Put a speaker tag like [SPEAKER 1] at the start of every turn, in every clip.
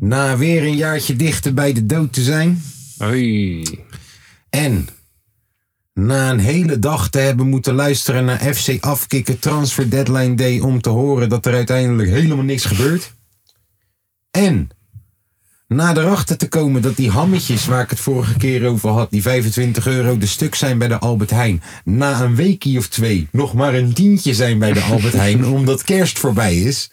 [SPEAKER 1] Na weer een jaartje dichter bij de dood te zijn. En na een hele dag te hebben moeten luisteren naar FC Afkikken Transfer Deadline Day om te horen dat er uiteindelijk helemaal niks gebeurt. En na erachter te komen dat die hammetjes waar ik het vorige keer over had, die 25 euro de stuk zijn bij de Albert Heijn, na een weekie of twee nog maar een tientje zijn bij de Albert Heijn omdat kerst voorbij is,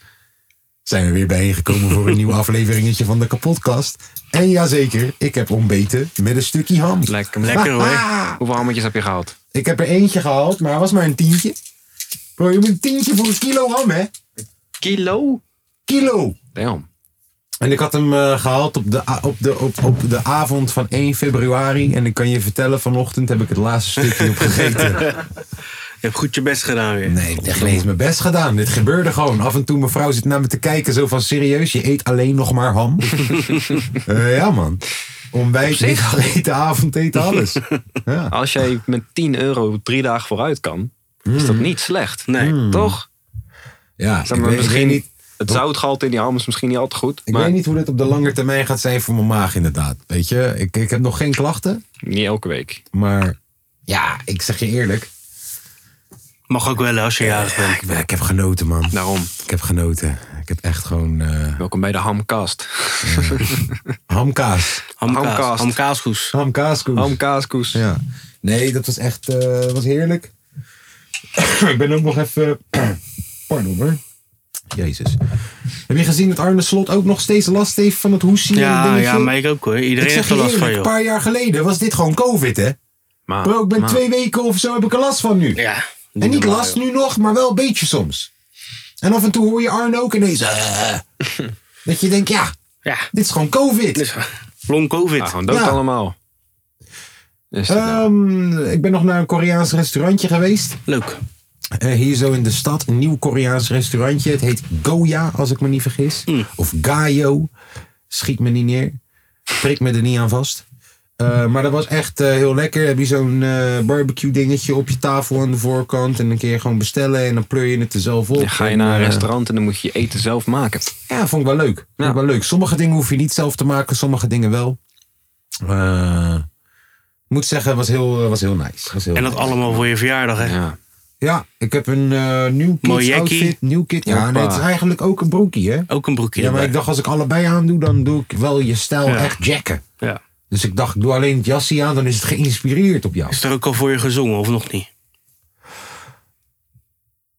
[SPEAKER 1] zijn we weer bijeengekomen voor een nieuw afleveringetje van de kapotkast. En jazeker, ik heb ontbeten met een stukje ham. Ah,
[SPEAKER 2] Lekker, lekker hoor. Hoeveel hammetjes heb je gehaald?
[SPEAKER 1] Ik heb er eentje gehaald, maar het was maar een tientje. Bro, je moet een tientje voor een kilo ham, hè?
[SPEAKER 2] Kilo?
[SPEAKER 1] Kilo!
[SPEAKER 2] Damn.
[SPEAKER 1] En ik had hem eh, gehaald op de, a- op, de, op, op de avond van 1 februari. En ik kan je vertellen, vanochtend heb ik het laatste stukje opgegeten.
[SPEAKER 3] Je hebt goed je best gedaan weer.
[SPEAKER 1] Nee, ik heb echt niet eens mijn best gedaan. Dit gebeurde gewoon. Af en toe mijn vrouw zit naar me te kijken, zo van serieus, je eet alleen nog maar ham. Eh, ja, man. Ontbijt, middag, eten, avondeten, alles. Ja.
[SPEAKER 2] Als jij met 10 euro drie dagen vooruit kan, is dat niet slecht. Hmm.
[SPEAKER 3] Nee.
[SPEAKER 2] Toch?
[SPEAKER 1] Ja, Hmm.
[SPEAKER 2] Zeg
[SPEAKER 1] ik
[SPEAKER 2] maar,
[SPEAKER 1] weet- ik
[SPEAKER 2] misschien
[SPEAKER 1] weet niet.
[SPEAKER 2] Het zoutgehalte in die ham is misschien niet altijd goed.
[SPEAKER 1] Ik
[SPEAKER 2] maar
[SPEAKER 1] weet niet hoe dit op de lange termijn gaat zijn voor mijn maag, inderdaad. Weet je, ik, ik heb nog geen klachten.
[SPEAKER 2] niet elke week.
[SPEAKER 1] Maar ja, ik zeg je eerlijk.
[SPEAKER 3] Mag ook wel hè, als je jarig bent.
[SPEAKER 1] Ik, ben- ik heb genoten, man.
[SPEAKER 2] Daarom,
[SPEAKER 1] Ik heb genoten. Ik heb echt gewoon eh,
[SPEAKER 2] welkom bij de hamkast.
[SPEAKER 1] hamkaas.
[SPEAKER 3] Hamkaas.
[SPEAKER 2] Hamkaas.
[SPEAKER 3] Hamkaasgoes.
[SPEAKER 1] Hamkaaskoes.
[SPEAKER 2] Hamkaaskoes.
[SPEAKER 1] ja. Nee, dat was echt eh, was heerlijk. ik ben ook nog even... Pardon hoor. Jezus. Heb je gezien dat Arne Slot ook nog steeds last heeft van het hoesten? en
[SPEAKER 3] Ja,
[SPEAKER 1] dingetje?
[SPEAKER 3] ja, maar ik ook hoor.
[SPEAKER 1] ik
[SPEAKER 3] Iedereen
[SPEAKER 1] zeg
[SPEAKER 3] heeft
[SPEAKER 1] je
[SPEAKER 3] er last
[SPEAKER 1] eerlijk,
[SPEAKER 3] van
[SPEAKER 1] een
[SPEAKER 3] joh. Ah,
[SPEAKER 1] paar jaar geleden was dit gewoon COVID, hè?
[SPEAKER 2] Maar,
[SPEAKER 1] Bro, ik ben
[SPEAKER 2] maar-
[SPEAKER 1] twee weken of zo heb ik er last van nu.
[SPEAKER 3] Ja.
[SPEAKER 1] en niet
[SPEAKER 3] normaal,
[SPEAKER 1] last
[SPEAKER 3] joh.
[SPEAKER 1] nu nog, maar wel een beetje soms. En af en toe hoor je Arne ook ineens... eh. dat je denkt, ja,
[SPEAKER 3] Ja.
[SPEAKER 1] dit is gewoon COVID.
[SPEAKER 3] Dus, long covid.
[SPEAKER 2] Ah, gewoon dood
[SPEAKER 1] Ja.
[SPEAKER 2] allemaal. Is dit nou-
[SPEAKER 1] Ehm, ik ben nog naar een Koreaans restaurantje geweest.
[SPEAKER 3] Leuk.
[SPEAKER 1] Eh, hier zo in de stad. Een nieuw Koreaans restaurantje. Het heet Goya, als ik me niet vergis. Of Gayo. Schiet me niet neer. Prik me er niet aan vast. Eh, maar dat was echt eh, heel lekker. Heb je zo'n eh, barbecue dingetje op je tafel aan de voorkant. En dan kun je gewoon bestellen en dan pleur je het er zelf op.
[SPEAKER 2] dan ga je
[SPEAKER 1] En,
[SPEAKER 2] naar een
[SPEAKER 1] eh,
[SPEAKER 2] restaurant en dan moet je je eten zelf maken.
[SPEAKER 1] Ja, vond ik wel leuk. Vond ik
[SPEAKER 2] Ja.
[SPEAKER 1] wel leuk. Sommige dingen hoef je niet zelf te maken, sommige dingen wel. Eh, moet zeggen, was heel, eh, was heel nice. Was heel
[SPEAKER 3] En dat
[SPEAKER 1] nice.
[SPEAKER 3] allemaal voor je verjaardag hè.
[SPEAKER 2] Ja.
[SPEAKER 1] Ja, ik heb een eh, nieuw
[SPEAKER 3] Mooi
[SPEAKER 1] kids
[SPEAKER 3] jackie.
[SPEAKER 1] outfit. Nieuw kid. Ja,
[SPEAKER 2] Hoppa.
[SPEAKER 1] nee, het is eigenlijk ook een broekie, hè?
[SPEAKER 3] Ook een broekje
[SPEAKER 1] Ja, maar
[SPEAKER 3] erbij.
[SPEAKER 1] ik dacht, als ik allebei aandoe, dan doe ik wel je stijl
[SPEAKER 3] Ja.
[SPEAKER 1] echt jacken.
[SPEAKER 3] Ja.
[SPEAKER 1] Dus ik dacht, ik doe alleen het jasje aan, dan is het geïnspireerd op jou. Dat
[SPEAKER 3] Is er ook al voor je gezongen of nog niet?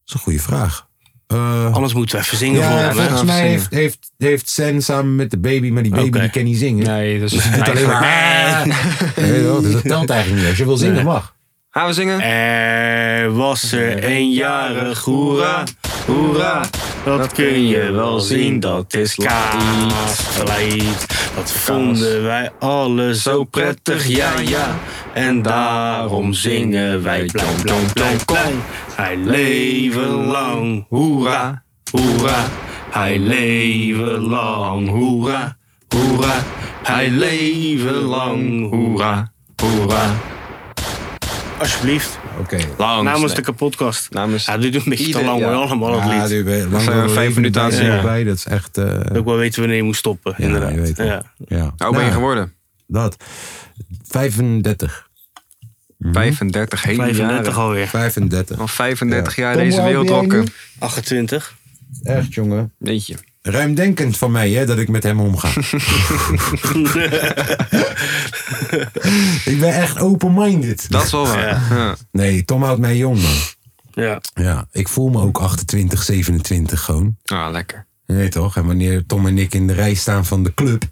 [SPEAKER 1] is een goede vraag. Eh,
[SPEAKER 3] Anders moeten we even zingen voor
[SPEAKER 1] ja,
[SPEAKER 3] hem, hè?
[SPEAKER 1] volgens
[SPEAKER 2] even
[SPEAKER 1] mij
[SPEAKER 2] zingen.
[SPEAKER 1] heeft, heeft, heeft Sen samen met de baby, maar die baby
[SPEAKER 3] Oké.
[SPEAKER 1] die kan niet zingen.
[SPEAKER 2] Nee, dat is
[SPEAKER 1] Die doet alleen maar.
[SPEAKER 3] Eigenlijk-
[SPEAKER 1] Nee, joh, dus dat telt eigenlijk niet. Als je wil zingen, mag.
[SPEAKER 2] Gaan we
[SPEAKER 1] Eh,
[SPEAKER 2] zingen?
[SPEAKER 3] Er was er een jarig, hoera, hoera. Dat kun je wel zien, dat is kaasvleet. Dat vonden wij alle zo prettig, ja, ja. En daarom zingen wij blauw, blauw, blauw, blauw. Hij leven lang, hoera, hoera. Hij leven lang, hoera, hoera. Hij leven lang, hoera, hoera. Alsjeblieft.
[SPEAKER 1] Oké.
[SPEAKER 2] Lang.
[SPEAKER 1] Nou
[SPEAKER 3] Namens
[SPEAKER 2] nee.
[SPEAKER 3] de kapotkast.
[SPEAKER 2] Namens-
[SPEAKER 3] ja, dit doet een beetje
[SPEAKER 2] Ieder-
[SPEAKER 3] te lang hoor,
[SPEAKER 2] ja.
[SPEAKER 3] allemaal het lied.
[SPEAKER 1] nu ben je lang
[SPEAKER 2] zijn we
[SPEAKER 1] nog
[SPEAKER 2] vijf
[SPEAKER 1] even
[SPEAKER 2] minuten aan het
[SPEAKER 1] bij-
[SPEAKER 2] zingen.
[SPEAKER 1] bij. Dat is echt. eh,
[SPEAKER 3] Ook wel weten wanneer je moet stoppen, inderdaad.
[SPEAKER 1] je weet het.
[SPEAKER 3] ja.
[SPEAKER 1] ja. Nou,
[SPEAKER 2] Hoe ben je geworden?
[SPEAKER 1] Dat. 35.
[SPEAKER 3] Mhm.
[SPEAKER 2] 35 hele
[SPEAKER 3] 35
[SPEAKER 2] jaren.
[SPEAKER 3] alweer.
[SPEAKER 1] 35.
[SPEAKER 2] Al 35 jaar
[SPEAKER 1] Tom,
[SPEAKER 2] deze
[SPEAKER 1] hoe oud
[SPEAKER 2] wereld
[SPEAKER 1] ben jij
[SPEAKER 2] rocken.
[SPEAKER 3] 28.
[SPEAKER 1] Echt, jongen.
[SPEAKER 2] Weet je.
[SPEAKER 1] Ruimdenkend van mij, hè, dat ik met hem omga. ik ben echt open-minded.
[SPEAKER 2] Dat is wel waar. Ja.
[SPEAKER 1] Nee, Tom houdt mij jong, man.
[SPEAKER 3] Ja.
[SPEAKER 1] Ja, ik voel me ook 28, 27 gewoon.
[SPEAKER 2] Ah, lekker.
[SPEAKER 1] Nee, toch? En wanneer Tom en ik in de rij staan van de club...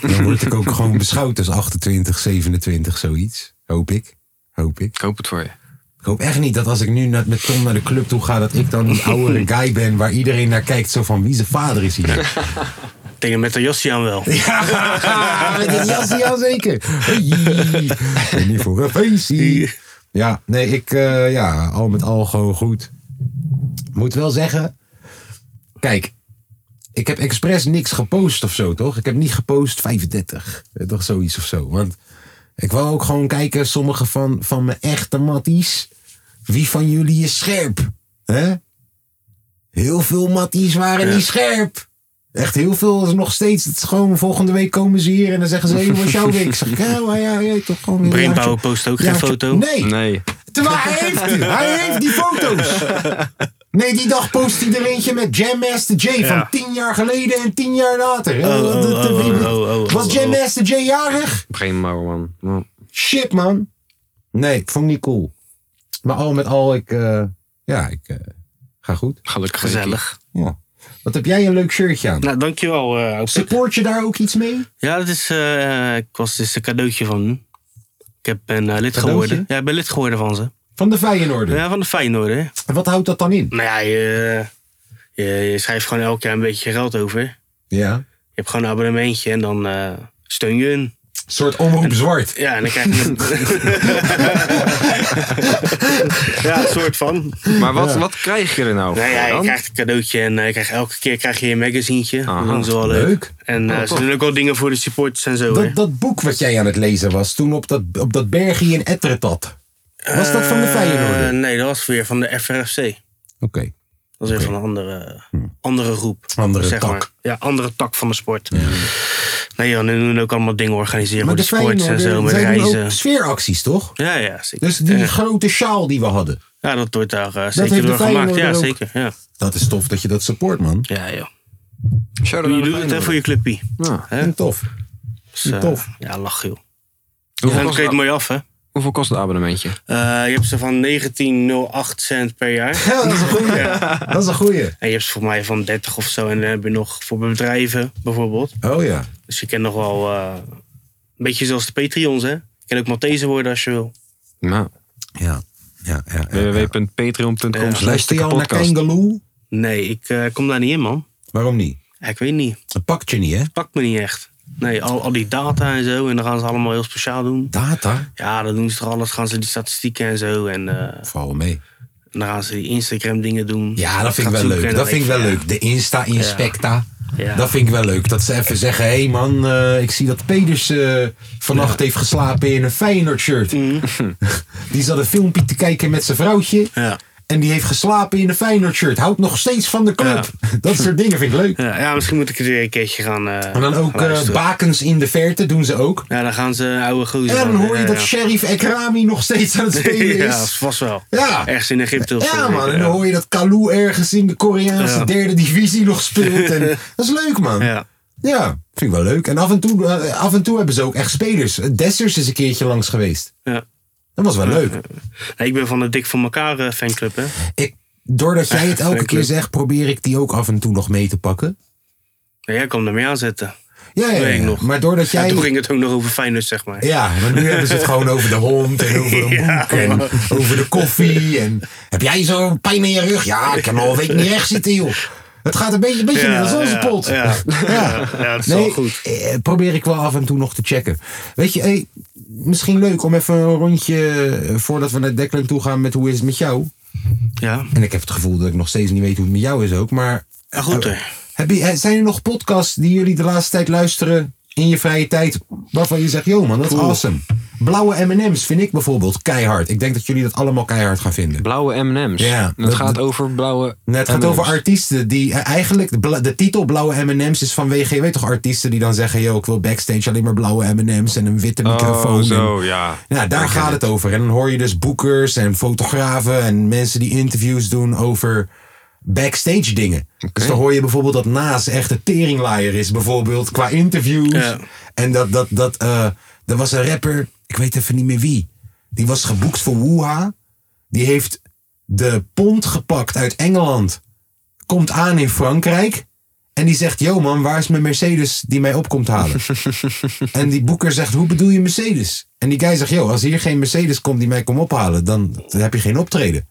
[SPEAKER 1] dan word ik ook gewoon beschouwd als 28, 27, zoiets. Hoop ik. Hoop ik.
[SPEAKER 2] Ik hoop het voor je.
[SPEAKER 1] Ik hoop echt niet dat als ik nu na- met Tom naar de club toe ga... dat ik dan die oudere guy ben waar iedereen naar kijkt... zo van wie zijn vader is hier.
[SPEAKER 3] tegen met de jasje aan wel.
[SPEAKER 1] Ja, Ah, met een jasje, ja zeker. Hey, ben hier voor een feestje. Ja, nee, ik, eh, ja, al met al gewoon goed. Moet wel zeggen, kijk, ik heb expres niks gepost of zo, toch? Ik heb niet gepost 35, eh, toch zoiets of zo. Want ik wil ook gewoon kijken, sommige van, van mijn echte matties, wie van jullie is scherp? Hè? Heel veel matties waren niet scherp. Echt heel veel is nog steeds. Het is gewoon volgende week komen ze hier en dan zeggen ze: Hé, hey, wat is jouw week? Ik Zeg ik: Ja, maar ja, ja, toch gewoon. weer een
[SPEAKER 3] Brain
[SPEAKER 1] jaartje-
[SPEAKER 3] Power post ook geen
[SPEAKER 1] jaartje-
[SPEAKER 3] foto.
[SPEAKER 1] Nee,
[SPEAKER 2] Nee.
[SPEAKER 1] terwijl hij heeft die. Hij heeft die foto's. Nee, die dag post hij er eentje met Jam Master J van
[SPEAKER 3] Ja.
[SPEAKER 1] tien jaar geleden en tien jaar later.
[SPEAKER 3] oh, oh, oh, oh,
[SPEAKER 1] Was
[SPEAKER 3] oh,
[SPEAKER 1] Jam
[SPEAKER 3] oh.
[SPEAKER 1] Master J jarig?
[SPEAKER 2] Brain Power, man. Nou, Ja.
[SPEAKER 1] Shit, man. Nee, ik vond het niet cool. Maar al met al, ik. eh, ja, ik eh, ga goed.
[SPEAKER 2] Gelukkig.
[SPEAKER 3] Gezellig.
[SPEAKER 1] Ja. Wat heb jij een leuk shirtje aan?
[SPEAKER 3] Nou, dankjewel. eh Oud-Pik.
[SPEAKER 1] Support je daar ook iets mee?
[SPEAKER 3] Ja, dat is, eh, ik was, dit is een cadeautje van. Ik heb ben eh, lid
[SPEAKER 1] Cadeautje?
[SPEAKER 3] geworden. Ja, ik ben lid geworden van ze.
[SPEAKER 1] Van de Feyenoord.
[SPEAKER 3] Ja, van de Feyenoord, hè.
[SPEAKER 1] En Wat houdt dat dan in?
[SPEAKER 3] Nou ja, je, je, je schrijft gewoon elk jaar een beetje geld over.
[SPEAKER 1] Ja. Een
[SPEAKER 3] Je hebt gewoon een abonnementje en dan eh, steun je hun.
[SPEAKER 1] soort omroep zwart.
[SPEAKER 3] Ja, en dan krijg je een... ja, een soort van.
[SPEAKER 2] Maar wat, wat krijg je er nou?
[SPEAKER 3] Nou ja, je
[SPEAKER 2] dan?
[SPEAKER 3] krijgt een cadeautje en eh, je krijgt elke keer krijg je een magazientje.
[SPEAKER 2] Aha,
[SPEAKER 3] Dat doen ze wel leuk.
[SPEAKER 1] Leuk. Oh,
[SPEAKER 3] En eh, ze
[SPEAKER 2] tof.
[SPEAKER 3] doen ook wel dingen voor de supporters en zo. hè.
[SPEAKER 1] Dat, dat boek wat jij aan het lezen was toen op dat, op dat bergje in Etretat. Was dat van de Feyenoord?
[SPEAKER 3] Eh,
[SPEAKER 1] Oké.
[SPEAKER 3] nee, dat was weer van de FRFC. Dat is weer van een andere, andere groep.
[SPEAKER 1] Hm. Andere
[SPEAKER 3] zeg
[SPEAKER 1] tak.
[SPEAKER 3] Maar. Ja, andere tak van de sport. Nee, joh, nu doen we ook allemaal dingen organiseren
[SPEAKER 1] Maar
[SPEAKER 3] voor
[SPEAKER 1] de
[SPEAKER 3] de sports en zo,
[SPEAKER 1] Feyenoord
[SPEAKER 3] met
[SPEAKER 1] zijn
[SPEAKER 3] reizen. Eh.
[SPEAKER 1] ook sfeeracties, toch?
[SPEAKER 3] Ja, ja, zeker.
[SPEAKER 1] Dus die
[SPEAKER 3] Ja.
[SPEAKER 1] grote sjaal die we hadden.
[SPEAKER 3] Ja, dat wordt daar eh, zeker
[SPEAKER 1] heeft de
[SPEAKER 3] door gemaakt. Ja,
[SPEAKER 1] Feyenoorder ook.
[SPEAKER 3] zeker. Ja,
[SPEAKER 1] Dat is tof dat je dat support, man.
[SPEAKER 3] ja joh.
[SPEAKER 2] Shout-out
[SPEAKER 3] Je
[SPEAKER 2] aan de
[SPEAKER 3] doet het hè,
[SPEAKER 2] Feyenoord.
[SPEAKER 3] voor je clubpie.
[SPEAKER 2] Ja.
[SPEAKER 3] Hè?
[SPEAKER 1] En tof.
[SPEAKER 3] Dus, eh,
[SPEAKER 1] Tof.
[SPEAKER 3] Ja, lach joh.
[SPEAKER 2] Hoeveel,
[SPEAKER 3] En dan
[SPEAKER 2] kost
[SPEAKER 3] treedt
[SPEAKER 2] het,
[SPEAKER 3] het mooi af, hè?
[SPEAKER 2] hoeveel kost het abonnementje?
[SPEAKER 3] Eh, je hebt ze van 19,08 cent per jaar.
[SPEAKER 1] Ja, dat is een goeie. Dat is een goeie.
[SPEAKER 3] En je hebt ze voor mij van 30 of zo. En dan heb je nog voor bedrijven bijvoorbeeld.
[SPEAKER 1] Oh ja.
[SPEAKER 3] Dus je kent nog wel eh, een beetje zoals de Patreons, hè? Je kan ook Maltese worden als je wil.
[SPEAKER 2] Nou,
[SPEAKER 1] Ja. Ja, ja, ja, ja.
[SPEAKER 2] www.patreon.com slash
[SPEAKER 1] Luister
[SPEAKER 2] de
[SPEAKER 1] je al naar
[SPEAKER 2] kapotkast.
[SPEAKER 1] Kangaloo?
[SPEAKER 3] Nee, ik eh, kom daar niet in, man.
[SPEAKER 1] Waarom niet?
[SPEAKER 3] Ja, ik weet niet.
[SPEAKER 1] Dat pakt je niet, hè?
[SPEAKER 3] Pakt me niet echt. Nee, al, al die data en zo. En dan gaan ze allemaal heel speciaal doen.
[SPEAKER 1] Data?
[SPEAKER 3] Ja, dan doen ze toch alles. Gaan ze die statistieken en zo. En eh,
[SPEAKER 1] Val mee.
[SPEAKER 3] En dan gaan ze die Instagram dingen doen.
[SPEAKER 1] Ja, dat vind ik
[SPEAKER 3] Gaat
[SPEAKER 1] wel
[SPEAKER 3] zoeken
[SPEAKER 1] leuk. Dat
[SPEAKER 3] en dan
[SPEAKER 1] vind ik wel
[SPEAKER 3] ja.
[SPEAKER 1] leuk. De Insta-inspecta.
[SPEAKER 3] Ja.
[SPEAKER 1] Dat vind ik wel leuk. Dat ze even zeggen, hé hey man, eh, ik zie dat Peders eh, vannacht heeft geslapen in een Feyenoord-shirt.
[SPEAKER 3] Mhm.
[SPEAKER 1] die zat een filmpje te kijken met zijn vrouwtje.
[SPEAKER 3] Ja.
[SPEAKER 1] En die heeft geslapen in een Feyenoord-shirt. Houdt nog steeds van de club. Dat soort dingen vind ik leuk.
[SPEAKER 3] Ja, ja, misschien moet ik het weer een keertje gaan eh
[SPEAKER 1] En dan ook eh,
[SPEAKER 3] luisteren.
[SPEAKER 1] bakens in de verte doen ze ook.
[SPEAKER 3] Ja, dan gaan ze oude gozer. eh,
[SPEAKER 1] En dan hoor je dat Sheriff Ekrami nog steeds aan het spelen
[SPEAKER 3] Ja,
[SPEAKER 1] is.
[SPEAKER 3] vast wel.
[SPEAKER 1] Ja.
[SPEAKER 3] Ergens in Egypte of
[SPEAKER 1] Ja,
[SPEAKER 3] zo.
[SPEAKER 1] man. En dan hoor je dat Kalou ergens in de Koreaanse
[SPEAKER 3] Ja.
[SPEAKER 1] derde divisie nog speelt. En, dat is leuk, man.
[SPEAKER 3] Ja.
[SPEAKER 1] Ja, vind ik wel leuk. En af en toe, eh, af en toe hebben ze ook echt spelers. Eh, Dessers is een keertje langs geweest.
[SPEAKER 3] ja.
[SPEAKER 1] Dat was wel leuk.
[SPEAKER 3] Nee, ik ben van de Dik voor elkaar eh, fanclub, hè.
[SPEAKER 1] Ik, doordat jij het elke
[SPEAKER 3] leuk.
[SPEAKER 1] keer zegt, probeer ik die ook af en toe nog mee te pakken.
[SPEAKER 3] Ja, jij kon ermee aanzetten.
[SPEAKER 1] Ja, ja,
[SPEAKER 3] Weet ik
[SPEAKER 1] ja.
[SPEAKER 3] nog.
[SPEAKER 1] maar doordat
[SPEAKER 3] Ja, toen
[SPEAKER 1] jij...
[SPEAKER 3] ging het ook nog over Feyenoord, zeg maar.
[SPEAKER 1] Ja, maar nu hebben ze het gewoon over de hond en over een
[SPEAKER 3] Ja,
[SPEAKER 1] boek en
[SPEAKER 3] man.
[SPEAKER 1] over de koffie. En heb jij zo'n pijn in je rug? Ja, ik kan al een week niet recht zitten, joh. Het gaat een beetje, een beetje net
[SPEAKER 3] Ja,
[SPEAKER 1] als onze
[SPEAKER 3] ja,
[SPEAKER 1] pot.
[SPEAKER 3] Ja,
[SPEAKER 1] Ja.
[SPEAKER 3] ja, dat is wel
[SPEAKER 1] Nee,
[SPEAKER 3] goed.
[SPEAKER 1] eh, probeer ik wel af en toe nog te checken. Weet je, hey, misschien leuk om even een rondje eh, voordat we naar Declan toe gaan met hoe is het met jou.
[SPEAKER 3] Ja,
[SPEAKER 1] En ik heb het gevoel dat ik nog steeds niet weet hoe het met jou is ook. Maar
[SPEAKER 3] ja goed, hè.
[SPEAKER 1] heb je, eh, zijn er nog podcasts die jullie de laatste tijd luisteren in je vrije tijd? Waarvan je zegt, yo man, dat is awesome. Blauwe M&M's vind ik bijvoorbeeld keihard. Ik denk dat jullie dat allemaal keihard gaan vinden.
[SPEAKER 2] Blauwe M&M's.
[SPEAKER 1] Ja,
[SPEAKER 2] En
[SPEAKER 1] dat-
[SPEAKER 2] het gaat over blauwe
[SPEAKER 1] Nee, het gaat
[SPEAKER 2] M&M's.
[SPEAKER 1] over artiesten die eh, eigenlijk. De, bla- de titel Blauwe MM's is vanwege. Je weet toch, artiesten die dan zeggen: Yo, ik wil backstage alleen maar blauwe MM's en een witte microfoon.
[SPEAKER 2] Oh,
[SPEAKER 1] en-
[SPEAKER 2] zo, ja.
[SPEAKER 1] Ja, daar gaat het over. En dan hoor je dus boekers en fotografen en mensen die interviews doen over backstage dingen. Dus dan hoor je bijvoorbeeld dat Naas echt een teringlaaier is, bijvoorbeeld qua interviews.
[SPEAKER 3] Ja.
[SPEAKER 1] En dat, dat, dat, eh, er was een rapper, ik weet even niet meer wie, die was geboekt voor Wuha. Die heeft de pond gepakt uit Engeland, komt aan in Frankrijk. En die zegt, yo man, waar is mijn Mercedes die mij op komt halen? En die boeker zegt, hoe bedoel je Mercedes? En die guy zegt, joh, als hier geen Mercedes komt die mij komt ophalen, dan heb je geen optreden.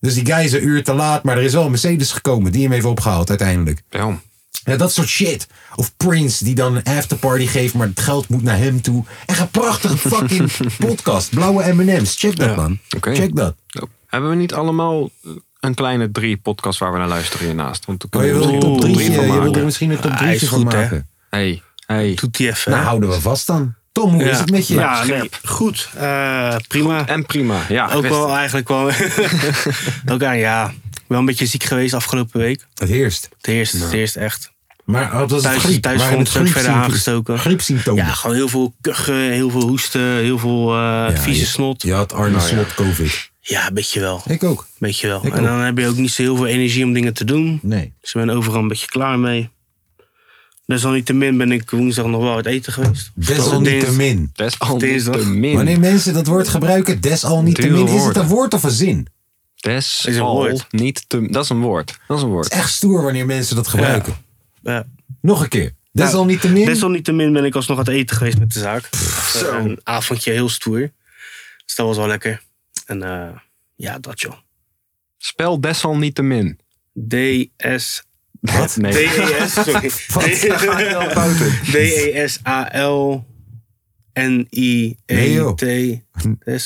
[SPEAKER 1] Dus die guy is een uur te laat, maar er is wel een Mercedes gekomen die hem heeft opgehaald uiteindelijk.
[SPEAKER 2] Wel.
[SPEAKER 1] Ja, dat soort shit. Of Prince die dan een afterparty geeft, maar het geld moet naar hem toe. En een prachtige fucking podcast. Blauwe M&M's. Check dat man.
[SPEAKER 2] oké.
[SPEAKER 1] Check dat.
[SPEAKER 2] Hebben we niet allemaal een kleine drie podcasts waar we naar luisteren hiernaast? Want dan
[SPEAKER 1] Maar Oh, je
[SPEAKER 2] kunnen
[SPEAKER 1] wil
[SPEAKER 2] we
[SPEAKER 1] een
[SPEAKER 2] misschien
[SPEAKER 1] top 3 Je
[SPEAKER 2] een top drie van
[SPEAKER 1] wil er
[SPEAKER 2] maken.
[SPEAKER 1] misschien een top
[SPEAKER 3] Ah,
[SPEAKER 1] 3
[SPEAKER 3] is
[SPEAKER 1] van
[SPEAKER 3] goed, hè?
[SPEAKER 1] maken.
[SPEAKER 2] Hey, hey.
[SPEAKER 3] Doet die even.
[SPEAKER 1] Nou,
[SPEAKER 3] hè?
[SPEAKER 1] houden we vast dan. Tom, hoe is het met je?
[SPEAKER 3] Ja, nee, goed. Eh, prima.
[SPEAKER 2] En prima. Ja,
[SPEAKER 3] ook
[SPEAKER 2] best-
[SPEAKER 3] wel eigenlijk wel. ook aan, ja. Ik ben Wel een beetje ziek geweest afgelopen week.
[SPEAKER 1] Het heerst.
[SPEAKER 3] Het eerst,
[SPEAKER 1] Nou.
[SPEAKER 3] het eerst echt.
[SPEAKER 1] Maar wat was het
[SPEAKER 3] Thuis-
[SPEAKER 1] griep?
[SPEAKER 3] thuis
[SPEAKER 1] Waren
[SPEAKER 3] vond
[SPEAKER 1] het
[SPEAKER 3] het ook verder
[SPEAKER 1] griepsymptomen?
[SPEAKER 3] aangestoken.
[SPEAKER 1] Griepsymptomen.
[SPEAKER 3] Ja, gewoon heel veel kuchen, heel veel hoesten, heel veel eh, vieze
[SPEAKER 1] je-
[SPEAKER 3] snot. Nou
[SPEAKER 1] Je had Arne Slot COVID.
[SPEAKER 3] Ja, een beetje wel.
[SPEAKER 1] Ik ook.
[SPEAKER 3] Beetje wel.
[SPEAKER 1] Ik
[SPEAKER 3] en dan heb je ook niet zo heel veel energie om dingen te doen.
[SPEAKER 1] Nee.
[SPEAKER 3] Dus ik ben overal een beetje klaar mee. Desalniettemin ben ik woensdag nog wel uit eten geweest. Dins-
[SPEAKER 1] Desalniettemin.
[SPEAKER 3] Dinsdag.
[SPEAKER 2] Desalniettemin.
[SPEAKER 1] Wanneer mensen dat woord gebruiken, desalniettemin,
[SPEAKER 2] Dure
[SPEAKER 1] is het
[SPEAKER 2] woorden.
[SPEAKER 1] een woord of een zin?
[SPEAKER 3] Is een woord.
[SPEAKER 2] Desalniettemin. Dat is een woord. Dat is een woord.
[SPEAKER 1] Echt stoer wanneer mensen dat gebruiken.
[SPEAKER 3] Ja.
[SPEAKER 1] Nog een keer. Desalniettemin.
[SPEAKER 3] Desalniettemin ben ik alsnog uit eten geweest met de zaak. Zo. Een avondje heel stoer. Dus dat was wel lekker. En eh, ja, dat joh.
[SPEAKER 2] Spel desalniettemin.
[SPEAKER 3] D-S...
[SPEAKER 2] Wat? Nee.
[SPEAKER 3] D-E-S, E sorry. E
[SPEAKER 1] Nee, joh.
[SPEAKER 3] D-E-S-A-L-N-I-E-T.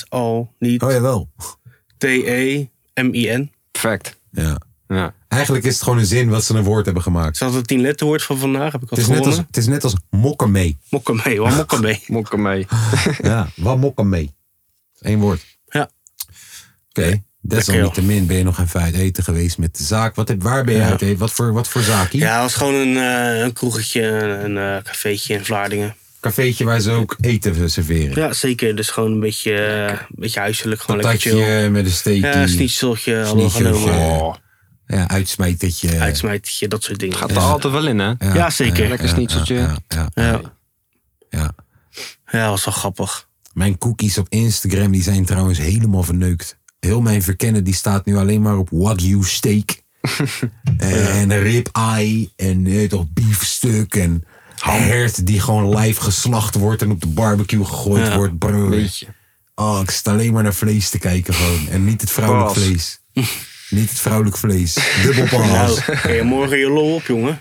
[SPEAKER 1] Oh
[SPEAKER 3] Desalniettemin.
[SPEAKER 1] jawel.
[SPEAKER 3] E.
[SPEAKER 1] Oh.
[SPEAKER 3] T-E-M-I-N.
[SPEAKER 2] Perfect.
[SPEAKER 1] Ja.
[SPEAKER 2] Ja.
[SPEAKER 1] Eigenlijk is het gewoon een zin wat ze een woord hebben gemaakt.
[SPEAKER 3] Is dat het tien letterwoord van vandaag? Heb ik al
[SPEAKER 1] Het is net als,
[SPEAKER 3] gewonnen?
[SPEAKER 1] het is net als Ah. mokken mee.
[SPEAKER 3] Mokken mee, hoor. Mokken mee.
[SPEAKER 2] Mokken mee.
[SPEAKER 1] Ja, wat mokken mee. Eén woord.
[SPEAKER 3] Ja.
[SPEAKER 1] Oké. Desalniettemin ben je nog even uit eten geweest met de zaak. Wat heb, waar ben je uit eten? Wat voor, wat voor zaakie?
[SPEAKER 3] Ja, het was gewoon een, eh, een kroegetje, een eh, cafeetje in Vlaardingen.
[SPEAKER 1] Cafeetje waar ze ook eten serveren.
[SPEAKER 3] Ja, zeker. Dus gewoon een beetje, eh, een beetje huiselijk. Gewoon lekker chill.
[SPEAKER 1] Patatje met een steekje.
[SPEAKER 3] Ja, snitseltje, allemaal genomen.
[SPEAKER 1] Snietseltje.
[SPEAKER 3] Ja.
[SPEAKER 2] Oh,
[SPEAKER 1] Ja, uitsmijtertje.
[SPEAKER 3] Uitsmijtje, dat soort dingen.
[SPEAKER 2] gaat er altijd wel in, hè?
[SPEAKER 1] Ja,
[SPEAKER 3] Ja, zeker.
[SPEAKER 1] ja,
[SPEAKER 2] Lekker
[SPEAKER 1] ja,
[SPEAKER 2] snitseltje.
[SPEAKER 1] Ja, ja, ja,
[SPEAKER 3] Ja.
[SPEAKER 1] ja.
[SPEAKER 3] ja, was wel grappig.
[SPEAKER 1] Mijn cookies op Instagram die zijn trouwens helemaal verneukt. Heel mijn verkennen die staat nu alleen maar op wagyu steak. en rib eye en eh, toch biefstuk en hert die gewoon live geslacht wordt en op de barbecue gegooid
[SPEAKER 3] Ja.
[SPEAKER 1] wordt. Brrr.
[SPEAKER 2] Weet je.
[SPEAKER 1] Oh, ik sta alleen maar naar vlees te kijken gewoon. En niet het vrouwelijk
[SPEAKER 2] Pas.
[SPEAKER 1] vlees. niet het vrouwelijk vlees. Dubbel pas.
[SPEAKER 3] Nou, kun je morgen je lol op, jongen?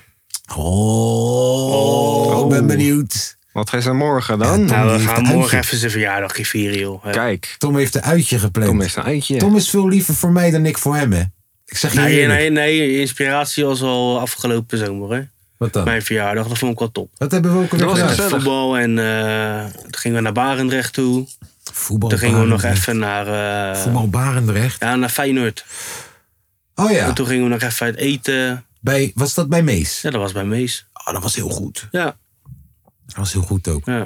[SPEAKER 1] Oh, ik ben benieuwd.
[SPEAKER 2] Wat ga je morgen dan?
[SPEAKER 1] Ja,
[SPEAKER 3] Nou, we
[SPEAKER 1] heeft
[SPEAKER 3] gaan
[SPEAKER 1] een
[SPEAKER 3] morgen
[SPEAKER 1] uitje.
[SPEAKER 3] even zijn verjaardag vieren, joh. Ja.
[SPEAKER 2] Kijk,
[SPEAKER 1] Tom heeft een uitje gepland.
[SPEAKER 2] Tom is een eitje.
[SPEAKER 1] Tom is veel liever voor mij dan ik voor hem, hè? Ik zeg je
[SPEAKER 3] Nee,
[SPEAKER 1] eerlijk.
[SPEAKER 3] nee, nee, je inspiratie was al afgelopen zomer, hè.
[SPEAKER 1] Wat dan?
[SPEAKER 3] Mijn verjaardag, dat vond ik wel top.
[SPEAKER 1] Wat hebben we ook alweer
[SPEAKER 2] Dat was
[SPEAKER 1] gedaan?
[SPEAKER 2] gezellig.
[SPEAKER 3] Voetbal en eh, toen gingen we naar Barendrecht toe.
[SPEAKER 1] Voetbal
[SPEAKER 3] Toen gingen we nog
[SPEAKER 1] Oh, Barendrecht.
[SPEAKER 3] even naar, eh,
[SPEAKER 1] Voetbal Barendrecht.
[SPEAKER 3] ja, naar Feyenoord.
[SPEAKER 1] Oh ja,
[SPEAKER 3] En toen gingen we nog even uit eten.
[SPEAKER 1] bij, was dat bij Mees?
[SPEAKER 3] Ja, dat was bij Mees.
[SPEAKER 1] Oh, dat was heel goed.
[SPEAKER 3] Ja,
[SPEAKER 1] Dat was heel goed ook.
[SPEAKER 3] ja.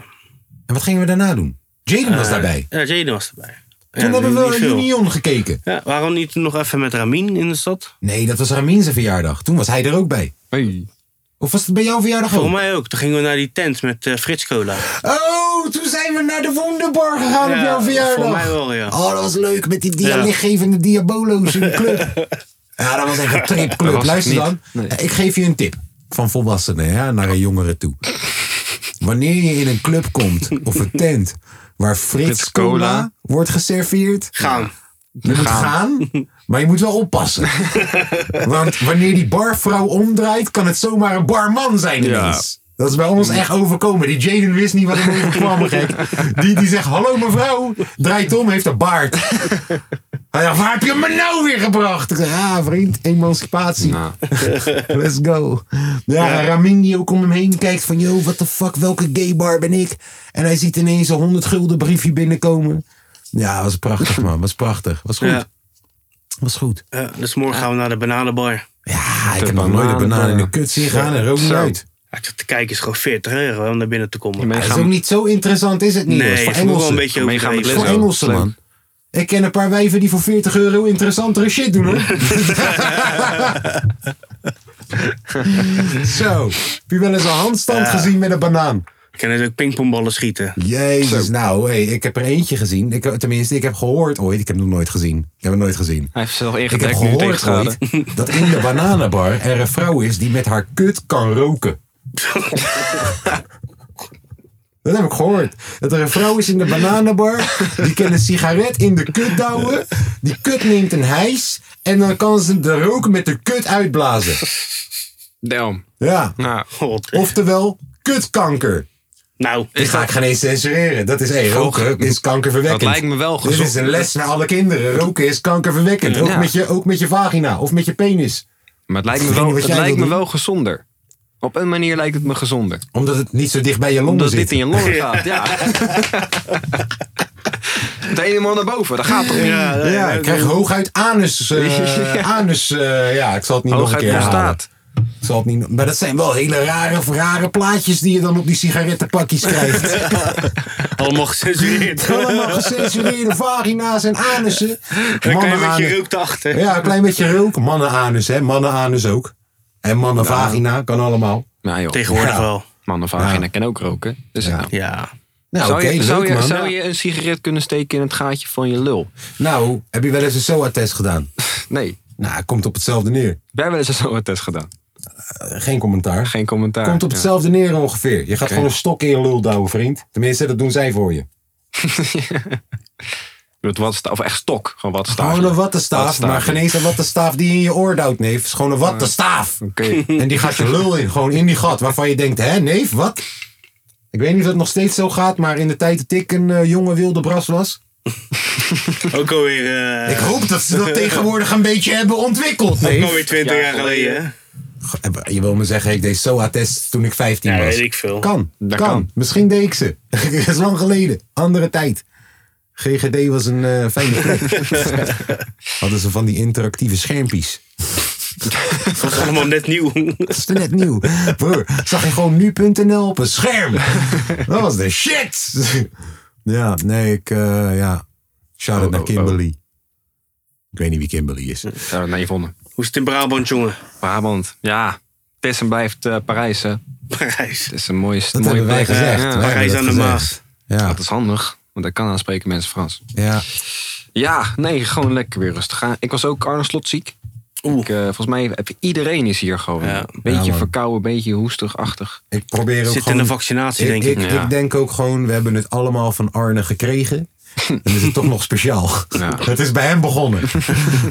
[SPEAKER 1] En wat gingen we daarna doen? Jaden was daarbij.
[SPEAKER 3] Eh, Ja, Jaden was erbij.
[SPEAKER 1] Toen hebben we wel naar Union gekeken.
[SPEAKER 3] Ja, waarom niet nog even met Ramin in de stad?
[SPEAKER 1] Nee, dat was Ramin zijn verjaardag. Toen was hij er ook bij.
[SPEAKER 2] Hey.
[SPEAKER 1] Of was het bij jouw verjaardag ook?
[SPEAKER 3] Voor mij ook. Toen gingen we naar die tent met eh, Frits Cola.
[SPEAKER 1] Oh, toen zijn we naar de Wonderbar gegaan op
[SPEAKER 3] Ja,
[SPEAKER 1] jouw verjaardag.
[SPEAKER 3] voor mij wel, ja.
[SPEAKER 1] Oh, dat was leuk met die dia
[SPEAKER 3] Ja.
[SPEAKER 1] lichtgevende diabolo's in de club. ja, dat was echt een
[SPEAKER 2] Dat
[SPEAKER 1] tripclub.
[SPEAKER 2] was
[SPEAKER 1] Luister
[SPEAKER 2] het
[SPEAKER 1] dan,
[SPEAKER 2] niet.
[SPEAKER 1] ik geef je een tip. Van volwassenen ja, naar een jongere toe. Wanneer je in een club komt of een tent waar Frits,
[SPEAKER 2] Frits
[SPEAKER 1] cola,
[SPEAKER 2] Cola
[SPEAKER 1] wordt geserveerd,
[SPEAKER 3] Gaan.
[SPEAKER 1] je moet gaan, maar je moet wel oppassen. Want wanneer die barvrouw omdraait, kan het zomaar een barman zijn ineens. Dat is bij ons echt overkomen. Die Jaden wist niet wat hem overkwam, gek. Die, die zegt, hallo mevrouw, draait om, heeft een baard. Hij dacht, waar heb je me nou weer gebracht? Ik zei, ja vriend, emancipatie.
[SPEAKER 2] Nou,
[SPEAKER 1] Let's go. Ja, Ramin die ook om hem heen kijkt van... Yo, what the fuck, welke gay bar ben ik? En hij ziet ineens een 100 gulden briefje binnenkomen. Ja, was prachtig man, was prachtig. Was goed,
[SPEAKER 3] Ja.
[SPEAKER 1] was goed.
[SPEAKER 3] Ja, dus morgen gaan we naar de bananenbar.
[SPEAKER 1] Ja, ik
[SPEAKER 2] De
[SPEAKER 1] heb nog nooit een
[SPEAKER 2] bananen-
[SPEAKER 1] banaan in de kut zien gaan en rook niet
[SPEAKER 2] Zo.
[SPEAKER 1] uit.
[SPEAKER 3] Ja, ik dacht, te kijken is gewoon 40 euro om naar binnen te komen.
[SPEAKER 2] mee
[SPEAKER 1] Het is
[SPEAKER 2] gaan,
[SPEAKER 1] ook niet zo interessant, is het niet?
[SPEAKER 3] nee,
[SPEAKER 1] jongens, voor
[SPEAKER 3] het moet wel een
[SPEAKER 1] Engelsen.
[SPEAKER 3] beetje
[SPEAKER 2] Maar je gaat met
[SPEAKER 3] overdreven.
[SPEAKER 1] Voor
[SPEAKER 2] Zo,
[SPEAKER 1] Engelsen,
[SPEAKER 2] leuk.
[SPEAKER 1] man. Ik ken een paar wijven die voor 40 euro interessantere shit doen, hoor. Zo, heb je wel eens een handstand gezien met een banaan?
[SPEAKER 3] Ik kan dus ook pingpongballen schieten.
[SPEAKER 1] Jezus, nou, hey, ik heb er eentje gezien. Ik, tenminste, ik heb gehoord ooit. Ik heb hem nog nooit gezien. Ik heb hem nooit gezien.
[SPEAKER 2] hij heeft zichzelf
[SPEAKER 1] Ik heb
[SPEAKER 2] ingedekt nu
[SPEAKER 1] gehoord
[SPEAKER 2] tegenschade.
[SPEAKER 1] ooit dat in de bananenbar er een vrouw is die met haar kut kan roken. Dat heb ik gehoord. Dat er een vrouw is in de bananenbar. Die kan een sigaret in de kut douwen. Die kut neemt een hijs. En dan kan ze de rook met de kut uitblazen.
[SPEAKER 2] Damn.
[SPEAKER 1] Ja.
[SPEAKER 2] Nou,
[SPEAKER 3] God.
[SPEAKER 1] Oftewel, kutkanker.
[SPEAKER 3] Nou,
[SPEAKER 1] Dit ga ik geen eens censureren. Dat is één. Roken is kankerverwekkend.
[SPEAKER 2] Dat lijkt me wel gezond.
[SPEAKER 1] Dit is een les naar alle kinderen. Roken is kankerverwekkend. Ook,
[SPEAKER 2] Ja.
[SPEAKER 1] met, je, ook met je vagina of met je penis.
[SPEAKER 2] maar het lijkt me
[SPEAKER 1] Vind
[SPEAKER 2] wel,
[SPEAKER 1] je wat
[SPEAKER 2] het
[SPEAKER 1] jij
[SPEAKER 2] lijkt
[SPEAKER 1] wil
[SPEAKER 2] me
[SPEAKER 1] doen?
[SPEAKER 2] wel gezonder. Op een manier lijkt het me gezonder.
[SPEAKER 1] Omdat het niet zo dicht bij je longen
[SPEAKER 2] Omdat
[SPEAKER 1] zit.
[SPEAKER 2] dit in je longen gaat, ja. Het ene man naar boven, dat gaat toch niet?
[SPEAKER 3] ja, nee,
[SPEAKER 1] ja,
[SPEAKER 3] nee,
[SPEAKER 1] ik krijg hooguit anus. eh,
[SPEAKER 2] Ja.
[SPEAKER 1] Anus, eh, ja, ik zal het niet nog een
[SPEAKER 2] Hooguit
[SPEAKER 1] keer herhalen.
[SPEAKER 2] constaat.
[SPEAKER 1] Ik zal het niet, maar dat zijn wel hele rare, rare plaatjes die je dan op die sigarettenpakjes krijgt.
[SPEAKER 3] allemaal gecensureerd.
[SPEAKER 1] Allemaal gecensureerde vagina's en anussen.
[SPEAKER 3] Dan kan je met
[SPEAKER 1] Mannenanus.
[SPEAKER 3] je rook erachter.
[SPEAKER 1] Ja, een klein beetje rook. Mannenanus, hè. Mannenanus ook. En mannenvagina, kan allemaal.
[SPEAKER 2] Nou joh,
[SPEAKER 3] Tegenwoordig
[SPEAKER 1] Ja.
[SPEAKER 3] wel.
[SPEAKER 2] man of vagina kan ook roken. Dus nou.
[SPEAKER 3] Ja.
[SPEAKER 1] Nou,
[SPEAKER 2] zou,
[SPEAKER 1] oké,
[SPEAKER 2] je,
[SPEAKER 1] leuk,
[SPEAKER 2] zou, je,
[SPEAKER 1] man.
[SPEAKER 2] zou je een sigaret kunnen steken in het gaatje van je lul?
[SPEAKER 1] Nou, heb je wel eens een SOA-test gedaan?
[SPEAKER 2] Nee.
[SPEAKER 1] Nou, het komt op hetzelfde neer.
[SPEAKER 2] Wij hebben eens een test gedaan.
[SPEAKER 1] Eh, Geen commentaar.
[SPEAKER 2] Geen commentaar.
[SPEAKER 1] Komt op
[SPEAKER 2] Ja.
[SPEAKER 1] hetzelfde neer ongeveer. Je gaat
[SPEAKER 2] Oké.
[SPEAKER 1] gewoon een stok in je lul douwen, vriend. Tenminste, dat doen zij voor je.
[SPEAKER 2] Met wattenstaaf, of echt stok. Gewoon wattenstaaf.
[SPEAKER 1] Gewoon een wattenstaaf,
[SPEAKER 2] Wattenstaaf. Ah.
[SPEAKER 1] maar geen eens een wattenstaaf die je in je oor duwt, neef. Het is gewoon een wattenstaaf.
[SPEAKER 2] Oké.
[SPEAKER 1] En die gaat je lul in, gewoon in die gat. Waarvan je denkt, hè, neef, wat? Ik weet niet of dat nog steeds zo gaat, maar in de tijd dat ik een eh, jonge wilde bras was.
[SPEAKER 3] Ook alweer, eh
[SPEAKER 1] Ik hoop dat ze dat tegenwoordig een beetje hebben ontwikkeld,
[SPEAKER 3] ook
[SPEAKER 1] neef.
[SPEAKER 3] alweer 20
[SPEAKER 2] Ja,
[SPEAKER 3] jaar geleden. hè?
[SPEAKER 1] Oh, Eh, Je wil me zeggen, ik deed SOA-test toen ik 15
[SPEAKER 3] Ja,
[SPEAKER 1] was.
[SPEAKER 3] weet ik veel.
[SPEAKER 1] Kan,
[SPEAKER 2] Dat
[SPEAKER 1] kan.
[SPEAKER 2] kan.
[SPEAKER 1] Misschien deed ik ze. Dat is lang geleden. Andere tijd. GGD was een eh, fijne plek. Hadden ze van die interactieve schermpjes.
[SPEAKER 3] Dat was allemaal net nieuw.
[SPEAKER 1] Dat is net nieuw. Broer, zag je gewoon nu.nl op een scherm. Dat was de shit. Ja, nee, ik... eh, ja. Shout-out
[SPEAKER 2] Oh,
[SPEAKER 1] naar
[SPEAKER 2] oh, oh.
[SPEAKER 1] Kimberly. Ik weet niet wie Kimberly is.
[SPEAKER 2] Zou het naar Yvonne.
[SPEAKER 3] Hoe is het in Brabant, jongen?
[SPEAKER 2] Brabant. Ja. Het is en blijft eh, Parijs. hè.
[SPEAKER 3] Parijs.
[SPEAKER 2] Het is een mooie, dat
[SPEAKER 1] Dat
[SPEAKER 2] mooie
[SPEAKER 1] hebben wij
[SPEAKER 2] plek.
[SPEAKER 1] gezegd.
[SPEAKER 2] Ja, ja.
[SPEAKER 1] Wij hebben
[SPEAKER 3] Parijs
[SPEAKER 1] dat
[SPEAKER 3] aan de
[SPEAKER 1] gezegd.
[SPEAKER 3] Maas.
[SPEAKER 1] Ja,
[SPEAKER 2] Dat is handig. Want ik kan aanspreken mensen Frans.
[SPEAKER 1] ja.
[SPEAKER 2] Ja, nee, gewoon lekker weer rustig aan. Ik was ook Arne Slot ziek.
[SPEAKER 3] Oeh.
[SPEAKER 2] Ik, eh, volgens mij, even- iedereen is hier gewoon.
[SPEAKER 3] Ja.
[SPEAKER 1] Ja,
[SPEAKER 2] Beetje
[SPEAKER 1] man.
[SPEAKER 2] verkouden, beetje hoestig-achtig.
[SPEAKER 1] Ik probeer ook
[SPEAKER 3] Zit in
[SPEAKER 1] gewoon...
[SPEAKER 3] de vaccinatie, denk ik.
[SPEAKER 1] Ik,
[SPEAKER 2] Ja.
[SPEAKER 1] ik denk ook gewoon, we hebben het allemaal van Arne gekregen. Dan is het toch nog speciaal.
[SPEAKER 2] Ja.
[SPEAKER 1] Het is bij hem begonnen.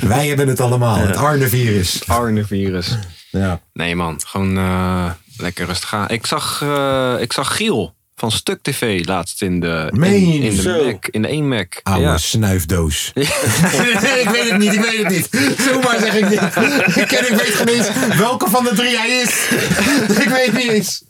[SPEAKER 1] Wij hebben het allemaal, het Arne-virus.
[SPEAKER 2] Arne-virus.
[SPEAKER 1] Ja.
[SPEAKER 2] Nee man, gewoon eh, lekker rustig aan. Ik zag, eh, ik zag Giel van Stuk TV laatst in de, in,
[SPEAKER 1] Meen
[SPEAKER 2] in de
[SPEAKER 3] zo.
[SPEAKER 2] Mac. In de 1 Mac.
[SPEAKER 1] Oude
[SPEAKER 2] Ja.
[SPEAKER 1] snuifdoos. ik weet het niet, ik weet het niet. Zomaar zeg ik dit. Ik, ken, ik weet geen eens welke van de drie hij is. ik weet niet eens.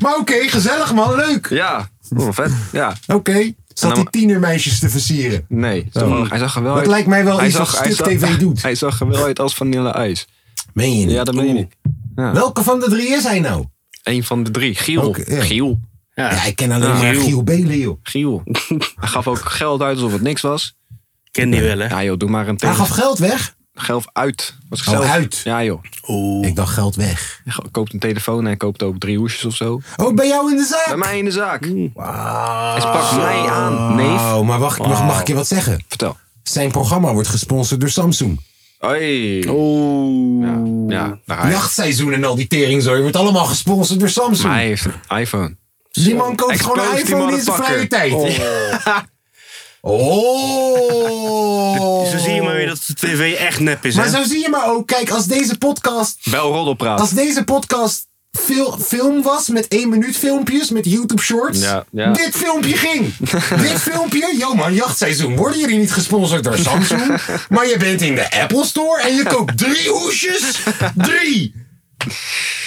[SPEAKER 1] Maar oké, gezellig man, leuk.
[SPEAKER 2] Ja, oh, vet. Ja,
[SPEAKER 1] Oké, zat
[SPEAKER 2] Nou,
[SPEAKER 1] die tienermeisjes te versieren.
[SPEAKER 2] nee. Zo, Hij zag er wel
[SPEAKER 1] Dat
[SPEAKER 2] uit.
[SPEAKER 1] lijkt mij wel
[SPEAKER 2] hij
[SPEAKER 1] iets wat
[SPEAKER 2] hij
[SPEAKER 1] Stuk TV doet.
[SPEAKER 2] Hij zag er wel uit als Vanille IJs.
[SPEAKER 1] Meen je niet?
[SPEAKER 2] Ja, dat meen ik.
[SPEAKER 1] Welke van de drie is hij nou?
[SPEAKER 2] Eén van de drie. Giel.
[SPEAKER 1] Oké, ja.
[SPEAKER 2] Giel.
[SPEAKER 1] Ja,
[SPEAKER 3] Ja,
[SPEAKER 1] ik ken alleen maar
[SPEAKER 3] Giel.
[SPEAKER 1] Giel Belen, joh.
[SPEAKER 2] Giel. hij gaf ook geld uit alsof het niks was.
[SPEAKER 3] ik ken die wel, hè?
[SPEAKER 2] Ja joh, doe maar
[SPEAKER 1] Hij
[SPEAKER 2] een tegen.
[SPEAKER 1] gaf geld weg.
[SPEAKER 2] Geld uit. Was ik
[SPEAKER 1] Oh,
[SPEAKER 2] zelf.
[SPEAKER 1] uit.
[SPEAKER 2] Ja joh.
[SPEAKER 3] Oeh.
[SPEAKER 1] Ik dacht geld weg.
[SPEAKER 2] Hij Koopt een telefoon en koopt ook drie hoesjes of zo.
[SPEAKER 1] Oh, bij jou in de
[SPEAKER 2] Bij
[SPEAKER 1] zaak?
[SPEAKER 2] mij in de zaak.
[SPEAKER 1] Wauw.
[SPEAKER 2] Hij sprak mij aan, neef.
[SPEAKER 1] Oh, maar wacht, mag, mag ik je wat zeggen?
[SPEAKER 2] Vertel.
[SPEAKER 1] Zijn programma wordt gesponsord door Samsung.
[SPEAKER 2] Hoi.
[SPEAKER 1] Oh.
[SPEAKER 3] Oeh.
[SPEAKER 2] Ah, Ja, daar ga je.
[SPEAKER 1] Nachtseizoen en al die teringzooi wordt allemaal gesponsord door Samsung.
[SPEAKER 2] Maar hij heeft een iPhone.
[SPEAKER 1] die man koopt
[SPEAKER 2] Exposed
[SPEAKER 1] gewoon een
[SPEAKER 2] die
[SPEAKER 1] iPhone in zijn
[SPEAKER 2] motherfucker.
[SPEAKER 1] vrije tijd. Oh.
[SPEAKER 3] Zo zie je maar weer dat de tv echt nep is,
[SPEAKER 1] Maar
[SPEAKER 3] hè?
[SPEAKER 1] zo zie je maar ook, kijk, als deze podcast
[SPEAKER 2] Bel roddelpraat.
[SPEAKER 1] Als deze podcast fil- film was met 1 minuut filmpjes, met YouTube shorts.
[SPEAKER 2] Ja, ja.
[SPEAKER 1] Dit filmpje ging. dit filmpje, yo man, jachtseizoen. Worden jullie niet gesponsord door Samsung? maar je bent in de Apple Store en je koopt drie hoesjes. Drie.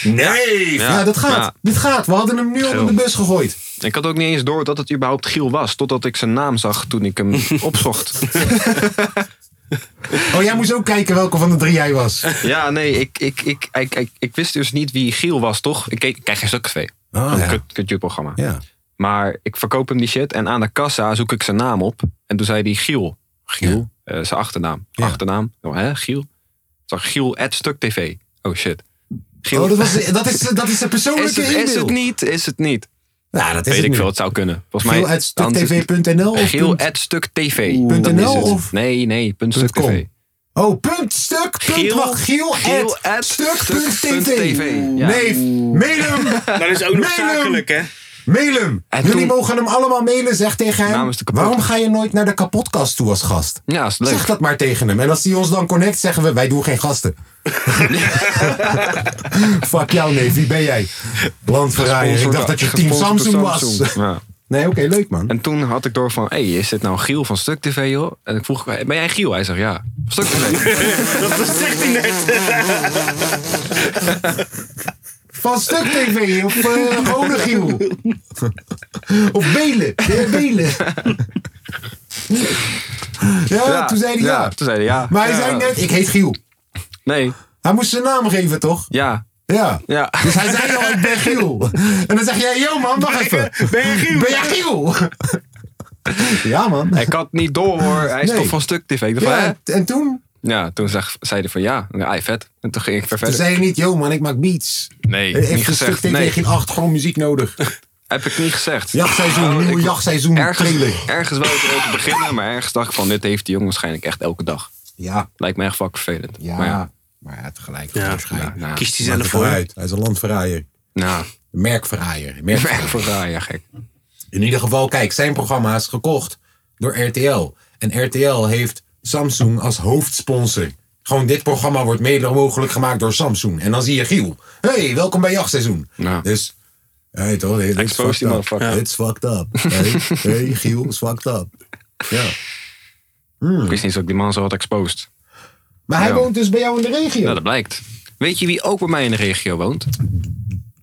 [SPEAKER 1] Nee. Ja, dat gaat.
[SPEAKER 2] ja.
[SPEAKER 1] Dit gaat. We hadden hem nu al in de bus gegooid.
[SPEAKER 2] Ik had ook niet eens door dat het überhaupt Giel was. Totdat ik zijn naam zag toen ik hem opzocht.
[SPEAKER 1] Oh, jij moest ook kijken welke van de drie jij was.
[SPEAKER 2] Ja, nee, ik, ik, ik, ik, ik, ik wist dus niet wie Giel was, toch? Ik, keek, ik krijg geen stuk tv.
[SPEAKER 1] Ah,
[SPEAKER 2] Een
[SPEAKER 1] ja.
[SPEAKER 2] kut, kut programma.
[SPEAKER 1] Ja.
[SPEAKER 2] Maar ik verkoop hem die shit en aan de kassa zoek ik zijn naam op. En toen zei hij Giel. Giel? Eh, zijn achternaam.
[SPEAKER 1] Ja.
[SPEAKER 2] Achternaam. Oh, hè, Giel? Zag Giel at Stuk TV. Oh shit. Giel.
[SPEAKER 1] Oh, dat, was, dat, is, dat is de
[SPEAKER 2] is,
[SPEAKER 1] persoonlijke
[SPEAKER 2] het, is het
[SPEAKER 1] e-mail.
[SPEAKER 2] niet? Is het niet?
[SPEAKER 1] Nou, dat is
[SPEAKER 2] Weet
[SPEAKER 1] het
[SPEAKER 2] ik
[SPEAKER 1] nu.
[SPEAKER 2] veel, het zou kunnen. Volgens
[SPEAKER 1] Giel
[SPEAKER 2] mij.
[SPEAKER 1] at
[SPEAKER 2] anders is het-
[SPEAKER 1] stuk.tv.nl of
[SPEAKER 2] Giel
[SPEAKER 1] punt-
[SPEAKER 2] at Stuk TV.
[SPEAKER 1] Punt
[SPEAKER 2] Dat is
[SPEAKER 1] NL
[SPEAKER 2] het.
[SPEAKER 1] of-
[SPEAKER 2] Nee, nee, punt
[SPEAKER 1] Punt
[SPEAKER 2] Stuk TV.
[SPEAKER 1] Oh, punt stuk, punt
[SPEAKER 2] Giel-
[SPEAKER 1] wacht, Giel,
[SPEAKER 2] Giel
[SPEAKER 1] at,
[SPEAKER 2] at
[SPEAKER 1] stuk, punt
[SPEAKER 2] stuk punt
[SPEAKER 1] tv.
[SPEAKER 2] TV, ja.
[SPEAKER 1] Neef, mail hem,
[SPEAKER 3] Dat is ook nog
[SPEAKER 1] Mail hem.
[SPEAKER 3] zakelijk, hè?
[SPEAKER 1] Mail hem!
[SPEAKER 2] En
[SPEAKER 1] Jullie
[SPEAKER 2] toen-
[SPEAKER 1] mogen hem allemaal mailen, zeg tegen hem.
[SPEAKER 2] Namens de kapot-
[SPEAKER 1] Waarom ga je nooit naar de kapotkast toe als gast?
[SPEAKER 2] Ja, is leuk.
[SPEAKER 1] Zeg dat maar tegen hem. En als hij ons dan connect, zeggen we: wij doen geen gasten. Fuck jou, neef, wie ben jij? Landverraaier, ik dacht dat je Team
[SPEAKER 2] Gesponsord
[SPEAKER 1] Samsung
[SPEAKER 2] door
[SPEAKER 1] was.
[SPEAKER 2] Samsung. Ja.
[SPEAKER 1] Nee, oké, leuk man.
[SPEAKER 2] En toen had ik door van, hey, is dit nou Giel van Stuk TV, joh? En ik vroeg, ben jij Giel? Hij zegt, ja. Stuk TV.
[SPEAKER 3] Dat zegt hij net.
[SPEAKER 1] Van Stuk TV of eh Gewone Giel. of Belen. De heer Belen. ja, Oh, toen zei hij ja.
[SPEAKER 2] Toen zei hij ja.
[SPEAKER 1] Maar hij
[SPEAKER 2] Ja.
[SPEAKER 1] zei net, ik heet Giel.
[SPEAKER 2] Nee,
[SPEAKER 1] Hij moest zijn naam geven, toch?
[SPEAKER 2] ja,
[SPEAKER 1] Ja.
[SPEAKER 2] ja.
[SPEAKER 1] Dus hij zei al, ik ben Giel. En dan zeg jij, yo man, wacht even.
[SPEAKER 3] Ben je Giel?
[SPEAKER 1] Ben jij Giel? ja man.
[SPEAKER 2] Ik had niet door hoor, hij is
[SPEAKER 1] Nee.
[SPEAKER 2] toch van Stuk TV. Ik dacht van, hè?
[SPEAKER 1] Ja, en toen?
[SPEAKER 2] ja, toen zag, zei hij van ja, ja, hij vet. En toen ging ik weer
[SPEAKER 1] Toen
[SPEAKER 2] verder.
[SPEAKER 1] zei hij niet, yo man, ik maak beats.
[SPEAKER 2] Nee,
[SPEAKER 1] Even
[SPEAKER 2] niet
[SPEAKER 1] een stuk
[SPEAKER 2] gezegd.
[SPEAKER 1] TV,
[SPEAKER 2] Nee,
[SPEAKER 1] geen achtergrondmuziek nodig.
[SPEAKER 2] heb ik niet gezegd. Oh,
[SPEAKER 1] Jachtseizoen,
[SPEAKER 2] ik-
[SPEAKER 1] nieuwe jachtseizoen, trailer.
[SPEAKER 2] Ergens, ergens wel te beginnen, maar ergens dacht ik van dit heeft die jongen waarschijnlijk echt elke dag.
[SPEAKER 1] Ja,
[SPEAKER 2] Lijkt me echt fucking vervelend.
[SPEAKER 1] ja.
[SPEAKER 2] Maar ja,
[SPEAKER 1] Maar ja, tegelijk.
[SPEAKER 3] Ja.
[SPEAKER 1] waarschijnlijk.
[SPEAKER 2] nou,
[SPEAKER 3] Kiest hij
[SPEAKER 1] Maakt
[SPEAKER 3] zelf
[SPEAKER 1] het
[SPEAKER 3] voor.
[SPEAKER 1] uit. Hij is een landverraaier.
[SPEAKER 2] nou,
[SPEAKER 1] Merkverraaier.
[SPEAKER 2] ik ben
[SPEAKER 1] Merk.
[SPEAKER 2] echt voor raar, ja gek.
[SPEAKER 1] In ieder geval, kijk, zijn programma is gekocht door RTL. En RTL heeft Samsung als hoofdsponsor. Gewoon dit programma wordt mede mogelijk gemaakt door Samsung. En dan zie je Giel. hey, welkom bij jachtseizoen.
[SPEAKER 2] Ja.
[SPEAKER 1] Dus, hey toch, hey, dit is
[SPEAKER 2] Expose
[SPEAKER 1] fucked
[SPEAKER 2] die
[SPEAKER 1] up.
[SPEAKER 2] motherfucker.
[SPEAKER 1] It's fucked up. Hey, hey, Giel is fucked up. Ja.
[SPEAKER 2] Ik wist niet dat ik die man zo had exposed.
[SPEAKER 1] Maar hij
[SPEAKER 2] Ja.
[SPEAKER 1] woont dus bij jou in de regio.
[SPEAKER 2] Nou, dat blijkt. Weet je wie ook bij mij in de regio woont?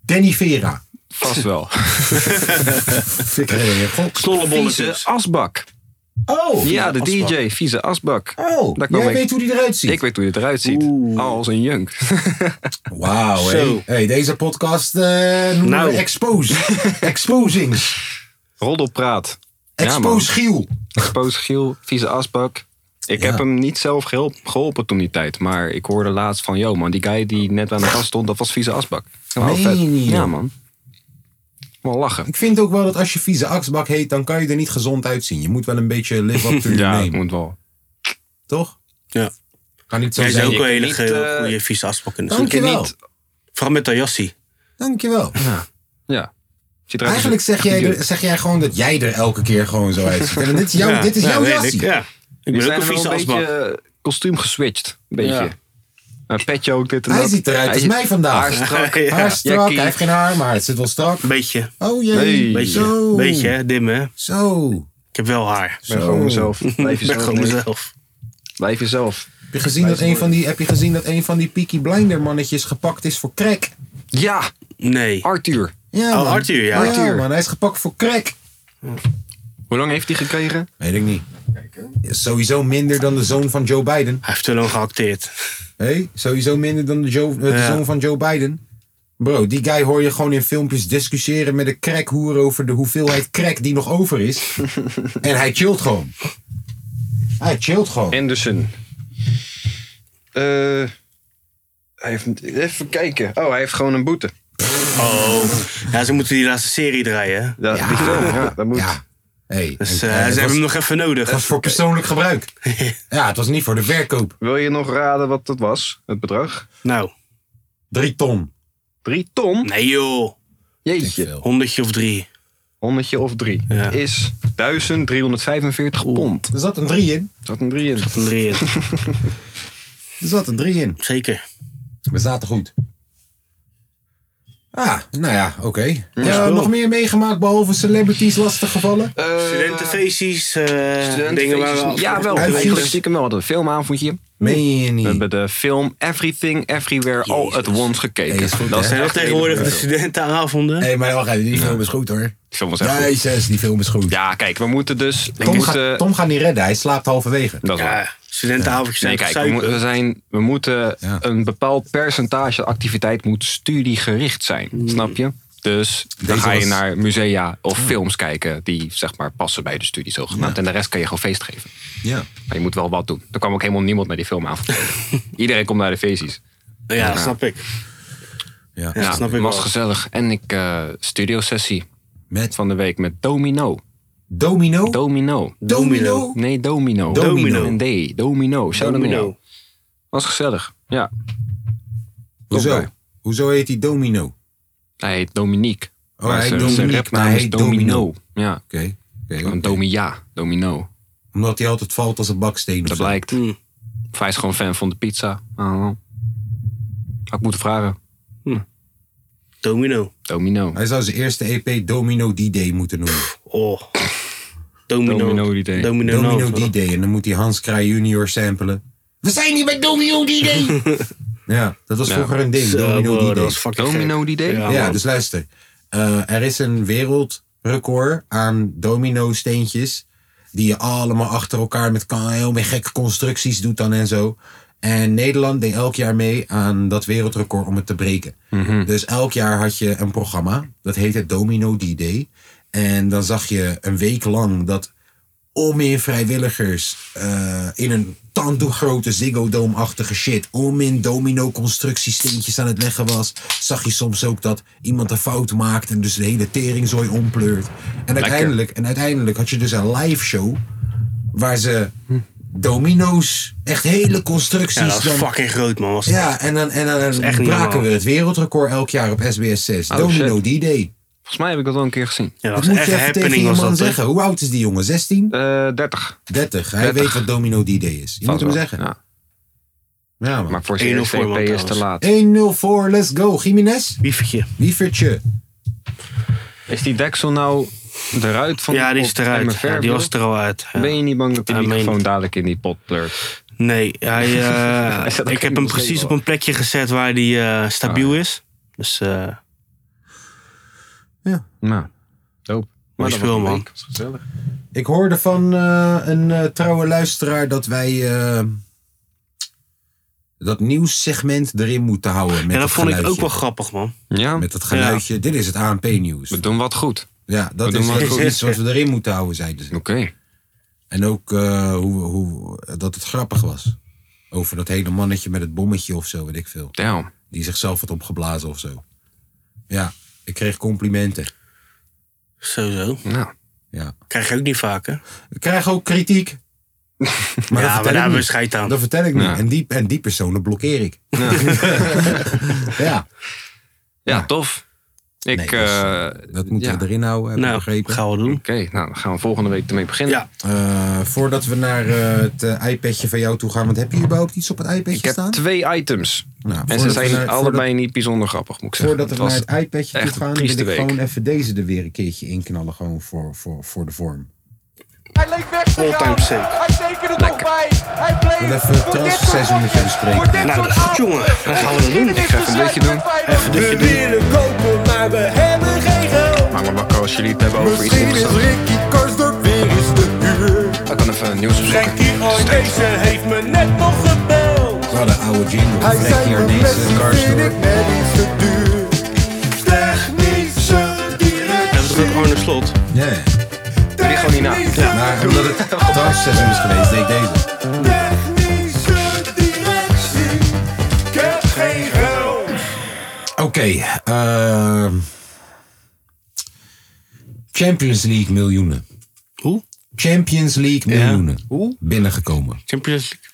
[SPEAKER 1] Danny Vera.
[SPEAKER 2] Vast wel.
[SPEAKER 1] Fikker in je gok.
[SPEAKER 3] Stollebolletjes.
[SPEAKER 2] Vieze
[SPEAKER 1] dus.
[SPEAKER 2] asbak.
[SPEAKER 1] Oh,
[SPEAKER 2] Ja, de
[SPEAKER 3] Asbak.
[SPEAKER 2] DJ, vieze asbak.
[SPEAKER 1] oh.
[SPEAKER 2] Daar kwam
[SPEAKER 1] jij
[SPEAKER 2] ik.
[SPEAKER 1] weet hoe die eruit ziet.
[SPEAKER 2] Ik weet hoe je eruit ziet. Als een junk.
[SPEAKER 1] Wauw, hey.
[SPEAKER 3] Zo.
[SPEAKER 1] hey, deze podcast eh noemen
[SPEAKER 3] Nou.
[SPEAKER 1] we Expose. Exposings.
[SPEAKER 2] Roddelpraat. Ja, man.
[SPEAKER 1] Expose Giel.
[SPEAKER 2] Exposed Giel, vieze asbak. Ik heb hem niet zelf gehel- geholpen toen die tijd. Maar ik hoorde laatst van, yo man, die guy die net aan de kast stond, dat was vieze asbak. Nou,
[SPEAKER 1] Meen
[SPEAKER 2] vet.
[SPEAKER 1] je niet,
[SPEAKER 2] Ja
[SPEAKER 1] joh.
[SPEAKER 2] man. Wel lachen.
[SPEAKER 1] Ik vind ook wel dat als je vieze aksbak heet, dan kan je er niet gezond uitzien. Je moet wel een beetje live up to your
[SPEAKER 2] Ja,
[SPEAKER 1] name,
[SPEAKER 2] het moet wel.
[SPEAKER 1] toch?
[SPEAKER 3] Ja.
[SPEAKER 1] Kan niet zo
[SPEAKER 3] Hij is
[SPEAKER 1] zijn.
[SPEAKER 3] ook wel een
[SPEAKER 2] niet,
[SPEAKER 3] hele
[SPEAKER 2] eh,
[SPEAKER 3] goede vieze asbak in de
[SPEAKER 1] Dank je
[SPEAKER 3] zoek.
[SPEAKER 1] wel.
[SPEAKER 2] niet-
[SPEAKER 3] Vooral met dat jassie.
[SPEAKER 1] Dankjewel.
[SPEAKER 2] Ja. Ziet eruit als
[SPEAKER 1] Eigenlijk
[SPEAKER 2] een-
[SPEAKER 1] zeg jij,
[SPEAKER 2] Die
[SPEAKER 1] er- zeg jij gewoon dat jij er elke keer gewoon zo uitziet. En dit is, jouw
[SPEAKER 3] Ja,
[SPEAKER 1] dit is
[SPEAKER 3] ja,
[SPEAKER 1] jouw
[SPEAKER 3] weet
[SPEAKER 1] jassie.
[SPEAKER 3] Ik, ja. ik ben ook
[SPEAKER 2] zijn
[SPEAKER 3] een
[SPEAKER 2] er wel
[SPEAKER 3] vieze
[SPEAKER 2] een
[SPEAKER 3] asbak.
[SPEAKER 2] beetje eh, kostuum geswitcht. Een beetje.
[SPEAKER 3] Ja.
[SPEAKER 2] Een petje ook, dit en
[SPEAKER 1] Hij
[SPEAKER 2] dat.
[SPEAKER 1] ziet eruit als
[SPEAKER 2] ziet-
[SPEAKER 1] mij vandaag.
[SPEAKER 2] Haar strak.
[SPEAKER 3] Ja.
[SPEAKER 1] Haar is strak,
[SPEAKER 2] Jackie.
[SPEAKER 1] hij heeft geen haar, maar het zit wel strak.
[SPEAKER 3] Een beetje.
[SPEAKER 1] Oh jee.
[SPEAKER 2] Nee.
[SPEAKER 3] Beetje,
[SPEAKER 1] Zo.
[SPEAKER 3] beetje hè, dim hè.
[SPEAKER 1] Zo.
[SPEAKER 3] Ik heb wel haar.
[SPEAKER 2] Ik ben gewoon mezelf. Blijf
[SPEAKER 3] Ik ben
[SPEAKER 2] jezelf.
[SPEAKER 3] gewoon
[SPEAKER 2] nee.
[SPEAKER 3] mezelf.
[SPEAKER 2] Blijf jezelf.
[SPEAKER 1] Heb je, gezien dat een van die, heb je gezien dat een van die Peaky Blinder mannetjes gepakt is voor crack?
[SPEAKER 2] Ja,
[SPEAKER 3] Nee.
[SPEAKER 2] Arthur.
[SPEAKER 1] Ja,
[SPEAKER 3] Oh,
[SPEAKER 1] man.
[SPEAKER 3] Arthur, ja.
[SPEAKER 1] Ja,
[SPEAKER 2] Arthur.
[SPEAKER 1] man, hij is gepakt voor crack.
[SPEAKER 2] Hoe lang heeft hij gekregen?
[SPEAKER 1] Weet ik niet. Is sowieso minder dan de zoon van Joe Biden.
[SPEAKER 3] Hij heeft te lang geacteerd.
[SPEAKER 1] Hé, sowieso minder dan de, Joe, eh, de
[SPEAKER 3] Ja.
[SPEAKER 1] zoon van Joe Biden. Bro, die guy hoor je gewoon in filmpjes discussiëren met een crackhoer over de hoeveelheid crack die nog over is. en hij chillt gewoon. Hij chillt gewoon.
[SPEAKER 2] Anderson. Eh, hij heeft, even kijken. Oh, hij heeft gewoon een boete.
[SPEAKER 3] Oh. Ja, ze moeten die laatste serie draaien. hè.
[SPEAKER 2] Ja, Die film, ja, dat moet.
[SPEAKER 1] Ja. Hey,
[SPEAKER 3] Dus
[SPEAKER 1] en- en
[SPEAKER 3] eh, ze
[SPEAKER 1] het was,
[SPEAKER 3] hebben hem nog even nodig.
[SPEAKER 1] het was voor persoonlijk gebruik. Ja, het was niet voor de verkoop.
[SPEAKER 2] Wil je nog raden wat dat was, het bedrag?
[SPEAKER 3] Nou.
[SPEAKER 1] Drie ton.
[SPEAKER 2] Drie ton?
[SPEAKER 3] Nee joh.
[SPEAKER 2] Jeetje.
[SPEAKER 1] Veel.
[SPEAKER 3] Honderdje of drie.
[SPEAKER 2] Honderdje of drie.
[SPEAKER 3] Ja.
[SPEAKER 2] Is 1345 pond.
[SPEAKER 1] Er zat een drie in.
[SPEAKER 2] Er zat een drie in.
[SPEAKER 3] Van drie.
[SPEAKER 1] Er zat een drie in.
[SPEAKER 3] Zeker.
[SPEAKER 1] We zaten goed. Ah, nou ja, oké. Eh,
[SPEAKER 3] spul.
[SPEAKER 1] nog meer meegemaakt behalve celebrities lastiggevallen?
[SPEAKER 2] Eh,
[SPEAKER 3] Studentenfeestjes. eh, dingen waar we af-
[SPEAKER 2] Ja, wel.
[SPEAKER 1] Uitvies.
[SPEAKER 2] Eigenlijk stiekem wel. We hadden een filmavondje.
[SPEAKER 1] Meen je
[SPEAKER 2] We
[SPEAKER 1] niet.
[SPEAKER 2] hebben de film Everything, Everywhere, All at Once gekeken.
[SPEAKER 1] Hey, is goed, hè?
[SPEAKER 2] is
[SPEAKER 3] Zijn dat
[SPEAKER 2] echt
[SPEAKER 3] tegenwoordig
[SPEAKER 2] een
[SPEAKER 3] de
[SPEAKER 2] hele goede
[SPEAKER 3] studentenavonden?
[SPEAKER 1] Hé, maar wacht even, die film is goed hoor.
[SPEAKER 2] film. Die film was echt goed.
[SPEAKER 1] Nee, zes, die film is goed.
[SPEAKER 2] Ja, kijk, we moeten dus... We
[SPEAKER 1] Tom,
[SPEAKER 2] moeten,
[SPEAKER 1] gaat, Tom gaat niet redden, hij slaapt halverwege.
[SPEAKER 2] Dat is waar.
[SPEAKER 3] Ja, studentenavondjes zijn
[SPEAKER 2] Nee, kijk, we, moeten- we zijn, we moeten
[SPEAKER 1] Ja.
[SPEAKER 2] een bepaald percentage activiteit moet studiegericht zijn.
[SPEAKER 1] Mm.
[SPEAKER 2] Snap je? Dus dan
[SPEAKER 1] Deze
[SPEAKER 2] ga je
[SPEAKER 1] was-
[SPEAKER 2] naar musea of films kijken die zeg maar passen bij de studie zogenaamd. En de rest kan je gewoon feest geven.
[SPEAKER 1] Ja.
[SPEAKER 2] Maar je moet wel wat doen. Er kwam ook helemaal niemand naar die filmavond. Iedereen komt naar de feestjes.
[SPEAKER 3] Ja, snap ik.
[SPEAKER 1] ja.
[SPEAKER 3] Ja, snap ik
[SPEAKER 2] was
[SPEAKER 3] wel.
[SPEAKER 2] gezellig. En ik eh studiosessie
[SPEAKER 1] Met
[SPEAKER 2] van de week met Domino.
[SPEAKER 1] Domino.
[SPEAKER 2] Domino.
[SPEAKER 1] Domino.
[SPEAKER 2] Nee, Domino.
[SPEAKER 1] Domino.
[SPEAKER 2] Met een D. Domino. Shout out naar jou.
[SPEAKER 3] Domino.
[SPEAKER 2] Was gezellig. Ja.
[SPEAKER 1] Hoezo?
[SPEAKER 2] Oké.
[SPEAKER 1] Hoezo heet hij Domino?
[SPEAKER 2] Hij heet Dominique.
[SPEAKER 1] Oh,
[SPEAKER 2] Maar
[SPEAKER 1] hij
[SPEAKER 2] zijn- zijn
[SPEAKER 1] Dominique,
[SPEAKER 2] rapnaam
[SPEAKER 1] maar
[SPEAKER 2] is
[SPEAKER 1] hij heet Domino.
[SPEAKER 2] Domino. Ja,
[SPEAKER 1] Oké. oké,
[SPEAKER 2] gewoon
[SPEAKER 1] oké.
[SPEAKER 2] Domia, Domino.
[SPEAKER 1] Omdat hij altijd valt als een baksteen of
[SPEAKER 2] Dat
[SPEAKER 1] zo.
[SPEAKER 2] blijkt.
[SPEAKER 3] Hm.
[SPEAKER 2] Of hij is gewoon fan van de pizza. I don't know. Had ik moeten vragen.
[SPEAKER 3] Domino.
[SPEAKER 2] Domino.
[SPEAKER 1] Hij zou zijn eerste EP Domino D-Day moeten noemen.
[SPEAKER 3] Oh. Domino.
[SPEAKER 2] Domino idee.
[SPEAKER 3] Domino.
[SPEAKER 1] Domino
[SPEAKER 3] nou,
[SPEAKER 1] D-Day. En dan moet hij Hans Kraai junior samplen. We zijn hier bij Domino D-Day! ja, dat was
[SPEAKER 2] Ja.
[SPEAKER 1] vroeger een ding.
[SPEAKER 3] Zo,
[SPEAKER 1] Domino
[SPEAKER 3] bro,
[SPEAKER 1] D-Day.
[SPEAKER 3] dat was fucking
[SPEAKER 2] Domino
[SPEAKER 3] gek.
[SPEAKER 2] idee?
[SPEAKER 3] Ja,
[SPEAKER 1] Ja,
[SPEAKER 3] man.
[SPEAKER 1] dus luister. Eh, er is een wereldrecord aan domino-steentjes. Die je allemaal achter elkaar met kan- heel meer gekke constructies doet dan en zo. En Nederland deed elk jaar mee aan dat wereldrecord om het te breken.
[SPEAKER 3] Mhm.
[SPEAKER 1] Dus elk jaar had je een programma. Dat heette Domino D-Day. En dan zag je een week lang dat onmin vrijwilligers eh, in een tandoegrote Ziggo Dome-achtige shit onmin domino-constructiesteentjes aan het leggen was, zag je soms ook dat iemand een fout maakt en dus de hele teringzooi ompleurt. En uiteindelijk, en uiteindelijk had je dus een live show waar ze domino's, echt hele constructies...
[SPEAKER 3] Ja, dat was
[SPEAKER 1] dan-
[SPEAKER 3] fucking groot, man. Was het
[SPEAKER 1] ja, en dan, en dan,
[SPEAKER 3] echt niet
[SPEAKER 1] braken
[SPEAKER 3] normaal.
[SPEAKER 1] we het wereldrecord elk jaar op SBS 6.
[SPEAKER 2] Oh,
[SPEAKER 1] domino D-Day.
[SPEAKER 2] Volgens mij heb ik dat al een keer gezien.
[SPEAKER 3] Ja, dat
[SPEAKER 1] Dat
[SPEAKER 3] was
[SPEAKER 1] moet
[SPEAKER 3] echt
[SPEAKER 1] je
[SPEAKER 3] een
[SPEAKER 1] even tegen
[SPEAKER 3] happening was
[SPEAKER 1] iemand
[SPEAKER 3] dat.
[SPEAKER 1] zeggen. Hoe oud is die jongen? 16?
[SPEAKER 2] Eh 30.
[SPEAKER 1] 30. Hij
[SPEAKER 2] 30.
[SPEAKER 1] weet wat Domino D-Day is. Je moet hem zeggen.
[SPEAKER 2] Ja.
[SPEAKER 1] Ja, man.
[SPEAKER 2] Maar voor zijn
[SPEAKER 3] 1-0
[SPEAKER 2] eerste
[SPEAKER 3] voor, man,
[SPEAKER 2] EP is te
[SPEAKER 3] trouwens.
[SPEAKER 2] laat.
[SPEAKER 1] 1-0 voor, let's go. Jiménez,
[SPEAKER 3] Biefje.
[SPEAKER 1] wievertje.
[SPEAKER 2] Is die deksel nou eruit van
[SPEAKER 3] Ja, die is
[SPEAKER 2] op
[SPEAKER 3] eruit.
[SPEAKER 2] MFR?
[SPEAKER 3] Ja, die was er al uit. Ja.
[SPEAKER 2] Ben je niet bang dat die
[SPEAKER 3] Ja, meen-
[SPEAKER 2] microfoon dadelijk in die pot pleurt?
[SPEAKER 3] Nee, hij, eh,
[SPEAKER 2] Hij staat ook
[SPEAKER 3] ik heb
[SPEAKER 2] in
[SPEAKER 3] hem
[SPEAKER 2] de
[SPEAKER 3] precies
[SPEAKER 2] zetel.
[SPEAKER 3] op een plekje gezet waar hij eh,
[SPEAKER 2] Ah,
[SPEAKER 3] stabiel is. Dus eh,
[SPEAKER 2] Nou, dope. Maar dat
[SPEAKER 3] speel,
[SPEAKER 2] was een
[SPEAKER 3] man.
[SPEAKER 2] week. Dat was gezellig.
[SPEAKER 1] Ik hoorde van eh, een eh, trouwe luisteraar dat wij eh, dat nieuwssegment erin moeten houden. Met
[SPEAKER 3] ja, dat
[SPEAKER 1] het
[SPEAKER 3] vond ik
[SPEAKER 1] geluidje.
[SPEAKER 3] ook wel grappig, man.
[SPEAKER 2] Ja,
[SPEAKER 1] Met dat geluidje. Dit is het ANP-nieuws.
[SPEAKER 2] we doen wat goed.
[SPEAKER 1] Ja, dat
[SPEAKER 2] doen
[SPEAKER 1] is
[SPEAKER 2] wat
[SPEAKER 1] echt
[SPEAKER 2] goed.
[SPEAKER 1] iets wat we erin moeten houden, zeiden ze.
[SPEAKER 2] Oké.
[SPEAKER 1] En ook eh, hoe, hoe, dat het grappig was. Over dat hele mannetje met het bommetje of zo, weet ik veel.
[SPEAKER 2] Damn.
[SPEAKER 1] Die zichzelf had opgeblazen of zo. Ja, ik kreeg complimenten.
[SPEAKER 3] Zo, zo.
[SPEAKER 2] Nou,
[SPEAKER 1] Ja.
[SPEAKER 3] Krijg je ook niet vaak, hè?
[SPEAKER 1] Ik krijg ook kritiek. Maar dat
[SPEAKER 3] ja,
[SPEAKER 1] vertel
[SPEAKER 3] maar
[SPEAKER 1] ik
[SPEAKER 3] daar hebben we
[SPEAKER 1] niet.
[SPEAKER 3] scheid aan.
[SPEAKER 1] Dat vertel ik niet.
[SPEAKER 2] Ja.
[SPEAKER 1] En, die, en die personen blokkeer ik. ja,
[SPEAKER 2] ja, tof. Ik,
[SPEAKER 1] Nee,
[SPEAKER 2] eh
[SPEAKER 1] dus, dat moeten
[SPEAKER 2] ja.
[SPEAKER 1] we erin houden, heb ik
[SPEAKER 3] nou,
[SPEAKER 1] begrepen.
[SPEAKER 3] gaan we doen.
[SPEAKER 2] Oké, nou dan gaan we volgende week ermee beginnen.
[SPEAKER 3] Ja,
[SPEAKER 1] Eh, voordat we naar eh, het eh, iPadje van jou toe gaan, want heb je überhaupt iets op het iPadje
[SPEAKER 2] ik heb
[SPEAKER 1] staan?
[SPEAKER 2] twee items.
[SPEAKER 1] Nou,
[SPEAKER 2] En
[SPEAKER 1] voordat
[SPEAKER 2] ze
[SPEAKER 1] we
[SPEAKER 2] zijn
[SPEAKER 1] naar- voordat-
[SPEAKER 2] allebei niet bijzonder grappig, moet ik zeggen.
[SPEAKER 1] Voordat we
[SPEAKER 2] Het
[SPEAKER 1] naar
[SPEAKER 2] was-
[SPEAKER 1] het iPadje toe
[SPEAKER 2] echt een
[SPEAKER 1] gaan, wil ik
[SPEAKER 2] trieste week.
[SPEAKER 1] gewoon even deze er weer een keertje in knallen. Gewoon voor, voor, voor de vorm.
[SPEAKER 4] Hij leek weg te
[SPEAKER 3] All-time
[SPEAKER 4] gaan.
[SPEAKER 3] safe.
[SPEAKER 4] Hij tekende nog bij. Hij bleef.
[SPEAKER 1] Wil even het
[SPEAKER 4] Voor dit soort
[SPEAKER 1] transferseizoen met je
[SPEAKER 4] potjes,
[SPEAKER 1] bespreken.
[SPEAKER 4] voor dit
[SPEAKER 3] Nou,
[SPEAKER 4] soort
[SPEAKER 3] dat-
[SPEAKER 4] avonden.
[SPEAKER 3] jongen, dan gaan we dat doen.
[SPEAKER 4] Geschiedenis
[SPEAKER 2] Ik ga even een beetje
[SPEAKER 4] beslist bij Feyenoord.
[SPEAKER 3] even een dutje doen.
[SPEAKER 4] kopen, maar we hebben geen geld.
[SPEAKER 2] Maar wakker als jullie het hebben over iets
[SPEAKER 4] Misschien is
[SPEAKER 2] interessants.
[SPEAKER 4] Ricky Karsdorp weer eens te huur.
[SPEAKER 2] Ik kan even nieuws opzoeken.
[SPEAKER 4] Frankie Arnezen oh, heeft me net nog gebeld.
[SPEAKER 1] We hadden oude jingle.
[SPEAKER 4] Hij
[SPEAKER 1] Frankie
[SPEAKER 4] zei mijn
[SPEAKER 1] Arnezen,
[SPEAKER 4] Messi
[SPEAKER 1] Lars
[SPEAKER 4] vind
[SPEAKER 1] Dorp.
[SPEAKER 4] ik net iets te duur. Technische
[SPEAKER 3] we hebben
[SPEAKER 4] directie.
[SPEAKER 3] toch gewoon een slot.
[SPEAKER 1] Ja,
[SPEAKER 2] die gewoon niet na.
[SPEAKER 4] Technische
[SPEAKER 1] maar omdat het transferseizoen is geweest, deed ik deze.
[SPEAKER 4] Technische directie, ik heb geen geld.
[SPEAKER 1] Oké, ehm, Champions League miljoenen.
[SPEAKER 3] Hoe?
[SPEAKER 1] Champions League miljoenen.
[SPEAKER 3] Hoe?
[SPEAKER 1] Binnengekomen.
[SPEAKER 3] Champions League.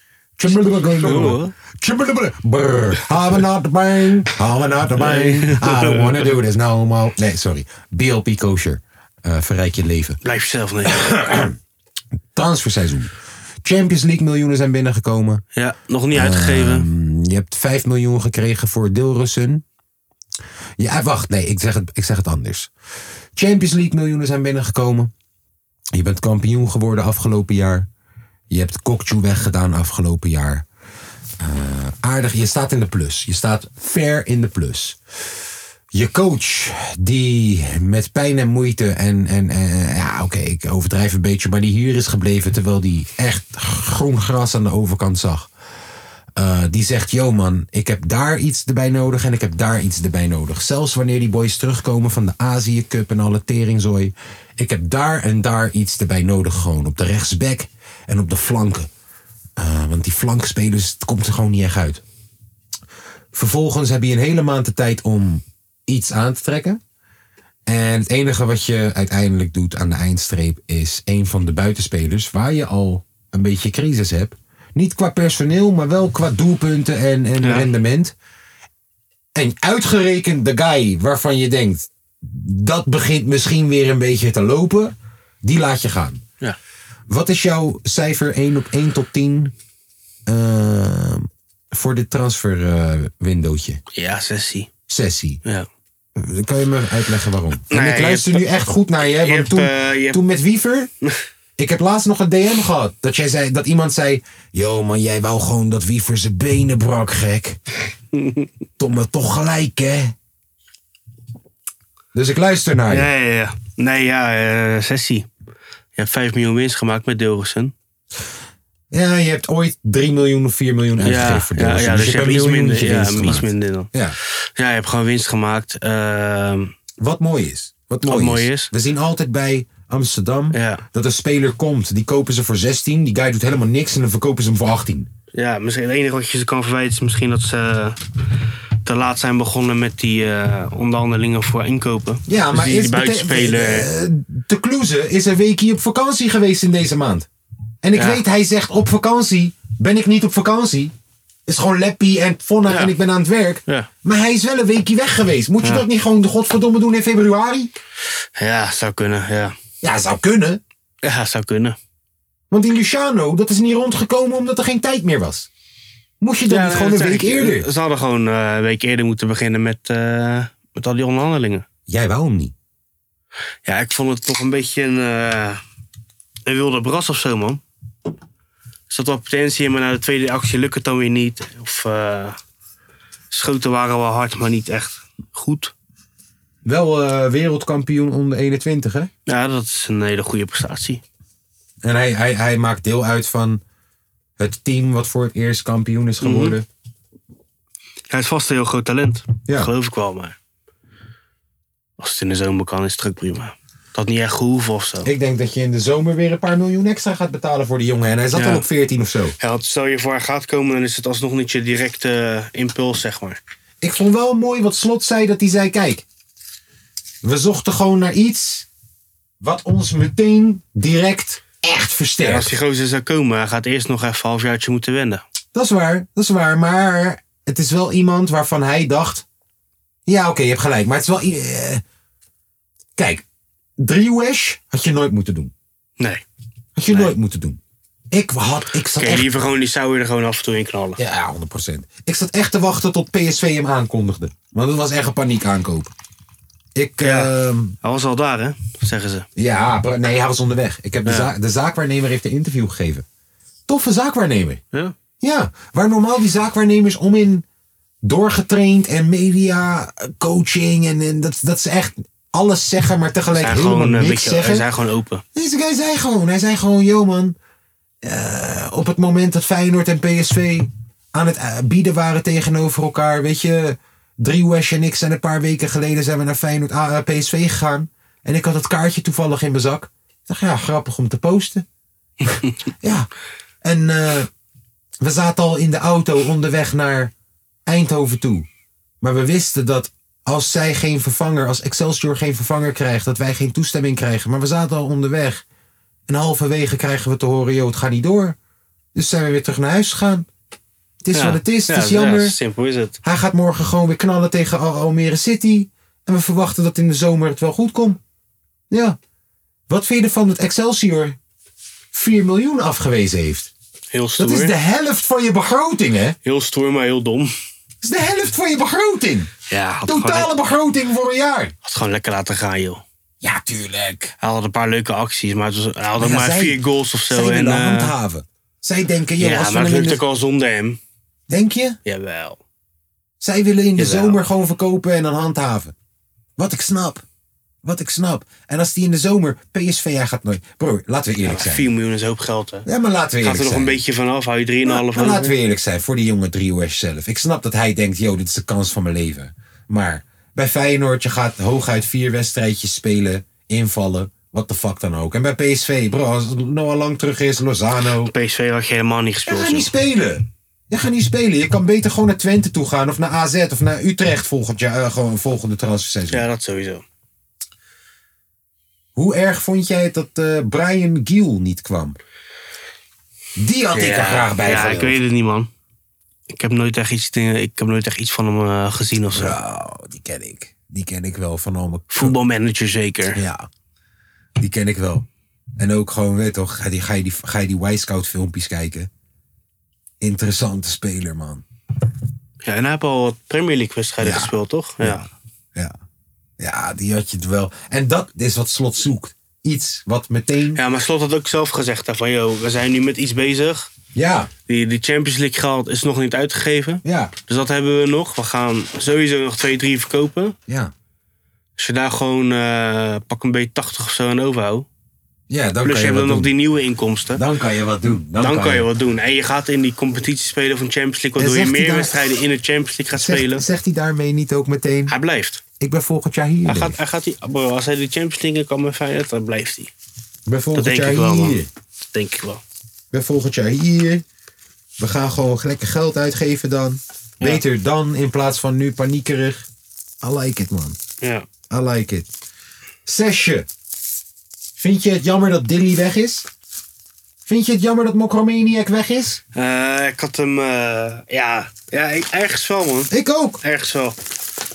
[SPEAKER 1] Brr. I'm not the bang, I'm not the bang. I don't wanna do this no more. Nee, sorry. BLP kosher. Eh, verrijk je leven.
[SPEAKER 3] Blijf jezelf nemen.
[SPEAKER 1] Transferseizoen. Champions League miljoenen zijn binnengekomen.
[SPEAKER 3] Ja, nog
[SPEAKER 1] Ehm.
[SPEAKER 3] niet uitgegeven.
[SPEAKER 1] Mm, Je hebt 5 miljoen gekregen voor Dilrussen. Ja, wacht. Nee, ik zeg, het, ik zeg het anders. Champions League miljoenen zijn binnengekomen. Je bent kampioen geworden afgelopen jaar. Je hebt Kokju weggedaan afgelopen jaar. Eh, aardig, je staat in de plus. Je staat ver in de plus. Je coach, die met pijn en moeite en, en, en- ja, oké, ik overdrijf een beetje, maar die hier is gebleven terwijl die echt groen gras aan de overkant zag. Eh, die zegt, yo man, ik heb daar iets erbij nodig en ik heb daar iets erbij nodig. Zelfs wanneer die boys terugkomen van de Azië Cup en alle teringzooi. Ik heb daar en daar iets erbij nodig gewoon. Op de rechtsback en op de flanken. Eh, want die flankspelers, het komt er gewoon niet echt uit. Vervolgens heb je een hele maand de tijd om iets aan te trekken. En het enige wat je uiteindelijk doet aan de eindstreep is een van de buitenspelers waar je al een beetje crisis hebt. Niet qua personeel, maar wel qua doelpunten en, en rendement. En uitgerekend de guy waarvan je denkt, dat begint misschien weer een beetje te lopen. Die laat je gaan.
[SPEAKER 3] Ja.
[SPEAKER 1] Wat is jouw cijfer 1 op 1 tot 10 eh, voor dit transfer eh, windowtje?
[SPEAKER 3] Ja, sessie.
[SPEAKER 1] Sessie.
[SPEAKER 3] Ja.
[SPEAKER 1] Dan kan je me uitleggen waarom.
[SPEAKER 3] Nee,
[SPEAKER 1] en ik
[SPEAKER 3] je
[SPEAKER 1] luister
[SPEAKER 3] hebt-
[SPEAKER 1] nu echt goed naar je.
[SPEAKER 3] je
[SPEAKER 1] Want
[SPEAKER 3] hebt,
[SPEAKER 1] toen,
[SPEAKER 3] eh, je hebt-
[SPEAKER 1] toen met Wiever. Ik heb laatst nog een DM gehad. Dat, jij zei, dat iemand zei. Yo man, jij wou gewoon dat Wiever zijn benen brak, gek. Tomme, toch gelijk, hè? Dus ik luister naar je.
[SPEAKER 3] Ja, ja, ja. Nee, ja, eh, sessie. Je hebt 5 miljoen winst gemaakt met Dilgersen.
[SPEAKER 1] Ja, je hebt ooit 3 miljoen of 4 miljoen uitgegeven
[SPEAKER 3] Ja,
[SPEAKER 1] voor
[SPEAKER 3] ja,
[SPEAKER 1] Dillerson.
[SPEAKER 3] ja, dus je hebt
[SPEAKER 1] een
[SPEAKER 3] iets minder,
[SPEAKER 1] miljoentje
[SPEAKER 3] ja,
[SPEAKER 1] winst
[SPEAKER 3] iets
[SPEAKER 1] gemaakt.
[SPEAKER 3] minder dan.
[SPEAKER 1] Ja.
[SPEAKER 3] Ja, je hebt gewoon winst gemaakt. Ehm,
[SPEAKER 1] Wat mooi is. Wat mooi,
[SPEAKER 3] Wat
[SPEAKER 1] is.
[SPEAKER 3] mooi is.
[SPEAKER 1] We zien altijd bij Amsterdam
[SPEAKER 3] Ja.
[SPEAKER 1] dat een speler komt. Die kopen ze voor 16. Die guy doet helemaal niks en dan verkopen ze hem voor 18.
[SPEAKER 3] ja, misschien het enige wat je ze kan verwijten is misschien dat ze eh, te laat zijn begonnen met die eh, onderhandelingen voor inkopen.
[SPEAKER 1] Ja,
[SPEAKER 3] Dus
[SPEAKER 1] maar
[SPEAKER 3] die,
[SPEAKER 1] is
[SPEAKER 3] die buitenspeler.
[SPEAKER 1] De Kloeze is een weekje op vakantie geweest in deze maand. En ik
[SPEAKER 3] Ja.
[SPEAKER 1] weet, hij zegt op vakantie. Ben ik niet op vakantie? Is gewoon leppie en fonna
[SPEAKER 3] Ja.
[SPEAKER 1] en ik ben aan het werk.
[SPEAKER 3] Ja.
[SPEAKER 1] Maar hij is wel een weekje weg geweest. Moet je dat niet gewoon de godverdomme doen in februari?
[SPEAKER 3] Ja, zou kunnen. Ja.
[SPEAKER 1] Ja, zou kunnen.
[SPEAKER 3] ja, zou kunnen.
[SPEAKER 1] Want die Luciano, dat is niet rondgekomen omdat er geen tijd meer was. Moest je dat
[SPEAKER 3] Ja,
[SPEAKER 1] niet gewoon
[SPEAKER 3] dat
[SPEAKER 1] een
[SPEAKER 3] zeg
[SPEAKER 1] week
[SPEAKER 3] ik.
[SPEAKER 1] eerder?
[SPEAKER 3] Ze hadden gewoon eh, een week eerder moeten beginnen met, eh, met al die onderhandelingen.
[SPEAKER 1] Jij wou hem niet.
[SPEAKER 3] Ja, ik vond het toch een beetje een, eh, een wilde bras of zo, man. Er zat wel potentie in, maar na de tweede actie lukt het dan weer niet. Of eh, schoten waren wel hard, maar niet echt goed.
[SPEAKER 1] Wel eh, wereldkampioen onder 21, hè?
[SPEAKER 3] Ja, dat is een hele goede prestatie.
[SPEAKER 1] En hij, hij, hij maakt deel uit van het team wat voor het eerst kampioen is geworden.
[SPEAKER 3] Hij is vast een heel groot talent.
[SPEAKER 1] Ja.
[SPEAKER 3] Dat geloof ik wel, maar... Als het in de zomer kan, is het druk prima. Dat had niet echt gehoeven of zo.
[SPEAKER 1] Ik denk dat je in de zomer weer een paar miljoen extra gaat betalen voor die jongen. En hij zat
[SPEAKER 3] Ja.
[SPEAKER 1] al op 14 of zo.
[SPEAKER 3] Ja, want stel je voor hij gaat komen, dan is het alsnog niet je directe eh, impuls, zeg maar.
[SPEAKER 1] Ik vond wel mooi wat Slot zei dat hij zei: kijk, we zochten gewoon naar iets wat ons meteen direct echt
[SPEAKER 3] En
[SPEAKER 1] versterkt.
[SPEAKER 3] als die gozer zou komen, hij gaat eerst nog even een halfjaartje moeten wennen.
[SPEAKER 1] Dat is waar, dat is waar. Maar het is wel iemand waarvan hij dacht. Ja, oké, je hebt gelijk. Maar het is wel. i- eh, kijk, Driewesh had je nooit moeten doen.
[SPEAKER 3] Nee.
[SPEAKER 1] Had je nooit moeten doen. Ik had. Ik zat
[SPEAKER 3] Oké,
[SPEAKER 1] echt.
[SPEAKER 3] liever gewoon die sauer er gewoon af en toe in knallen.
[SPEAKER 1] Ja, 100%. Ik zat echt te wachten tot PSV hem aankondigde. Want het was echt een paniek aankoop. Ik. ehm,
[SPEAKER 3] Ja.
[SPEAKER 1] Ja,
[SPEAKER 3] Hij was al daar, hè? Zeggen ze.
[SPEAKER 1] ja pra- nee, hij was onderweg. Ik heb de,
[SPEAKER 3] Ja.
[SPEAKER 1] za- de zaakwaarnemer heeft een interview gegeven. Toffe zaakwaarnemer.
[SPEAKER 3] Ja?
[SPEAKER 1] Ja, waar normaal die zaakwaarnemers om in doorgetraind en media eh, coaching en, en dat, dat ze echt alles zeggen, maar tegelijk
[SPEAKER 3] Zijn
[SPEAKER 1] helemaal
[SPEAKER 3] gewoon een
[SPEAKER 1] niks
[SPEAKER 3] beetje,
[SPEAKER 1] zeggen.
[SPEAKER 3] Hij zijn gewoon open.
[SPEAKER 1] Deze guy zei gewoon, hij zei gewoon, yo man, eh, op het moment dat Feyenoord en PSV aan het eh, bieden waren tegenover elkaar, weet je, Driewesh en ik zijn een paar weken geleden zijn we naar Feyenoord ah, eh, PSV gegaan en ik had het kaartje toevallig in mijn zak. Ik dacht, ja, grappig om te posten. ja, en eh, we zaten al in de auto onderweg naar Eindhoven toe. Maar we wisten dat als zij geen vervanger, als Excelsior geen vervanger krijgt, dat wij geen toestemming krijgen. Maar we zaten al onderweg. En halverwege krijgen we te horen, joh, het gaat niet door. Dus zijn we weer terug naar huis gegaan. Het is
[SPEAKER 3] Ja.
[SPEAKER 1] wat het is,
[SPEAKER 3] Ja,
[SPEAKER 1] het is jammer.
[SPEAKER 3] Ja, simpel is het.
[SPEAKER 1] Hij gaat morgen gewoon weer knallen tegen Al- Almere City. En we verwachten dat in de zomer het wel goed komt. Ja. Wat vind je ervan dat Excelsior 4 miljoen afgewezen heeft?
[SPEAKER 3] Heel
[SPEAKER 1] Dat is
[SPEAKER 3] stoer.
[SPEAKER 1] de helft van je begroting, hè?
[SPEAKER 3] Heel stoer, maar heel dom.
[SPEAKER 1] Dat is de helft van je begroting.
[SPEAKER 3] Ja, had
[SPEAKER 1] Totale
[SPEAKER 3] gewoon,
[SPEAKER 1] begroting voor een jaar.
[SPEAKER 3] had gewoon lekker laten gaan, joh.
[SPEAKER 1] Ja, tuurlijk.
[SPEAKER 3] Hij had een paar leuke acties, maar het was, hij had ook
[SPEAKER 1] Ja,
[SPEAKER 3] maar
[SPEAKER 1] zij-
[SPEAKER 3] vier goals of
[SPEAKER 1] Zij
[SPEAKER 3] zo. En,
[SPEAKER 1] willen
[SPEAKER 3] eh,
[SPEAKER 1] handhaven. Zij denken, joh,
[SPEAKER 3] ja,
[SPEAKER 1] als we
[SPEAKER 3] maar het
[SPEAKER 1] hem in
[SPEAKER 3] lukt
[SPEAKER 1] de-
[SPEAKER 3] ook al zonder hem.
[SPEAKER 1] Denk je?
[SPEAKER 3] Jawel.
[SPEAKER 1] Zij willen in de
[SPEAKER 3] Jawel.
[SPEAKER 1] zomer gewoon verkopen en dan handhaven. Wat ik snap. Wat ik snap. En als die in de zomer... PSV, hij gaat nooit... Broer, laten we eerlijk zijn.
[SPEAKER 3] 4 miljoen is een hoop geld, hè?
[SPEAKER 1] Ja, maar laten we
[SPEAKER 3] Gaat
[SPEAKER 1] eerlijk
[SPEAKER 3] er nog
[SPEAKER 1] zijn.
[SPEAKER 3] een beetje vanaf? Hou je 3,5
[SPEAKER 1] Ja, maar
[SPEAKER 3] van?
[SPEAKER 1] laten we eerlijk zijn, voor die jonge Driewesh zelf. Ik snap dat hij denkt, yo, dit is de kans van mijn leven. Maar bij Feyenoord, je gaat hooguit vier wedstrijdjes spelen, invallen, wat de fuck dan ook. En bij PSV, bro, als Noah Lang terug is, Lozano.
[SPEAKER 3] PSV had je helemaal niet
[SPEAKER 1] Je
[SPEAKER 3] gespeeld. dus-
[SPEAKER 1] gaat niet
[SPEAKER 3] joh.
[SPEAKER 1] spelen. Je gaat niet spelen. Je kan beter gewoon naar Twente toe gaan of naar AZ of naar Utrecht volgend jaar, eh, gewoon volgende transferseizoen.
[SPEAKER 3] Ja, dat sowieso.
[SPEAKER 1] Hoe erg vond jij het dat eh, Brian Giel niet kwam? Die had ik er graag bij
[SPEAKER 3] Ja,
[SPEAKER 1] gewild.
[SPEAKER 3] ik weet het niet, man. Ik heb nooit echt iets, te- ik heb nooit echt iets van hem eh, gezien of zo.
[SPEAKER 1] Bro, Oh, die ken ik. Die ken ik wel van al mijn...
[SPEAKER 3] Voetbalmanager zeker.
[SPEAKER 1] Ja, die ken ik wel. En ook gewoon, weet toch, ga, die, ga je die, ga je die Wisecout filmpjes kijken. Interessante speler, man.
[SPEAKER 3] Ja, en hij heeft al wat Premier League wedstrijden
[SPEAKER 1] Ja.
[SPEAKER 3] gespeeld, toch? Ja.
[SPEAKER 1] Ja. ja, die had je het wel. En dat is wat Slot zoekt. Iets wat meteen...
[SPEAKER 3] Ja, maar Slot had ook zelf gezegd hè, van, yo, we zijn nu met iets bezig.
[SPEAKER 1] Ja,
[SPEAKER 3] Die, die Champions League geld is nog niet uitgegeven.
[SPEAKER 1] ja,
[SPEAKER 3] Dus dat hebben we nog. We gaan sowieso nog twee, drie verkopen.
[SPEAKER 1] ja.
[SPEAKER 3] Als je daar gewoon eh, pak een beetje 80 of zo aan overhoudt.
[SPEAKER 1] Ja, dan
[SPEAKER 3] Plus
[SPEAKER 1] kan je,
[SPEAKER 3] je hebt
[SPEAKER 1] wat
[SPEAKER 3] dan nog
[SPEAKER 1] doen.
[SPEAKER 3] die nieuwe inkomsten. Dan,
[SPEAKER 1] Dan kan je wat doen. Dan,
[SPEAKER 3] kan je wat doen. En je gaat in die competitie spelen van Champions League. Waardoor je
[SPEAKER 1] zegt hij
[SPEAKER 3] meer
[SPEAKER 1] daar-
[SPEAKER 3] wedstrijden in de Champions League gaat spelen.
[SPEAKER 1] Zegt, zegt hij daarmee niet ook meteen...
[SPEAKER 3] Hij blijft.
[SPEAKER 1] Ik ben volgend jaar hier.
[SPEAKER 3] Hij
[SPEAKER 1] Dave.
[SPEAKER 3] gaat, hij gaat die, bro, als hij de Champions League in kan met Feyenoord, dan blijft hij.
[SPEAKER 1] Ik ben volgend
[SPEAKER 3] denk
[SPEAKER 1] jaar
[SPEAKER 3] ik wel, man.
[SPEAKER 1] hier.
[SPEAKER 3] Dat denk ik wel.
[SPEAKER 1] Ik ben volgend jaar hier. We gaan gewoon lekker geld uitgeven dan. Beter dan in plaats van nu paniekerig. I like it, man.
[SPEAKER 3] Ja.
[SPEAKER 1] I like it. Zesje. Vind je het jammer dat Dilly weg is? Vind je het jammer dat Mokromaniac weg is?
[SPEAKER 3] Eh, ik had hem... eh, ja, ja ik- ergens wel, man.
[SPEAKER 1] Ik ook.
[SPEAKER 3] Ergens wel.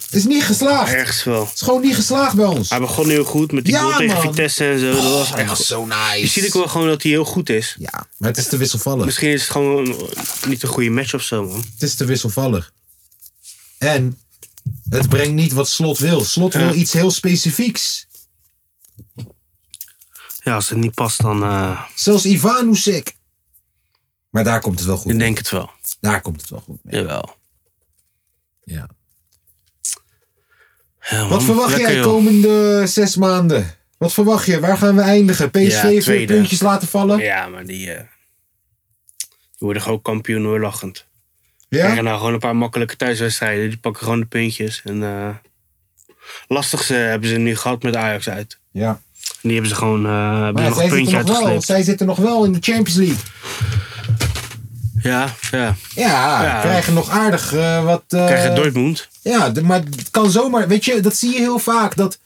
[SPEAKER 1] Het is niet geslaagd. Het
[SPEAKER 3] Ergens wel.
[SPEAKER 1] is gewoon niet geslaagd bij ons.
[SPEAKER 3] Hij begon heel goed met die
[SPEAKER 1] Ja,
[SPEAKER 3] goal tegen
[SPEAKER 1] man.
[SPEAKER 3] Vitesse en zo. Ah, Dat was echt...
[SPEAKER 1] Ah, zo nice.
[SPEAKER 3] Je ziet ook wel gewoon dat hij heel goed is.
[SPEAKER 1] Ja, maar het is te wisselvallig.
[SPEAKER 3] Misschien is het gewoon niet een goede match of zo, man.
[SPEAKER 1] Het is te wisselvallig. En het brengt niet wat Slot wil. Slot wil
[SPEAKER 3] Ja.
[SPEAKER 1] iets heel specifieks.
[SPEAKER 3] Ja, als het niet past, dan... eh,
[SPEAKER 1] Zelfs Ivanusek. Maar daar komt het wel goed
[SPEAKER 3] ik
[SPEAKER 1] mee.
[SPEAKER 3] denk het wel.
[SPEAKER 1] Daar komt het wel goed mee.
[SPEAKER 3] Jawel.
[SPEAKER 1] Ja.
[SPEAKER 3] Ja, man.
[SPEAKER 1] Wat verwacht
[SPEAKER 3] Lekker,
[SPEAKER 1] jij
[SPEAKER 3] joh.
[SPEAKER 1] komende zes maanden? Wat verwacht je? Waar gaan we eindigen?
[SPEAKER 3] Ja,
[SPEAKER 1] PSV weer
[SPEAKER 3] tweede.
[SPEAKER 1] puntjes laten vallen?
[SPEAKER 3] Ja, maar die... eh, die worden gewoon kampioen hoor, lachend.
[SPEAKER 1] Ja?
[SPEAKER 3] Krijgen nou gewoon een paar makkelijke thuiswedstrijden. Die pakken gewoon de puntjes. En eh lastig ze hebben ze nu gehad met Ajax uit.
[SPEAKER 1] Ja.
[SPEAKER 3] En die hebben ze gewoon eh
[SPEAKER 1] Maar
[SPEAKER 3] hebben ze
[SPEAKER 1] ja,
[SPEAKER 3] nog een
[SPEAKER 1] zij,
[SPEAKER 3] puntje
[SPEAKER 1] zitten nog wel,
[SPEAKER 3] uitgesleept.
[SPEAKER 1] zij zitten nog wel in de Champions League.
[SPEAKER 3] Ja, ja.
[SPEAKER 1] Ja,
[SPEAKER 3] Ja.
[SPEAKER 1] krijgen nog aardig eh, wat... eh,
[SPEAKER 3] Krijgen Dortmund.
[SPEAKER 1] Ja, de- maar het kan zomaar. Weet je, dat zie je heel vaak. Dat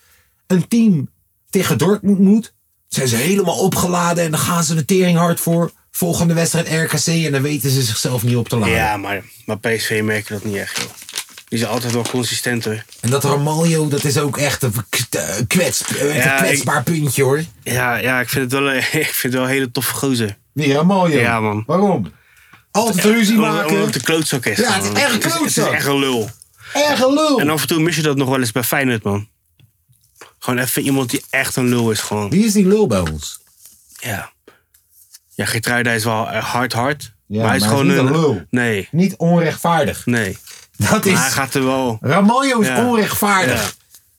[SPEAKER 1] een team tegen Dortmund moet. Zijn ze helemaal opgeladen en dan gaan ze de tering hard voor. Volgende wedstrijd RKC en dan weten ze zichzelf niet op te laden.
[SPEAKER 3] Ja, maar, maar PSV merken dat niet echt, joh. Die zijn altijd wel consistenter.
[SPEAKER 1] En dat Ramaljo, dat is ook echt een, k- eh, kwets, eh, echt een
[SPEAKER 3] Ja, ik-
[SPEAKER 1] kwetsbaar puntje hoor.
[SPEAKER 3] Ja, ja ik, vind het wel, een- ik vind het wel een hele toffe gozer.
[SPEAKER 1] Wie, Ramaljo?
[SPEAKER 3] Ja, man.
[SPEAKER 1] Waarom? Altijd ruzie
[SPEAKER 3] Omdat omdat
[SPEAKER 1] maken.
[SPEAKER 3] het een klootzak is.
[SPEAKER 1] Ja, het is
[SPEAKER 3] man.
[SPEAKER 1] echt een
[SPEAKER 3] Het is
[SPEAKER 1] klootzak.
[SPEAKER 3] echt een lul.
[SPEAKER 1] Erg een lul.
[SPEAKER 3] En af en toe mis je dat nog wel eens bij Feyenoord, man. Gewoon even iemand die echt een lul is, gewoon.
[SPEAKER 1] Wie is die lul bij ons?
[SPEAKER 3] Ja. Ja, Gertruida is wel eh, hard, hard.
[SPEAKER 1] Ja,
[SPEAKER 3] maar hij is
[SPEAKER 1] maar hij
[SPEAKER 3] gewoon
[SPEAKER 1] is niet
[SPEAKER 3] een...
[SPEAKER 1] een lul.
[SPEAKER 3] Nee,
[SPEAKER 1] Niet onrechtvaardig.
[SPEAKER 3] nee.
[SPEAKER 1] Dat is.
[SPEAKER 3] Maar hij gaat er wel...
[SPEAKER 1] Ramaljo is
[SPEAKER 3] Ja.
[SPEAKER 1] onrechtvaardig.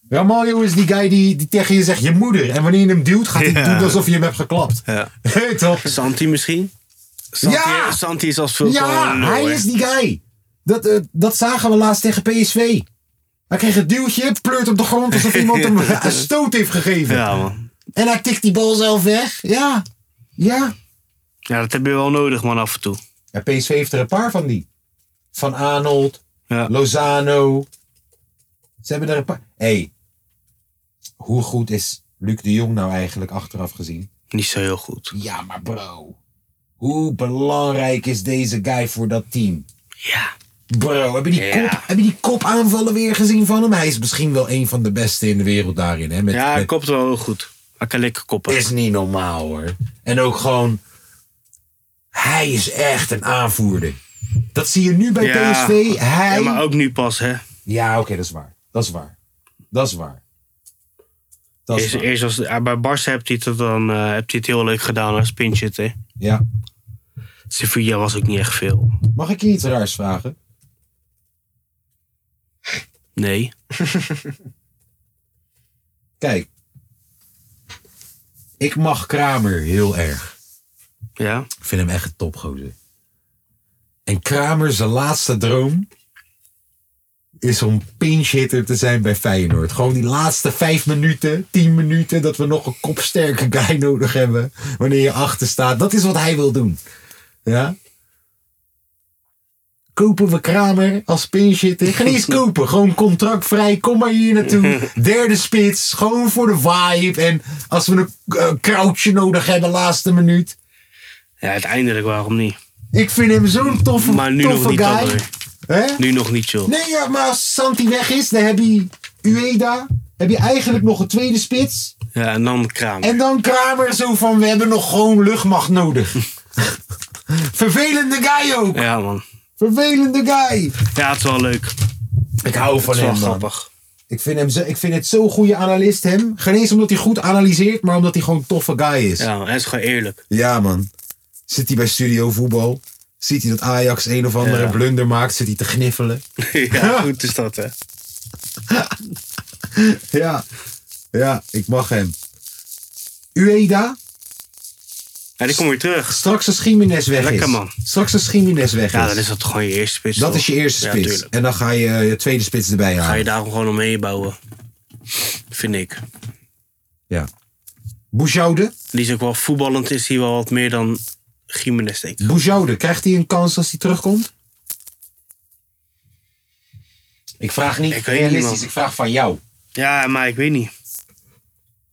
[SPEAKER 1] Ramaljo is die guy die, die tegen je zegt je moeder. En wanneer je hem duwt, gaat hij
[SPEAKER 3] Ja.
[SPEAKER 1] doen alsof je hem hebt geklapt.
[SPEAKER 3] Ja.
[SPEAKER 1] Hé, toch?
[SPEAKER 3] Santi misschien? Santi,
[SPEAKER 1] Ja!
[SPEAKER 3] Santi is als veel gewoon
[SPEAKER 1] Ja,
[SPEAKER 3] een lul,
[SPEAKER 1] hij
[SPEAKER 3] hè.
[SPEAKER 1] is die guy. Dat, eh, dat zagen we laatst tegen PSV. Hij kreeg het duwtje, pleurt op de grond alsof iemand hem een stoot heeft gegeven.
[SPEAKER 3] Ja, man.
[SPEAKER 1] En hij tikt die bal zelf weg. Ja, ja.
[SPEAKER 3] Ja, dat heb je wel nodig, man, af en toe.
[SPEAKER 1] ja PSV heeft er een paar van die. Van Arnold,
[SPEAKER 3] Ja.
[SPEAKER 1] Lozano. Ze hebben er een paar. hey, hoe goed is Luc de Jong nou eigenlijk achteraf gezien?
[SPEAKER 3] Niet zo heel goed.
[SPEAKER 1] Ja, maar bro. Hoe belangrijk is deze guy voor dat team?
[SPEAKER 3] Ja.
[SPEAKER 1] Bro, heb je die,
[SPEAKER 3] Ja.
[SPEAKER 1] kop, heb je die kopaanvallen weer gezien van hem? Hij is misschien wel een van de beste in de wereld daarin. Hè? Met,
[SPEAKER 3] Ja, hij
[SPEAKER 1] met-
[SPEAKER 3] kopt wel heel goed. Hij kan lekker koppen.
[SPEAKER 1] is niet normaal hoor. En ook gewoon, hij is echt een aanvoerder. Dat zie je nu bij
[SPEAKER 3] Ja.
[SPEAKER 1] PSV. Hij...
[SPEAKER 3] Ja, maar ook nu pas, hè.
[SPEAKER 1] Ja, oké, dat is waar. Dat is waar. Dat is waar. Dat is
[SPEAKER 3] Eerst,
[SPEAKER 1] waar.
[SPEAKER 3] eerst als, ah, bij Barça hebt hij het, dan, eh hebt hij het heel leuk gedaan als pinchit, hè.
[SPEAKER 1] Ja.
[SPEAKER 3] Sevilla was ook niet echt veel.
[SPEAKER 1] Mag ik je iets raars vragen?
[SPEAKER 3] Nee.
[SPEAKER 1] Kijk. Ik mag Kramer heel erg.
[SPEAKER 3] Ja.
[SPEAKER 1] Ik vind hem echt een topgozer. En Kramer zijn laatste droom is om pinchhitter te zijn bij Feyenoord. Gewoon die laatste vijf minuten, tien minuten, dat we nog een kopsterke guy nodig hebben wanneer je achter staat. Dat is wat hij wil doen. Ja? Kopen we Kramer als pinchhitter? Geen eens kopen, gewoon contractvrij. Kom maar hier naartoe. Derde spits, gewoon voor de vibe. En als we een eh, krautje nodig hebben, laatste minuut.
[SPEAKER 3] Ja, uiteindelijk waarom niet.
[SPEAKER 1] Ik vind hem zo'n toffe,
[SPEAKER 3] Maar nu nog
[SPEAKER 1] toffe
[SPEAKER 3] niet dan,
[SPEAKER 1] guy.
[SPEAKER 3] hoor.
[SPEAKER 1] Hè?
[SPEAKER 3] Nu nog niet, joh.
[SPEAKER 1] Nee, ja, maar als Santi weg is, dan heb je Ueda. Heb je eigenlijk nog een tweede spits?
[SPEAKER 3] Ja, en dan kraam.
[SPEAKER 1] En dan Kramer zo van, we hebben nog gewoon luchtmacht nodig. Vervelende guy ook.
[SPEAKER 3] Ja, man.
[SPEAKER 1] Vervelende guy.
[SPEAKER 3] Ja, het is wel leuk. Het
[SPEAKER 1] Ik hou van
[SPEAKER 3] is wel
[SPEAKER 1] hem, man.
[SPEAKER 3] grappig.
[SPEAKER 1] Ik vind, hem zo, ik vind het zo'n goede analist, hem. Geen eens omdat hij goed analyseert, maar omdat hij gewoon een toffe guy is.
[SPEAKER 3] Ja, man. hij is gewoon eerlijk.
[SPEAKER 1] Ja, man. Zit hij bij Studio Voetbal? Ziet hij dat Ajax een of andere
[SPEAKER 3] Ja.
[SPEAKER 1] blunder maakt? Zit hij te gniffelen?
[SPEAKER 3] ja, goed is dat, hè.
[SPEAKER 1] Ja. Ja, ik mag hem. Ueda,
[SPEAKER 3] Ja, die komt weer terug.
[SPEAKER 1] straks als Jiménez weg
[SPEAKER 3] Lekker,
[SPEAKER 1] is.
[SPEAKER 3] man.
[SPEAKER 1] Straks als Jiménez weg
[SPEAKER 3] Ja,
[SPEAKER 1] is.
[SPEAKER 3] dan is dat gewoon je eerste spits.
[SPEAKER 1] Dat
[SPEAKER 3] toch?
[SPEAKER 1] is je eerste
[SPEAKER 3] Ja,
[SPEAKER 1] spits.
[SPEAKER 3] tuurlijk.
[SPEAKER 1] en dan ga je eh, je tweede spits erbij
[SPEAKER 3] Ga je
[SPEAKER 1] halen.
[SPEAKER 3] daarom gewoon omheen bouwen. Vind ik.
[SPEAKER 1] Ja. Boujoude?
[SPEAKER 3] Die is ook wel voetballend, is hij wel wat meer dan Gimenez, denk ik.
[SPEAKER 1] Boujoude, krijgt hij een kans als hij terugkomt? Ik vraag niet
[SPEAKER 3] Ik weet niet,
[SPEAKER 1] realistisch,
[SPEAKER 3] man.
[SPEAKER 1] ik vraag van jou.
[SPEAKER 3] Ja, maar ik weet niet.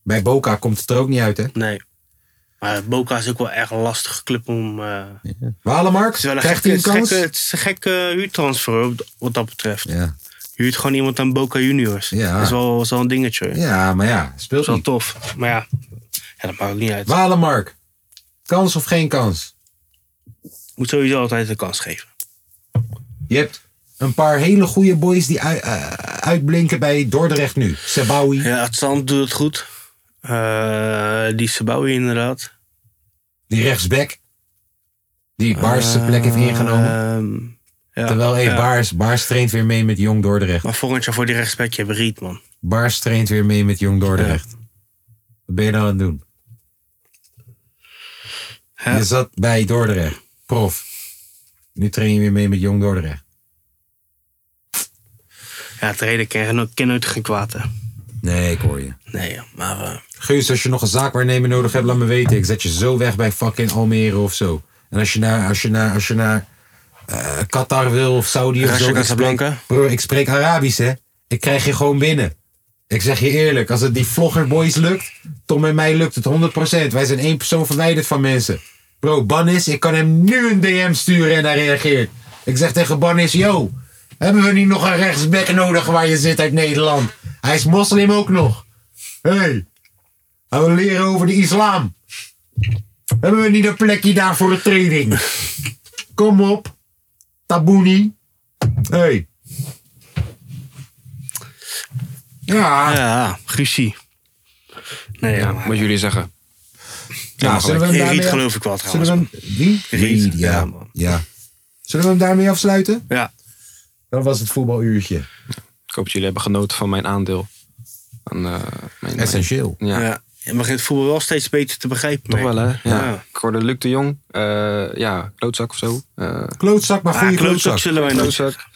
[SPEAKER 1] Bij Boca komt het er ook niet uit, hè?
[SPEAKER 3] Nee. Maar Boca is ook wel echt een lastige club om... eh,
[SPEAKER 1] Walemark,
[SPEAKER 3] Het is wel een
[SPEAKER 1] krijgt
[SPEAKER 3] gekke,
[SPEAKER 1] hij een kans?
[SPEAKER 3] het is gekke- het is een gekke huurtransfer hoor, wat dat betreft.
[SPEAKER 1] Ja.
[SPEAKER 3] Je huurt gewoon iemand aan Boca Juniors.
[SPEAKER 1] Ja.
[SPEAKER 3] Dat is wel, dat is wel een dingetje. hoor. Dat
[SPEAKER 1] ja, maar ja,
[SPEAKER 3] is
[SPEAKER 1] speelt
[SPEAKER 3] wel
[SPEAKER 1] niet.
[SPEAKER 3] tof. Maar ja, ja dat maakt ook niet uit.
[SPEAKER 1] Walemark, kans of geen kans?
[SPEAKER 3] Moet sowieso altijd een kans geven.
[SPEAKER 1] Je hebt een paar hele goede boys die ui- eh, uitblinken bij Dordrecht nu. Sebawi.
[SPEAKER 3] Ja, Atzand doet het goed. Eh, die Sabawi inderdaad.
[SPEAKER 1] Die rechtsback. Die Baars zijn plek heeft ingenomen.
[SPEAKER 3] Ehm, ja.
[SPEAKER 1] Terwijl hey,
[SPEAKER 3] Ja.
[SPEAKER 1] Baars, Baars traint weer mee met Jong Dordrecht.
[SPEAKER 3] Maar volgend jaar voor die rechtsback hebben we Riet, man.
[SPEAKER 1] Baars traint weer mee met Jong Dordrecht. Wat ben je nou aan het doen?
[SPEAKER 3] Ja.
[SPEAKER 1] Je zat bij Dordrecht. Prof. Nu train je weer mee met Jong Dordrecht.
[SPEAKER 3] Ja, trainen ken, ken nooit geen kwaad, hè.
[SPEAKER 1] Nee, ik hoor je.
[SPEAKER 3] Nee, ja, maar... eh,
[SPEAKER 1] Guus, als je nog een zaakwaarnemer nodig hebt, laat me weten. Ik zet je zo weg bij fucking Almere of zo. En als je naar, als je naar, als je naar eh, Qatar wil of Saudi of
[SPEAKER 3] Rasje
[SPEAKER 1] zo. ik
[SPEAKER 3] Casablanca.
[SPEAKER 1] spreek- Broer, ik spreek Arabisch, hè. Ik krijg je gewoon binnen. Ik zeg je eerlijk, als het die vloggerboys lukt, Tom en mij lukt het 100%. Wij zijn één persoon verwijderd van mensen. Bro, Bannis, ik kan hem nu een DM sturen en hij reageert. Ik zeg tegen Bannis, yo, hebben we niet nog een rechtsback nodig waar je zit uit Nederland? Hij is moslim ook nog. hey, gaan we leren over de islam. Hebben we niet een plekje daar voor de training? Kom op, Tabouni. hey. Ja,
[SPEAKER 3] ja, Guussie. Nee, ja, maar...
[SPEAKER 2] Moet jullie zeggen.
[SPEAKER 1] nou, zullen we hem
[SPEAKER 3] In Riet
[SPEAKER 1] daarmee
[SPEAKER 3] geloof ik wel
[SPEAKER 1] Zullen
[SPEAKER 3] trouwens.
[SPEAKER 1] we hem... Wie?
[SPEAKER 3] Riet,
[SPEAKER 1] Riet,
[SPEAKER 3] ja,
[SPEAKER 1] ja.
[SPEAKER 3] man.
[SPEAKER 1] ja. Zullen we hem daarmee afsluiten?
[SPEAKER 3] Ja,
[SPEAKER 1] Dan was het voetbaluurtje.
[SPEAKER 2] Ik hoop dat jullie hebben genoten van mijn aandeel. Aan, eh, mijn,
[SPEAKER 1] Essentieel.
[SPEAKER 2] mijn- ja,
[SPEAKER 3] ja. Je begint het voetbal wel steeds beter te begrijpen.
[SPEAKER 2] toch wel hè. Ja.
[SPEAKER 3] Ja.
[SPEAKER 2] Ik hoorde Luc de Jong. eh, ja, klootzak of zo. Eh
[SPEAKER 1] Klootzak, maar goede
[SPEAKER 3] Ah, klootzak
[SPEAKER 1] klootzak.
[SPEAKER 3] zullen wij nooit
[SPEAKER 2] klootzak.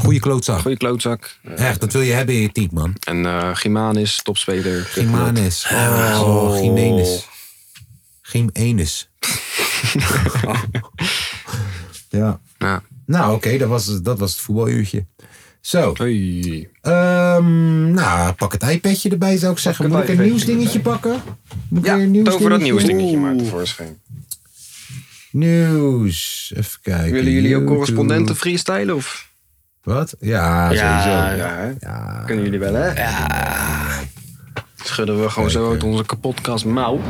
[SPEAKER 1] Goede klootzak.
[SPEAKER 2] Goeie klootzak.
[SPEAKER 1] Echt, dat wil je hebben in je team, man.
[SPEAKER 2] En eh Gimanis, topspeler.
[SPEAKER 1] Gimanes. Oh, oh Gimenez. Gimenez. ja.
[SPEAKER 2] Ja.
[SPEAKER 1] Nou, oké, dat, was, dat was het voetbaluurtje. Zo,
[SPEAKER 2] Hey.
[SPEAKER 1] ehm, nou, pak het iPadje erbij zou ik zeggen. Moet ik een nieuwsdingetje pakken? Moet ik weer
[SPEAKER 2] Ja,
[SPEAKER 1] een
[SPEAKER 2] tover dat
[SPEAKER 1] nieuwsdingetje?
[SPEAKER 2] nieuwsdingetje maar tevoorschijn.
[SPEAKER 1] Nieuws. Even kijken.
[SPEAKER 2] Willen jullie ook
[SPEAKER 1] YouTube.
[SPEAKER 2] correspondenten freestylen of?
[SPEAKER 1] Wat? Ja,
[SPEAKER 3] Ja,
[SPEAKER 1] sowieso.
[SPEAKER 3] ja.
[SPEAKER 2] hè? Kunnen jullie wel, hè? Ja. Schudden we gewoon zo uit onze kapotkast mouw.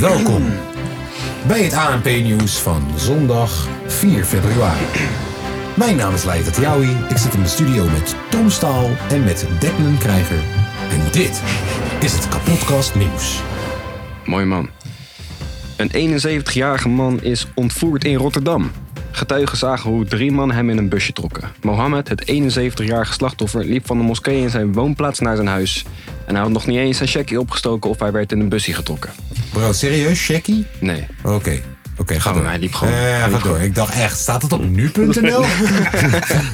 [SPEAKER 1] Welkom bij het ANP Nieuws van zondag 4 februari. Mijn naam is Leijt Atjaoui. Ik zit in de studio met Tom Staal en met Declan Krijger. En dit is het Kapotkast Nieuws.
[SPEAKER 2] Mooi man. Een 71-jarige man is ontvoerd in Rotterdam. Getuigen zagen hoe drie man hem in een busje trokken. Mohammed, het 71-jarige slachtoffer, liep van de moskee in zijn woonplaats naar zijn huis. En hij had nog niet eens zijn checkje opgestoken of hij werd in een busje getrokken.
[SPEAKER 1] Bro, serieus, Shaggy?
[SPEAKER 2] Nee,
[SPEAKER 1] Oké. Oké, ga
[SPEAKER 2] Gewoon,
[SPEAKER 1] door.
[SPEAKER 2] hij liep gewoon.
[SPEAKER 1] Ja, ja, ja,
[SPEAKER 2] Hij liep
[SPEAKER 1] ga door.
[SPEAKER 2] gewoon.
[SPEAKER 1] Ik dacht echt, staat het op nu.nl?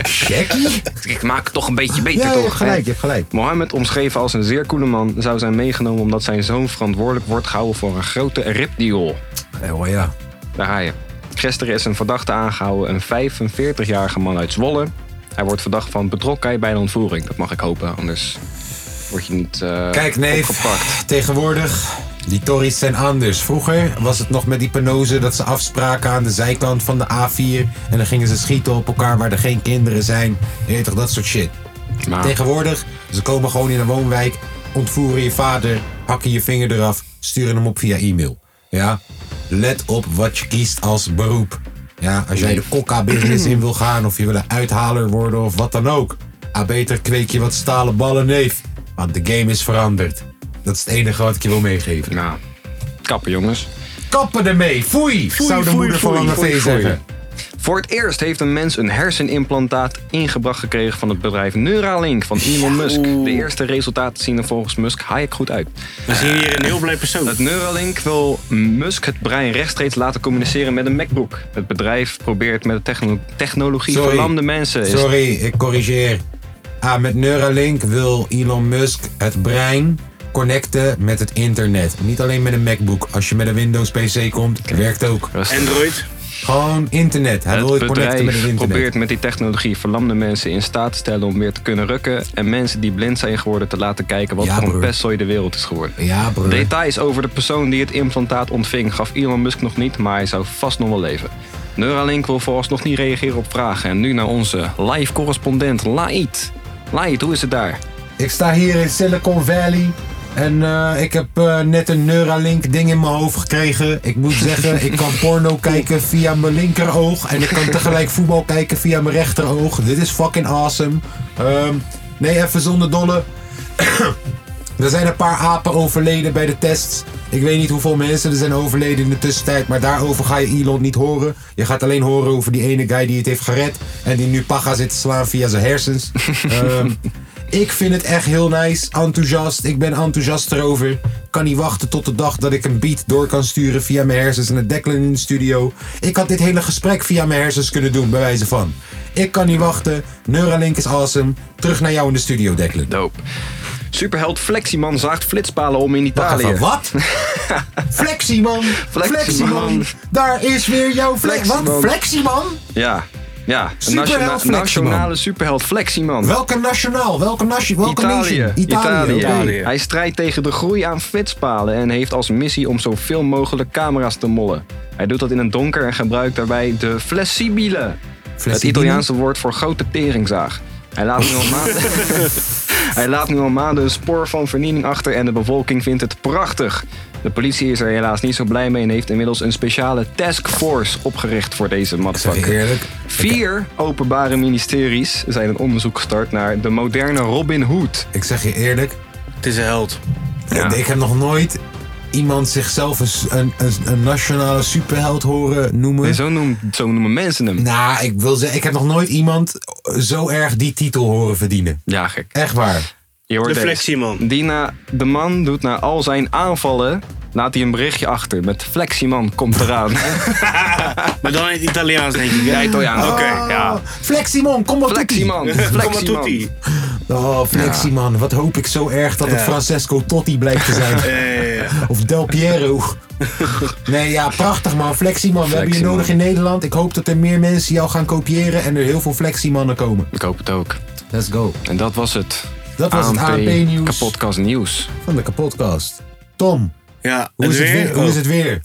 [SPEAKER 1] Shaggy?
[SPEAKER 2] ik maak het toch een beetje beter,
[SPEAKER 1] Ja, je
[SPEAKER 2] toch?
[SPEAKER 1] hebt gelijk, je hebt gelijk.
[SPEAKER 2] Mohammed, omschreven als een zeer koele man, zou zijn meegenomen omdat zijn zoon verantwoordelijk wordt gehouden voor een grote ripdeal.
[SPEAKER 1] Oh ja.
[SPEAKER 2] Daar ga je. Gisteren is een verdachte aangehouden, een 45-jarige man uit Zwolle. Hij wordt verdacht van betrokkenheid bij een ontvoering. Dat mag ik hopen, anders word je niet eh,
[SPEAKER 1] Kijk, nee.
[SPEAKER 2] opgepakt.
[SPEAKER 1] Tegenwoordig Die torries zijn anders. Vroeger was het nog met die penozen dat ze afspraken aan de zijkant van de A4. En dan gingen ze schieten op elkaar waar er geen kinderen zijn. Je weet toch, dat soort shit.
[SPEAKER 2] Maar-
[SPEAKER 1] Tegenwoordig, ze komen gewoon in een woonwijk, ontvoeren je vader, hakken je vinger eraf, sturen hem op via e-mail. Ja? Let op wat je kiest als beroep. Ja, als jij de kokka-business in wil gaan of je wil een uithaler worden of wat dan ook. A beter kweek je wat stalen ballen, neef. Want de game is veranderd. Dat is het enige wat ik je wil meegeven.
[SPEAKER 2] Nou, kappen jongens.
[SPEAKER 1] Kappen ermee! Foei! zou de
[SPEAKER 2] foei,
[SPEAKER 1] moeder van
[SPEAKER 2] foei,
[SPEAKER 1] Lange
[SPEAKER 2] foei,
[SPEAKER 1] V
[SPEAKER 2] foei.
[SPEAKER 1] zeggen.
[SPEAKER 2] Voor het eerst heeft een mens een hersenimplantaat ingebracht gekregen van het bedrijf Neuralink van Elon Musk. De eerste resultaten zien er volgens Musk haaiek goed uit.
[SPEAKER 3] We zien hier een heel blij persoon.
[SPEAKER 2] Het Neuralink wil Musk het brein rechtstreeks laten communiceren met een MacBook. Het bedrijf probeert met de techno- technologie
[SPEAKER 1] Sorry.
[SPEAKER 2] verlamde mensen. is-
[SPEAKER 1] Sorry, ik corrigeer. Ah, met Neuralink wil Elon Musk het brein connecten met het internet. Niet alleen met een MacBook. Als je met een Windows PC komt, werkt ook.
[SPEAKER 2] Rustig.
[SPEAKER 3] Android.
[SPEAKER 1] Gewoon internet. Hij
[SPEAKER 2] Het
[SPEAKER 1] wil je connecten met het
[SPEAKER 2] bedrijf
[SPEAKER 1] internet.
[SPEAKER 2] probeert met die technologie verlamde mensen in staat te stellen om weer te kunnen rukken. En mensen die blind zijn geworden te laten kijken wat
[SPEAKER 1] Ja,
[SPEAKER 2] voor een
[SPEAKER 1] broer.
[SPEAKER 2] pestzooi de wereld is geworden.
[SPEAKER 1] Ja, broer.
[SPEAKER 2] Details over de persoon die het implantaat ontving gaf Elon Musk nog niet, maar hij zou vast nog wel leven. Neuralink wil vooralsnog niet reageren op vragen. En nu naar onze live correspondent Laid. Laid, hoe is het daar?
[SPEAKER 1] Ik sta hier in Silicon Valley. En eh, ik heb eh, net een Neuralink ding in mijn hoofd gekregen. Ik moet zeggen, ik kan porno kijken via mijn linkeroog. En ik kan tegelijk voetbal kijken via mijn rechteroog. Dit is fucking awesome. Ehm, nee, even zonder dolle. er zijn een paar apen overleden bij de tests. Ik weet niet hoeveel mensen er zijn overleden in de tussentijd. Maar daarover ga je Elon niet horen. Je gaat alleen horen over die ene guy die het heeft gered. En die nu paga zit te slaan via zijn hersens. Ehm, ik vind het echt heel nice, enthousiast. Ik ben enthousiast erover. Kan niet wachten tot de dag dat ik een beat door kan sturen via mijn hersens en het Declan in de studio. Ik had dit hele gesprek via mijn hersens kunnen doen, bij wijze van. Ik kan niet wachten. Neuralink is awesome. Terug naar jou in de studio, Declan.
[SPEAKER 2] Doop. Superheld Fleximan zaagt flitspalen om in
[SPEAKER 1] Wacht
[SPEAKER 2] Italië.
[SPEAKER 1] even, wat? Fleximan! Fleximan! Daar is weer jouw flex. Wat?
[SPEAKER 2] Fleximan.
[SPEAKER 1] Fleximan?
[SPEAKER 2] Ja, ja. Een
[SPEAKER 1] Superheld
[SPEAKER 2] nationa-
[SPEAKER 1] Fleximan.
[SPEAKER 2] nationale superheld Fleximan.
[SPEAKER 1] Welke nationaal? Welke natie? Welke
[SPEAKER 2] Italië.
[SPEAKER 1] nation? Italië. oké.
[SPEAKER 3] Italië.
[SPEAKER 2] Hij strijdt tegen de groei aan flitspalen en heeft als missie om zoveel mogelijk camera's te mollen. Hij doet dat in het donker en gebruikt daarbij de flessibile. Het
[SPEAKER 1] Flexibele?
[SPEAKER 2] Italiaanse woord voor grote teringzaag. Hij laat, nu al maanden, hij laat nu al maanden een spoor van vernieling achter en de bevolking vindt het prachtig. De politie is er helaas niet zo blij mee en heeft inmiddels een speciale taskforce opgericht voor deze
[SPEAKER 1] Zeg je
[SPEAKER 2] motherfucker.
[SPEAKER 1] eerlijk?
[SPEAKER 2] Vier openbare ministeries zijn een onderzoek gestart naar de moderne Robin Hood.
[SPEAKER 1] Ik zeg je eerlijk.
[SPEAKER 3] Het is een held.
[SPEAKER 2] Ja.
[SPEAKER 1] Ik heb nog nooit iemand zichzelf een, s- een, een, een nationale superheld horen noemen.
[SPEAKER 2] Nee, zo, noem, zo noemen mensen hem.
[SPEAKER 1] Nou, ik wil zeggen, ik heb nog nooit iemand zo erg die titel horen verdienen.
[SPEAKER 2] Ja, gek.
[SPEAKER 1] Echt waar.
[SPEAKER 2] Je hoort
[SPEAKER 3] De
[SPEAKER 2] deze.
[SPEAKER 3] Fleximan.
[SPEAKER 2] Die na, de man doet na al zijn aanvallen, laat hij een berichtje achter met Fleximan komt eraan.
[SPEAKER 3] Maar dan in het Italiaans denk ik.
[SPEAKER 2] Ja, Italiaans.
[SPEAKER 3] Oké, ja.
[SPEAKER 1] Ah, Fleximon, kom maar
[SPEAKER 2] Fleximan,
[SPEAKER 3] Kom maar
[SPEAKER 2] Fleximan.
[SPEAKER 3] toetie.
[SPEAKER 1] Oh, Fleximan, wat hoop ik zo erg dat het
[SPEAKER 3] Ja.
[SPEAKER 1] Francesco Totti blijkt te zijn.
[SPEAKER 3] Eh,
[SPEAKER 1] of Del Piero. nee, ja, prachtig man. Fleximan, we hebben je
[SPEAKER 2] Fleximan.
[SPEAKER 1] nodig in Nederland. Ik hoop dat er meer mensen jou gaan kopiëren en er heel veel Fleximannen komen.
[SPEAKER 2] Ik hoop het ook.
[SPEAKER 1] Let's go.
[SPEAKER 2] En dat was het.
[SPEAKER 1] Dat was het ANP-nieuws.
[SPEAKER 2] Kapotkast nieuws.
[SPEAKER 1] Van de kapotkast. Tom,
[SPEAKER 3] Ja,
[SPEAKER 1] Hoe
[SPEAKER 3] het
[SPEAKER 1] is het
[SPEAKER 3] weer.
[SPEAKER 1] weer? Hoe is het weer?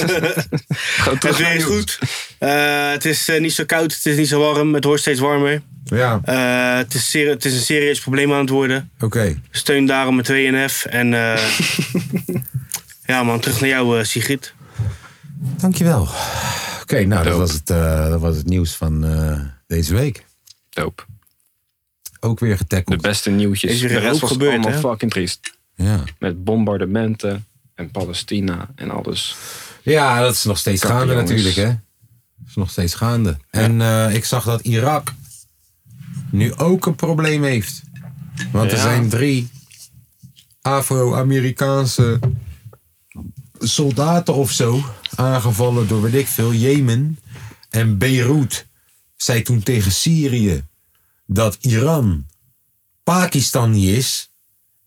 [SPEAKER 2] Gewoon terug
[SPEAKER 3] Oh. Het weer
[SPEAKER 2] naar
[SPEAKER 3] is
[SPEAKER 2] nieuws.
[SPEAKER 3] goed. Eh, het is eh, niet zo koud, het is niet zo warm, het wordt steeds warmer.
[SPEAKER 1] Ja, oké.
[SPEAKER 3] Eh, het, is seri- het is een serieus probleem aan het worden. Steun daarom met 2NF. En eh, ja man, terug naar jou eh, Sigrid.
[SPEAKER 1] Dankjewel. Oké, nou, dat was, het, eh, dat was het nieuws van eh, deze week.
[SPEAKER 2] Doop.
[SPEAKER 1] Ook weer
[SPEAKER 2] De
[SPEAKER 1] getackled.
[SPEAKER 2] beste nieuwtjes.
[SPEAKER 3] Is er
[SPEAKER 2] de rest
[SPEAKER 3] ook
[SPEAKER 2] was
[SPEAKER 3] gebeurd,
[SPEAKER 2] allemaal
[SPEAKER 3] hè?
[SPEAKER 2] fucking triest.
[SPEAKER 1] Ja.
[SPEAKER 2] Met bombardementen en Palestina en alles.
[SPEAKER 1] ja, dat is nog steeds
[SPEAKER 2] Kakken,
[SPEAKER 1] gaande
[SPEAKER 2] jongens.
[SPEAKER 1] natuurlijk, hè? Dat is nog steeds gaande. En eh, ik zag dat Irak nu ook een probleem heeft. Want er
[SPEAKER 3] Ja.
[SPEAKER 1] zijn drie Afro-Amerikaanse soldaten of zo aangevallen door, weet ik veel, Jemen en Beirut. Zei toen tegen Syrië dat Iran Pakistan niet is.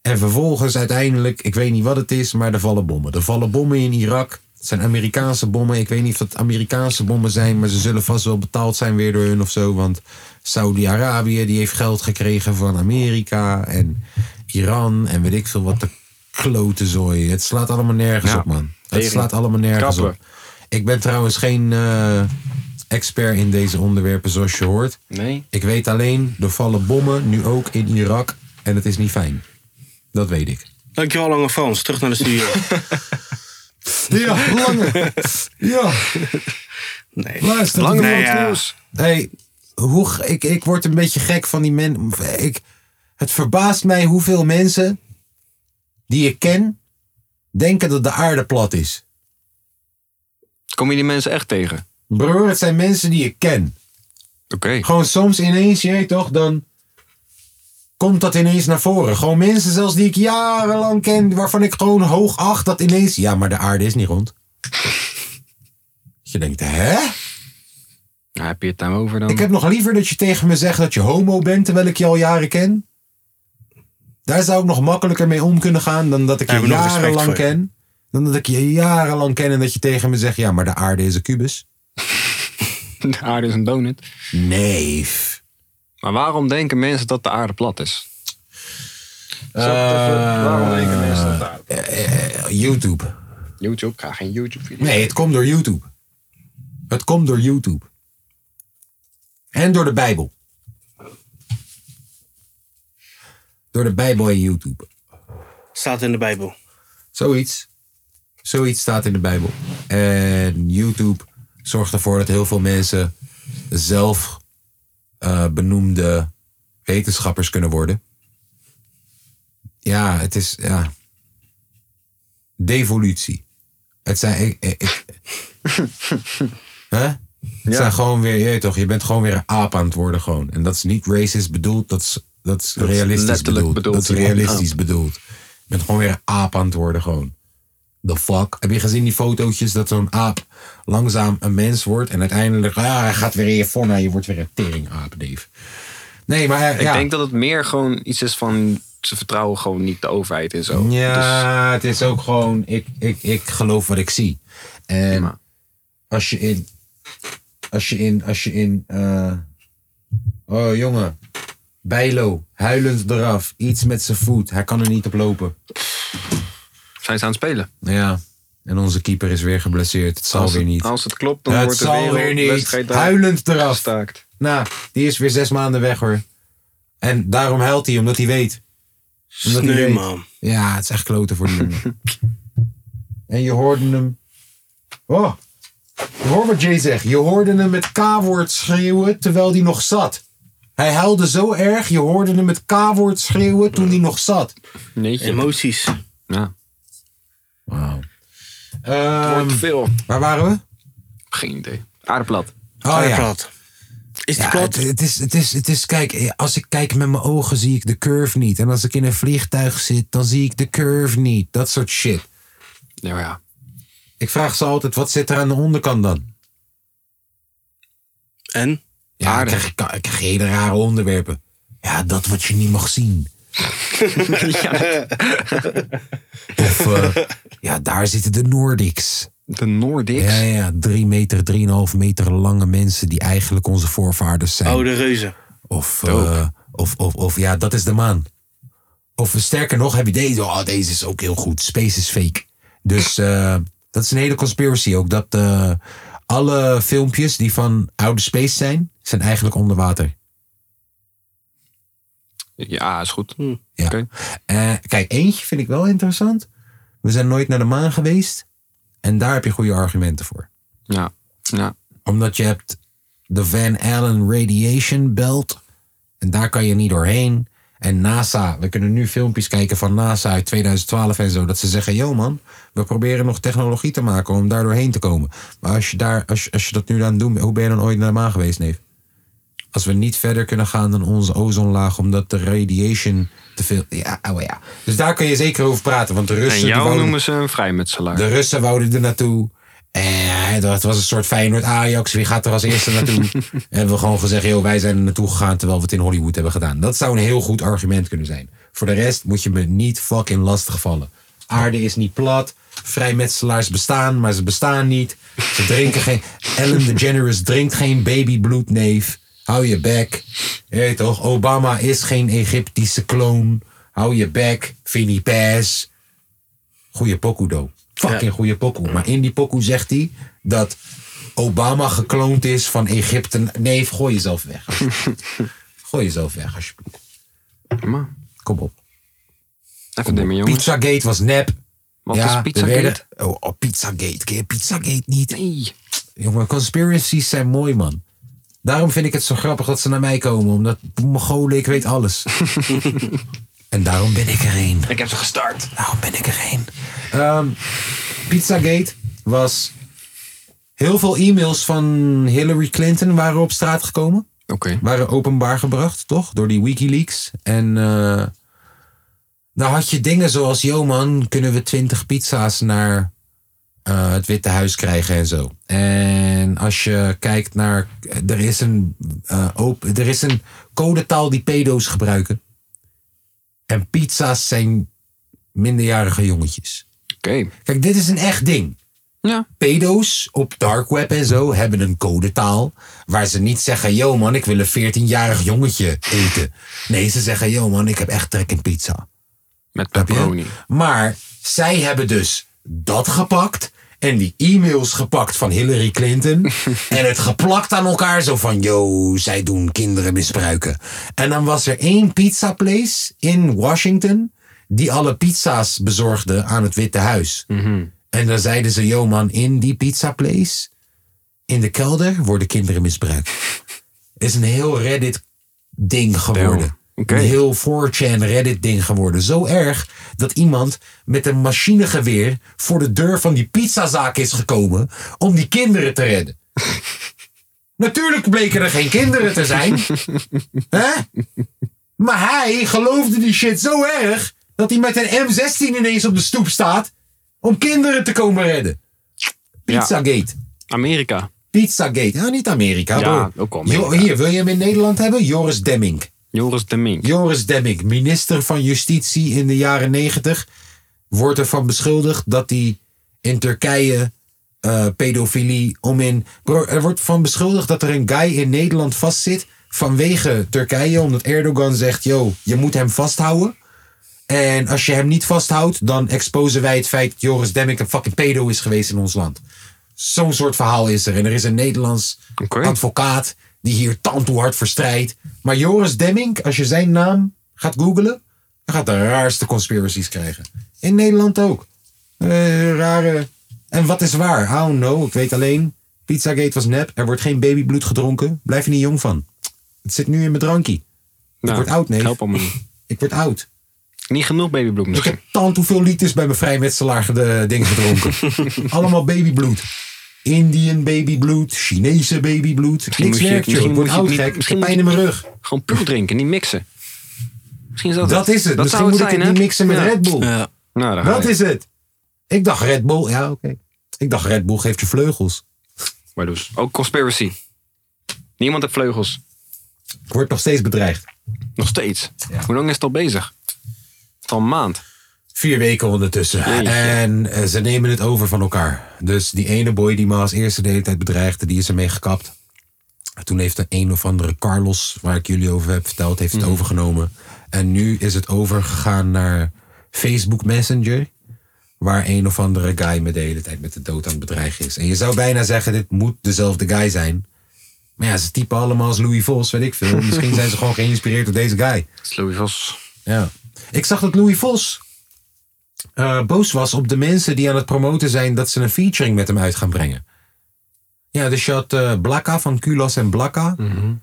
[SPEAKER 1] En vervolgens uiteindelijk, ik weet niet wat het is, maar er vallen bommen. Er vallen bommen in Irak. Het zijn Amerikaanse bommen. Ik weet niet of het Amerikaanse bommen zijn, maar ze zullen vast wel betaald zijn weer door hun of zo. Want Saudi-Arabië die heeft geld gekregen van Amerika en Iran en weet ik veel wat de klote zooi. Het slaat allemaal nergens
[SPEAKER 2] Ja.
[SPEAKER 1] op, man. Het
[SPEAKER 2] Tering.
[SPEAKER 1] slaat allemaal nergens
[SPEAKER 2] Kappen.
[SPEAKER 1] op. Ik ben trouwens geen eh, expert in deze onderwerpen, zoals je hoort.
[SPEAKER 2] Nee?
[SPEAKER 1] Ik weet alleen, er vallen bommen, nu ook in Irak. En het is niet fijn. Dat weet ik.
[SPEAKER 3] Dankjewel, Lange Frans. Terug naar de studio.
[SPEAKER 1] Ja, lange. Ja,
[SPEAKER 3] Nee.
[SPEAKER 1] luister.
[SPEAKER 2] Lange
[SPEAKER 3] Nee,
[SPEAKER 2] Frans
[SPEAKER 3] ja.
[SPEAKER 2] Nieuws.
[SPEAKER 1] Hey, hoe, g- ik, ik word een beetje gek van die mensen. Ik, het verbaast mij hoeveel mensen die ik ken denken dat de aarde plat is.
[SPEAKER 2] Kom je die mensen echt tegen? Oké.
[SPEAKER 1] Broer, het zijn mensen die ik ken. Gewoon soms ineens, je weet toch, dan komt dat ineens naar voren. Gewoon mensen zelfs die ik jarenlang ken, waarvan ik gewoon hoog acht, dat ineens, ja, maar de aarde is niet rond. Dat Je denkt, hè?
[SPEAKER 2] Nou, heb je het daarover dan?
[SPEAKER 1] Ik heb nog liever dat je tegen me zegt dat je homo bent terwijl ik je al jaren ken. Daar zou ik nog makkelijker mee om kunnen gaan dan dat ik
[SPEAKER 3] Daar
[SPEAKER 1] je
[SPEAKER 3] hebben we nog respect
[SPEAKER 1] jarenlang
[SPEAKER 3] voor je.
[SPEAKER 1] ken. Dan dat ik je jarenlang ken en dat je tegen me zegt: ja, maar de aarde is een kubus.
[SPEAKER 2] De aarde is een donut.
[SPEAKER 1] Nee.
[SPEAKER 2] Maar waarom denken mensen dat de aarde plat is? waarom denken mensen dat de aarde plat
[SPEAKER 1] YouTube.
[SPEAKER 2] is? YouTube, ik ga geen YouTube-video.
[SPEAKER 1] Nee, het komt door YouTube. Het komt door YouTube. En door de Bijbel. Door de Bijbel en YouTube.
[SPEAKER 3] Staat in de Bijbel.
[SPEAKER 1] Zoiets. Zoiets staat in de Bijbel. En YouTube zorgt ervoor dat heel veel mensen zelf eh, benoemde wetenschappers kunnen worden. Ja, het is. Ja. Devolutie. Het zijn. Ik, ik, ik- hè? Het zijn gewoon weer. Je, weet toch, je bent gewoon weer een aap aan het worden. Gewoon. En dat is niet racist bedoeld. Dat is, dat is realistisch
[SPEAKER 2] letterlijk
[SPEAKER 1] bedoeld.
[SPEAKER 2] bedoeld,
[SPEAKER 1] Dat is
[SPEAKER 2] ja.
[SPEAKER 1] realistisch bedoeld. Je bent gewoon weer een aap aan het worden. Gewoon. The fuck? Heb je gezien die fotootjes dat zo'n aap langzaam een mens wordt en uiteindelijk ah, hij gaat weer in je fauna, je wordt weer een teringaap, Dave. Nee, maar eh,
[SPEAKER 2] Ik
[SPEAKER 1] ja.
[SPEAKER 2] denk dat het meer gewoon iets is van ze vertrouwen gewoon niet de overheid en zo. Dus
[SPEAKER 1] Ja, het is ook gewoon, ik, ik, ik geloof wat ik zie. En
[SPEAKER 2] maar-
[SPEAKER 1] als je in, als je in, als je in, eh, oh jongen, Bijlo, huilend eraf, iets met zijn voet, hij kan er niet op lopen.
[SPEAKER 2] Dus zijn ze aan het spelen.
[SPEAKER 1] Ja, en onze keeper is weer geblesseerd, het zal
[SPEAKER 2] als,
[SPEAKER 1] weer
[SPEAKER 2] het,
[SPEAKER 1] niet.
[SPEAKER 2] als het klopt, dan
[SPEAKER 1] het
[SPEAKER 2] wordt de
[SPEAKER 1] zal weer
[SPEAKER 2] wereldwedstrijd
[SPEAKER 1] niet.
[SPEAKER 2] daar
[SPEAKER 1] Huilend eraf.
[SPEAKER 2] gestaakt.
[SPEAKER 1] Nou, die is weer zes maanden weg hoor. En daarom huilt hij, omdat hij weet. Omdat hij
[SPEAKER 3] Sneu,
[SPEAKER 1] weet.
[SPEAKER 3] man.
[SPEAKER 1] Ja, het is echt kloten voor die jongen. en je hoorde hem... Oh, hoor wat Jay zegt. Je hoorde hem het K-woord schreeuwen terwijl hij nog zat. Hij huilde zo erg, je hoorde hem het K-woord schreeuwen toen hij nog zat.
[SPEAKER 2] Neetje.
[SPEAKER 3] Emoties.
[SPEAKER 2] Ja.
[SPEAKER 1] Wauw. Ehm.
[SPEAKER 2] Wordt te veel.
[SPEAKER 1] waar waren we?
[SPEAKER 2] Geen idee. Aarde plat.
[SPEAKER 1] Oh ja,
[SPEAKER 3] Plat. Is die
[SPEAKER 1] Ja,
[SPEAKER 3] plat?
[SPEAKER 1] het, het is, het, is, het is, kijk, eh, als ik kijk met mijn ogen zie ik de curve niet. En als ik in een vliegtuig zit, dan zie ik de curve niet. Dat soort shit.
[SPEAKER 2] Ja, ja.
[SPEAKER 1] Ik vraag ze altijd, wat zit er aan de onderkant dan?
[SPEAKER 3] En?
[SPEAKER 1] Ja, ik
[SPEAKER 2] Aarde.
[SPEAKER 1] krijg, ik krijg hele rare onderwerpen. Ja, dat wat je niet mag zien. Of, eh, ja, daar zitten de Nordics.
[SPEAKER 2] De Nordics.
[SPEAKER 1] Ja, ja, drie meter, drieënhalf meter lange mensen die eigenlijk onze voorvaders zijn.
[SPEAKER 3] Oude reuzen.
[SPEAKER 1] Of, eh, of, of, of ja, dat is de maan. Of eh, sterker nog, heb je deze. Oh, deze is ook heel goed. Space is fake. Dus eh, dat is een hele conspiracy ook. Dat eh, alle filmpjes die van oude space zijn, zijn eigenlijk onder water.
[SPEAKER 2] Ja, is goed.
[SPEAKER 1] Ja.
[SPEAKER 2] Oké.
[SPEAKER 1] Eh, kijk, eentje vind ik wel interessant. We zijn nooit naar de maan geweest. En daar heb je goede argumenten voor.
[SPEAKER 2] Ja. ja.
[SPEAKER 1] Omdat je hebt de Van Allen Radiation Belt. En daar kan je niet doorheen. En NASA, we kunnen nu filmpjes kijken van NASA uit 2012 en zo. Dat ze zeggen, yo man, we proberen nog technologie te maken om daar doorheen te komen. Maar als je, daar, als, je- als je dat nu aan het doen hoe ben je dan ooit naar de maan geweest, neef? Als we niet verder kunnen gaan dan onze ozonlaag, omdat de radiation te veel... Ja, oh ja. Dus daar kun je zeker over praten, want de Russen...
[SPEAKER 2] En
[SPEAKER 1] die
[SPEAKER 2] jou
[SPEAKER 1] wouden-
[SPEAKER 2] noemen ze een vrijmetselaar.
[SPEAKER 1] Dus de Russen wouden er naartoe. En eh, dat was een soort Feyenoord-Ajax. Wie gaat er als eerste naartoe? en hebben we gewoon gezegd, joh, wij zijn er naartoe gegaan terwijl we het in Hollywood hebben gedaan. Dat zou een heel goed argument kunnen zijn. Voor de rest moet je me niet fucking lastig vallen. Aarde is niet plat. Vrijmetselaars bestaan, maar ze bestaan niet. Ze drinken geen... Ellen DeGeneres drinkt geen babybloed, neef. Hou je bek. Je weet toch, Obama is geen Egyptische kloon. Hou je bek. Vinnie Paz. Goeie pokoe, do. Fucking goeie pokoe. Maar in die pokoe zegt hij dat Obama gekloond is van Egypte. Nee, gooi jezelf weg. gooi jezelf weg, alsjeblieft.
[SPEAKER 2] Maar,
[SPEAKER 1] Kom op.
[SPEAKER 2] even dimmen, jongens.
[SPEAKER 1] Pizzagate was nep.
[SPEAKER 2] Wat is
[SPEAKER 1] er
[SPEAKER 2] Pizzagate?
[SPEAKER 1] werden- Oh, oh, Pizzagate. Ken je Pizzagate niet?
[SPEAKER 2] Nee.
[SPEAKER 1] Jongen, conspiracies zijn mooi, man. Daarom vind ik het zo grappig dat ze naar mij komen. Omdat Mongolen, ik weet alles. en daarom ben ik er een.
[SPEAKER 2] Ik heb ze gestart.
[SPEAKER 1] Nou, ben ik er één. Ehm, Pizzagate was heel veel e-mails van Hillary Clinton waren op straat gekomen.
[SPEAKER 2] Oké.
[SPEAKER 1] Waren openbaar gebracht, toch? Door die Wikileaks. En eh nou had je dingen zoals... Yo man, kunnen we twintig pizza's naar eh, het Witte Huis krijgen en zo. En als je kijkt naar... Er is een, eh, op, er is een codetaal die pedo's gebruiken. En pizza's zijn minderjarige jongetjes.
[SPEAKER 2] Oké.
[SPEAKER 1] Kijk, dit is een echt ding.
[SPEAKER 2] Ja.
[SPEAKER 1] Pedo's op dark web en zo hebben een codetaal. Waar ze niet zeggen, yo man, ik wil een 14-jarig jongetje eten. Nee, ze zeggen, yo man, ik heb echt trek in pizza.
[SPEAKER 2] Met
[SPEAKER 1] Snap je?
[SPEAKER 2] pepperoni.
[SPEAKER 1] Maar zij hebben dus dat gepakt. En die e-mails gepakt van Hillary Clinton. en het geplakt aan elkaar. Zo van, yo, zij doen kinderen misbruiken. En dan was er één pizza place in Washington. Die alle pizza's bezorgde aan het Witte Huis. En dan zeiden ze, yo man, in die pizza place. In de kelder worden kinderen misbruikt. Is een heel Reddit ding geworden.
[SPEAKER 2] Oké.
[SPEAKER 1] Een heel 4chan Reddit ding geworden. Zo erg dat iemand met een machinegeweer voor de deur van die pizzazaak is gekomen om die kinderen te redden. Natuurlijk bleken er geen kinderen te zijn. Hè? Maar hij geloofde die shit zo erg dat hij met een M16 ineens op de stoep staat om kinderen te komen redden. Pizzagate.
[SPEAKER 2] Amerika.
[SPEAKER 1] Pizzagate. Ja, niet Amerika.
[SPEAKER 2] Ja,
[SPEAKER 1] bro.
[SPEAKER 2] ook wel Amerika.
[SPEAKER 1] Jo- hier, wil je hem in Nederland hebben? Joris Demming.
[SPEAKER 2] Joris de Mink.
[SPEAKER 1] Joris Demming, minister van Justitie in de jaren 90, wordt ervan beschuldigd dat hij in Turkije eh, pedofilie om in. Bro, er wordt van beschuldigd dat er een guy in Nederland vastzit vanwege Turkije, omdat Erdogan zegt: yo, je moet hem vasthouden. En als je hem niet vasthoudt, dan exposen wij het feit dat Joris Demming een fucking pedo is geweest in ons land. Zo'n soort verhaal is er. En er is een Nederlands
[SPEAKER 2] Oké.
[SPEAKER 1] advocaat die hier tandtoe hard voor strijdt. Maar Joris Demming, als je zijn naam gaat googlen, dan gaat de raarste conspiracies krijgen. In Nederland ook. Eh, rare. En wat is waar? I don't know. Ik weet alleen, Pizzagate was nep. Er wordt geen babybloed gedronken. Blijf je niet jong van. Het zit nu in mijn drankie.
[SPEAKER 2] Nou,
[SPEAKER 1] wordt oud, neef.
[SPEAKER 2] Help allemaal niet.
[SPEAKER 1] Ik word oud.
[SPEAKER 2] Niet genoeg babybloem
[SPEAKER 1] Dus Ik heb
[SPEAKER 2] misschien.
[SPEAKER 1] tant hoeveel liters bij mijn vrijmetselaar de dingen gedronken. Allemaal babybloed. Indian babybloed, Chinese babybloed. Niks
[SPEAKER 2] moet je-
[SPEAKER 1] werkt, joh.
[SPEAKER 2] misschien
[SPEAKER 1] Ik word
[SPEAKER 2] moet je
[SPEAKER 1] oud
[SPEAKER 2] niet-
[SPEAKER 1] gek. Ik heb
[SPEAKER 2] misschien
[SPEAKER 1] pijn in
[SPEAKER 2] moet
[SPEAKER 1] mijn
[SPEAKER 2] je-
[SPEAKER 1] rug.
[SPEAKER 2] Gewoon puur drinken, niet mixen. Misschien is dat,
[SPEAKER 1] Dat is het. Misschien
[SPEAKER 2] zou
[SPEAKER 1] moet ik het
[SPEAKER 2] zijn,
[SPEAKER 1] niet
[SPEAKER 2] hè?
[SPEAKER 1] mixen met
[SPEAKER 2] Ja.
[SPEAKER 1] Red Bull.
[SPEAKER 3] Ja.
[SPEAKER 2] Nou, daar
[SPEAKER 1] Dat
[SPEAKER 2] is...
[SPEAKER 1] is het. Ik dacht Red Bull. Ja, oké. Ik dacht Red Bull geeft je vleugels.
[SPEAKER 2] Maar dus, ook conspiracy. Niemand heeft vleugels.
[SPEAKER 1] Ik word nog steeds bedreigd.
[SPEAKER 2] Nog steeds. Hoe lang is het al bezig? Het is al een maand.
[SPEAKER 1] Vier weken ondertussen.
[SPEAKER 2] Jeetje.
[SPEAKER 1] En eh, ze nemen het over van elkaar. Dus die ene boy die me als eerste de hele tijd bedreigde, die is ermee gekapt. Toen heeft de een of andere Carlos, waar ik jullie over heb verteld, heeft het overgenomen. En nu is het overgegaan naar Facebook Messenger. Waar een of andere guy me de hele tijd met de dood aan het bedreigen is. En je zou bijna zeggen, dit moet dezelfde guy zijn. Maar ja, ze typen allemaal als Louis Vos, weet ik veel. Misschien zijn ze gewoon geïnspireerd door deze guy.
[SPEAKER 2] Het is Louis Vos.
[SPEAKER 1] Ja. Ik zag dat Louis Vos eh, boos was op de mensen die aan het promoten zijn dat ze een featuring met hem uit gaan brengen. Ja, dus je had eh, Blakka van Kulas en Blakka.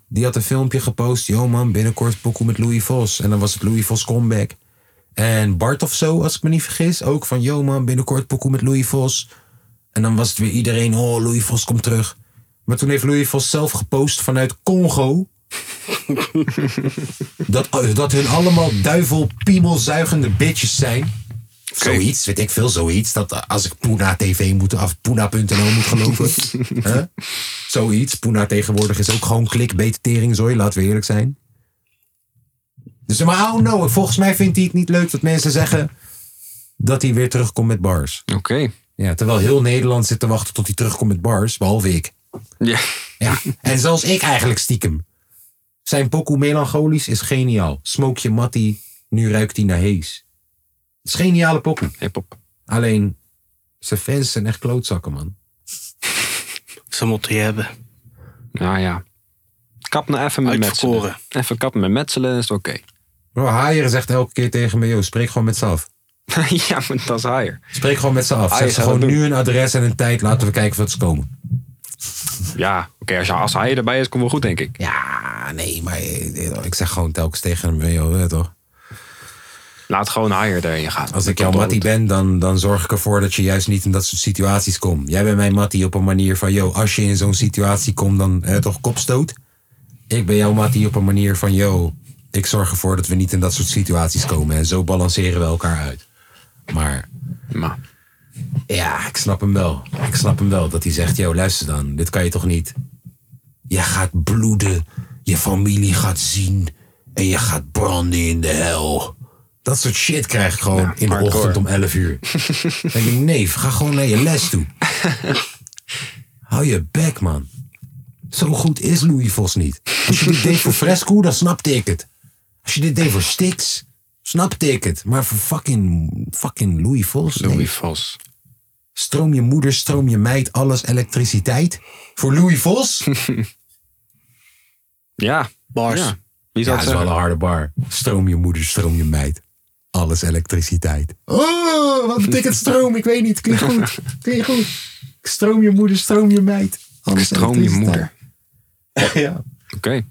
[SPEAKER 1] Die had een filmpje gepost. Yo man, binnenkort pokoe met Louis Vos. En dan was het Louis Vos comeback. En Bart of zo, als ik me niet vergis. Ook van, yo man, binnenkort pokoe met Louis Vos. En dan was het weer iedereen, oh Louis Vos komt terug. Maar toen heeft Louis Vos zelf gepost vanuit Congo dat, eh, dat hun allemaal duivel piemelzuigende bitches zijn. Of Zoiets, weet ik veel, zoiets. Dat eh, als ik Poena TV moet, of Poena.nl moet geloven. Huh? Zoiets. Poena tegenwoordig is ook gewoon clickbait teringzooi, laten we eerlijk zijn. Dus, maar oh no, volgens mij vindt hij het niet leuk dat mensen zeggen dat hij weer terugkomt met bars.
[SPEAKER 2] Oké.
[SPEAKER 1] Ja, terwijl heel Nederland zit te wachten tot hij terugkomt met bars, behalve ik.
[SPEAKER 2] Ja.
[SPEAKER 1] Ja, en zelfs ik eigenlijk stiekem. Zijn pokoe melancholisch is geniaal. Smoke je mattie, nu ruikt hij naar hees. Het is geniale pokoe.
[SPEAKER 2] Hip-hop.
[SPEAKER 1] Alleen, zijn fans zijn echt klootzakken, man.
[SPEAKER 3] Ze moeten je hebben.
[SPEAKER 2] Nou ja. Kap nou even met metselen.
[SPEAKER 3] Uitverkoren.
[SPEAKER 2] Even kappen met metselen is het oké.
[SPEAKER 1] Bro, Haier zegt elke keer tegen me, joh, spreek gewoon met ze af.
[SPEAKER 2] ja, maar dat is higher.
[SPEAKER 1] Spreek gewoon met ze af.
[SPEAKER 2] Haier
[SPEAKER 1] Zeg ze
[SPEAKER 2] gaat dat
[SPEAKER 1] gewoon
[SPEAKER 2] doen.
[SPEAKER 1] nu een adres en een tijd. Laten we kijken of dat ze komen.
[SPEAKER 2] Dus Ja, oké, als, je- als hij erbij is, komt wel goed, denk ik.
[SPEAKER 1] Ja, nee, maar eh, ik zeg gewoon telkens tegen hem, joh, hè, toch?
[SPEAKER 2] Laat gewoon higher erin gaan.
[SPEAKER 1] Als
[SPEAKER 2] Dat
[SPEAKER 1] ik jouw
[SPEAKER 2] komt wel
[SPEAKER 1] mattie
[SPEAKER 2] goed.
[SPEAKER 1] ben, dan, dan zorg ik ervoor dat je juist niet in dat soort situaties komt. Jij bent mijn mattie op een manier van, yo, als je in zo'n situatie komt, dan hè, toch kopstoot. Ik ben jouw mattie op een manier van, yo, ik zorg ervoor dat we niet in dat soort situaties komen. En zo balanceren we elkaar uit. Maar
[SPEAKER 2] Maar,
[SPEAKER 1] ja, ik snap hem wel. Ik snap hem wel dat hij zegt, yo, luister dan, dit kan je toch niet. Je gaat bloeden, je familie gaat zien en je gaat branden in de hel. Dat soort shit krijg ik gewoon in de
[SPEAKER 2] hardcore.
[SPEAKER 1] ochtend om 11 uur. Dan denk ik, neef, ga gewoon naar je les toe. Hou je bek, man. Zo goed is Louis Vos niet. Als je dit deed voor Fresco, dan snapte ik het. Als je dit deed voor Stix, snapte ik het. Maar voor fucking, fucking Louis Vos? nee.
[SPEAKER 2] Louis Vos.
[SPEAKER 1] Stroom je moeder, stroom je meid, alles elektriciteit. Voor Louis Vos?
[SPEAKER 2] Ja.
[SPEAKER 3] Bars.
[SPEAKER 2] Ja. Wie eh,
[SPEAKER 1] Ja, dat
[SPEAKER 2] zou het
[SPEAKER 1] is wel
[SPEAKER 2] zeggen?
[SPEAKER 1] een harde bar. Stroom je moeder, stroom je meid. Alles elektriciteit. Oh, wat betekent stroom? Ik weet niet. Klinkt goed. Klinkt goed. Stroom je moeder, stroom je meid. Alles
[SPEAKER 2] Stroom je moeder.
[SPEAKER 1] ja.
[SPEAKER 2] Oké.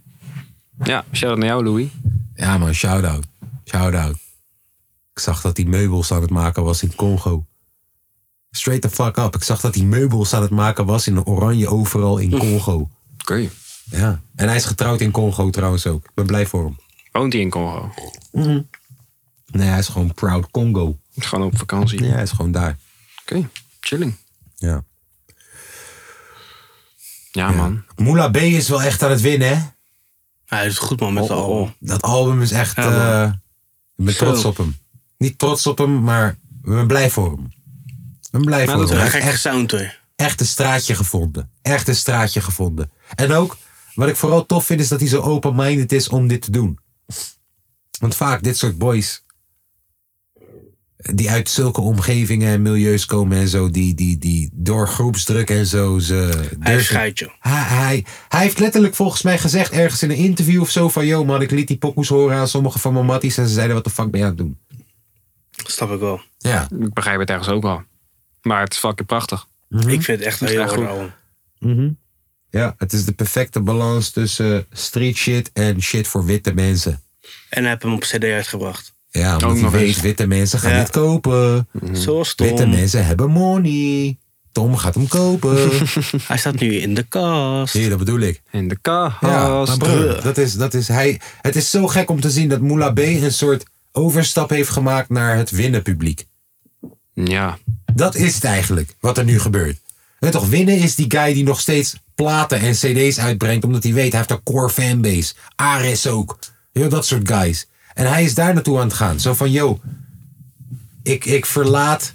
[SPEAKER 2] Ja, shout-out naar jou, Louis.
[SPEAKER 1] ja man, shout-out. Shout-out. Ik zag dat hij meubels aan het maken was in Congo. Straight the fuck up. Ik zag dat hij meubels aan het maken was in een oranje overal in Congo.
[SPEAKER 2] Oké.
[SPEAKER 1] Ja. En hij is getrouwd in Congo trouwens ook. Ik ben blij voor hem.
[SPEAKER 2] Woont hij in Congo?
[SPEAKER 1] Nee, hij is gewoon proud Congo.
[SPEAKER 2] Gewoon op vakantie.
[SPEAKER 1] Ja, hij is gewoon daar.
[SPEAKER 2] Oké, chilling.
[SPEAKER 1] Ja.
[SPEAKER 2] Ja, man.
[SPEAKER 1] Moula B is wel echt aan het winnen, hè?
[SPEAKER 3] Hij doet het goed, man, met de al.
[SPEAKER 1] Dat album is echt...
[SPEAKER 3] Ja, man.
[SPEAKER 1] eh, ik ben
[SPEAKER 3] Zo.
[SPEAKER 1] trots op hem. Niet trots op hem, maar ik ben blij voor hem. Ik ben blij voor
[SPEAKER 2] dat
[SPEAKER 1] hem.
[SPEAKER 3] Een
[SPEAKER 1] Hij heeft
[SPEAKER 3] gekke
[SPEAKER 1] echt,
[SPEAKER 3] sound, hoor.
[SPEAKER 1] echt een straatje gevonden. Echt een straatje gevonden. En ook, wat ik vooral tof vind, is dat hij zo open-minded is om dit te doen. Want vaak dit soort boys... Die uit zulke omgevingen en milieus komen en zo, die, die, die door groepsdruk en zo ze
[SPEAKER 3] Hij is
[SPEAKER 1] durven-
[SPEAKER 3] schijt, joh.
[SPEAKER 1] Hij, hij, hij heeft letterlijk volgens mij gezegd ergens in een interview of zo van... ...yo man, ik liet die pokoes horen aan sommige van mijn matties... ...en ze zeiden wat de fuck ben je aan het doen?
[SPEAKER 3] Dat snap ik wel.
[SPEAKER 1] Ja.
[SPEAKER 2] Ik begrijp het ergens ook al. Maar het is fucking prachtig.
[SPEAKER 3] Ik vind het echt een heel
[SPEAKER 2] Echt
[SPEAKER 3] goed
[SPEAKER 2] goed.
[SPEAKER 3] album.
[SPEAKER 1] ja, het is de perfecte balans tussen street shit en shit voor witte mensen.
[SPEAKER 3] En hij heeft hem op cd uitgebracht.
[SPEAKER 1] Ja,
[SPEAKER 2] Ook
[SPEAKER 1] omdat hij
[SPEAKER 2] nog
[SPEAKER 1] weet,
[SPEAKER 2] eens.
[SPEAKER 1] witte mensen gaan
[SPEAKER 3] Ja.
[SPEAKER 1] dit kopen.
[SPEAKER 3] Zo
[SPEAKER 1] Witte
[SPEAKER 3] stom.
[SPEAKER 1] mensen hebben money. Tom gaat hem kopen.
[SPEAKER 3] Hij staat nu in de kast.
[SPEAKER 1] Zie je, dat bedoel ik.
[SPEAKER 2] In de
[SPEAKER 1] Ja, maar
[SPEAKER 2] kast.
[SPEAKER 1] broer, dat is, dat is hij. Het is zo gek om te zien dat Moula B een soort overstap heeft gemaakt naar het winnen publiek.
[SPEAKER 2] Ja.
[SPEAKER 1] Dat is het eigenlijk, wat er nu gebeurt. En toch, winnen is die guy die nog steeds platen en cd's uitbrengt... omdat hij weet, hij heeft een core fanbase. Ares ook. Heel dat soort guys. En hij is daar naartoe aan het gaan. Zo van, yo, ik, ik verlaat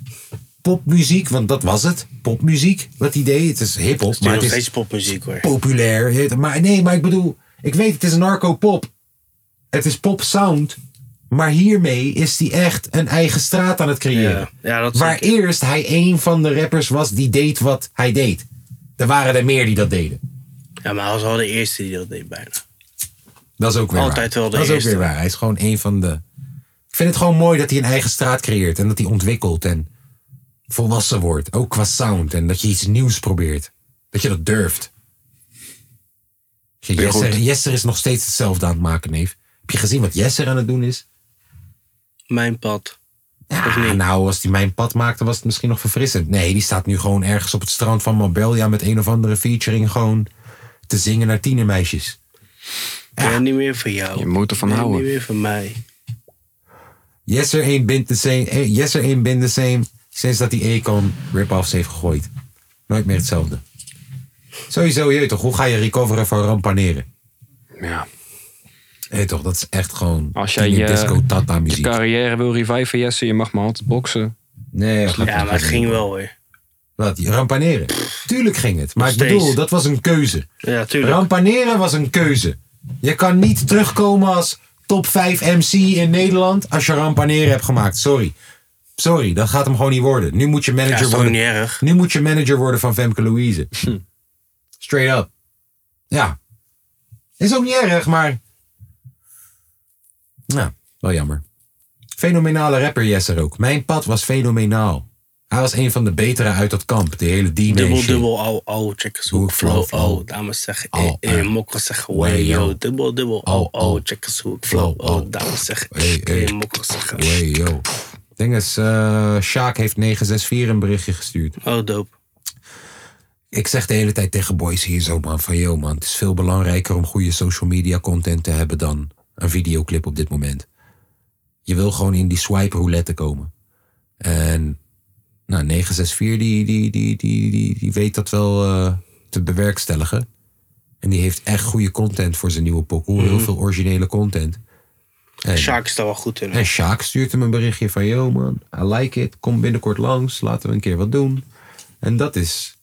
[SPEAKER 1] popmuziek, want dat was het. Popmuziek, wat hij deed. Het is hiphop,
[SPEAKER 3] Maar
[SPEAKER 1] maar
[SPEAKER 3] nog
[SPEAKER 1] het is
[SPEAKER 3] steeds popmuziek, hoor.
[SPEAKER 1] populair. Het- Maar nee, maar ik bedoel, ik weet, het is narco-pop. Het is pop-sound. Maar hiermee is hij echt een eigen straat aan het creëren.
[SPEAKER 3] Ja. Ja, dat is-
[SPEAKER 1] Waar eerst hij een van de rappers was die deed wat hij deed. Er waren er meer die dat deden.
[SPEAKER 3] Ja, maar hij was wel de eerste die dat deed, bijna.
[SPEAKER 1] Dat is ook weer
[SPEAKER 3] Altijd
[SPEAKER 1] waar.
[SPEAKER 3] wel de
[SPEAKER 1] Dat is ook
[SPEAKER 3] eerste.
[SPEAKER 1] weer waar. Hij is gewoon een van de... Ik vind het gewoon mooi dat hij een eigen straat creëert. En dat hij ontwikkelt en volwassen wordt. Ook qua sound. En dat je iets nieuws probeert. Dat je dat durft. Je- Jesser, Jesser is nog steeds hetzelfde aan het maken, neef. Heb je gezien wat Jesser aan het doen is?
[SPEAKER 3] Mijn pad.
[SPEAKER 1] Ja, nou, als hij mijn pad maakte, was het misschien nog verfrissend. Nee, die staat nu gewoon ergens op het strand van Marbella met een of andere featuring gewoon te zingen naar tienermeisjes.
[SPEAKER 3] Ik ben niet meer van jou.
[SPEAKER 2] Je moet ervan
[SPEAKER 3] Ik ben
[SPEAKER 2] houden.
[SPEAKER 3] niet meer van mij.
[SPEAKER 1] Yes, er ain't been the same. eh, Yes, er ain't been the same sinds dat hij Akon rip-offs heeft gegooid. Nooit meer hetzelfde. Sowieso, je weet toch, hoe ga je recoveren van rampaneren?
[SPEAKER 2] ja.
[SPEAKER 1] Je weet toch, dat is echt gewoon
[SPEAKER 2] Als jij je, je
[SPEAKER 1] disco-tata-muziek.
[SPEAKER 2] carrière wil reviven, Jesse, je mag maar altijd boksen.
[SPEAKER 1] Nee, dat
[SPEAKER 3] Ja, maar het ging wel, hoor.
[SPEAKER 1] Wat, rampaneren? Tuurlijk ging het. Maar ik
[SPEAKER 3] Nog steeds.
[SPEAKER 1] bedoel, dat was een keuze.
[SPEAKER 3] Ja, tuurlijk.
[SPEAKER 1] Rampaneren was een keuze. Je kan niet terugkomen als top 5 MC in Nederland als je rampaneren hebt gemaakt. Sorry. Sorry, dat gaat hem gewoon niet worden. Nu moet je
[SPEAKER 3] Ja,
[SPEAKER 1] manager
[SPEAKER 3] is toch
[SPEAKER 1] worden.
[SPEAKER 3] niet Hm. erg?
[SPEAKER 1] Nu moet je manager worden van Femke Louise. Straight up. Ja. Is ook niet erg, maar... Nou, wel jammer. Fenomenale rapper Jesse ook. Mijn pad was fenomenaal. Hij was een van de betere uit dat kamp. Die hele D-man
[SPEAKER 3] Dubbel,
[SPEAKER 1] shit.
[SPEAKER 3] dubbel, au, au, checkers hoe
[SPEAKER 1] Hoe
[SPEAKER 3] ik flow,
[SPEAKER 1] flow,
[SPEAKER 3] oh.
[SPEAKER 1] flow.
[SPEAKER 3] Dames zeggen,
[SPEAKER 1] Au,
[SPEAKER 3] eh, eh,
[SPEAKER 1] eh.
[SPEAKER 3] mokken zeggen, way, yo.
[SPEAKER 1] yo.
[SPEAKER 3] Dubbel, dubbel, au,
[SPEAKER 1] Au,
[SPEAKER 3] au,
[SPEAKER 1] au.
[SPEAKER 3] checkers hoe ik flow,
[SPEAKER 1] Flow,
[SPEAKER 3] oh.
[SPEAKER 1] au.
[SPEAKER 3] Dames zeggen,
[SPEAKER 1] Hey,
[SPEAKER 3] eh, eh,
[SPEAKER 1] hey.
[SPEAKER 3] mokken zeggen,
[SPEAKER 1] Hey, yo. Ding is, eh, Sjaak heeft 964 een berichtje gestuurd.
[SPEAKER 3] oh, dope.
[SPEAKER 1] Ik zeg de hele tijd tegen boys hier zo, man, van yo, man. Het is veel belangrijker om goede social media content te hebben dan een videoclip op dit moment. Je wil gewoon in die swipe roulette komen. En, nou, 964 die, die, die, die, die, die weet dat wel eh, te bewerkstelligen. En die heeft echt goede content voor zijn nieuwe pokoe. Heel veel originele content. En-
[SPEAKER 3] Sjaak is daar wel goed in. hoor.
[SPEAKER 1] en Sjaak stuurt hem een berichtje van... Yo man, I like it. Kom binnenkort langs. Laten we een keer wat doen. En dat is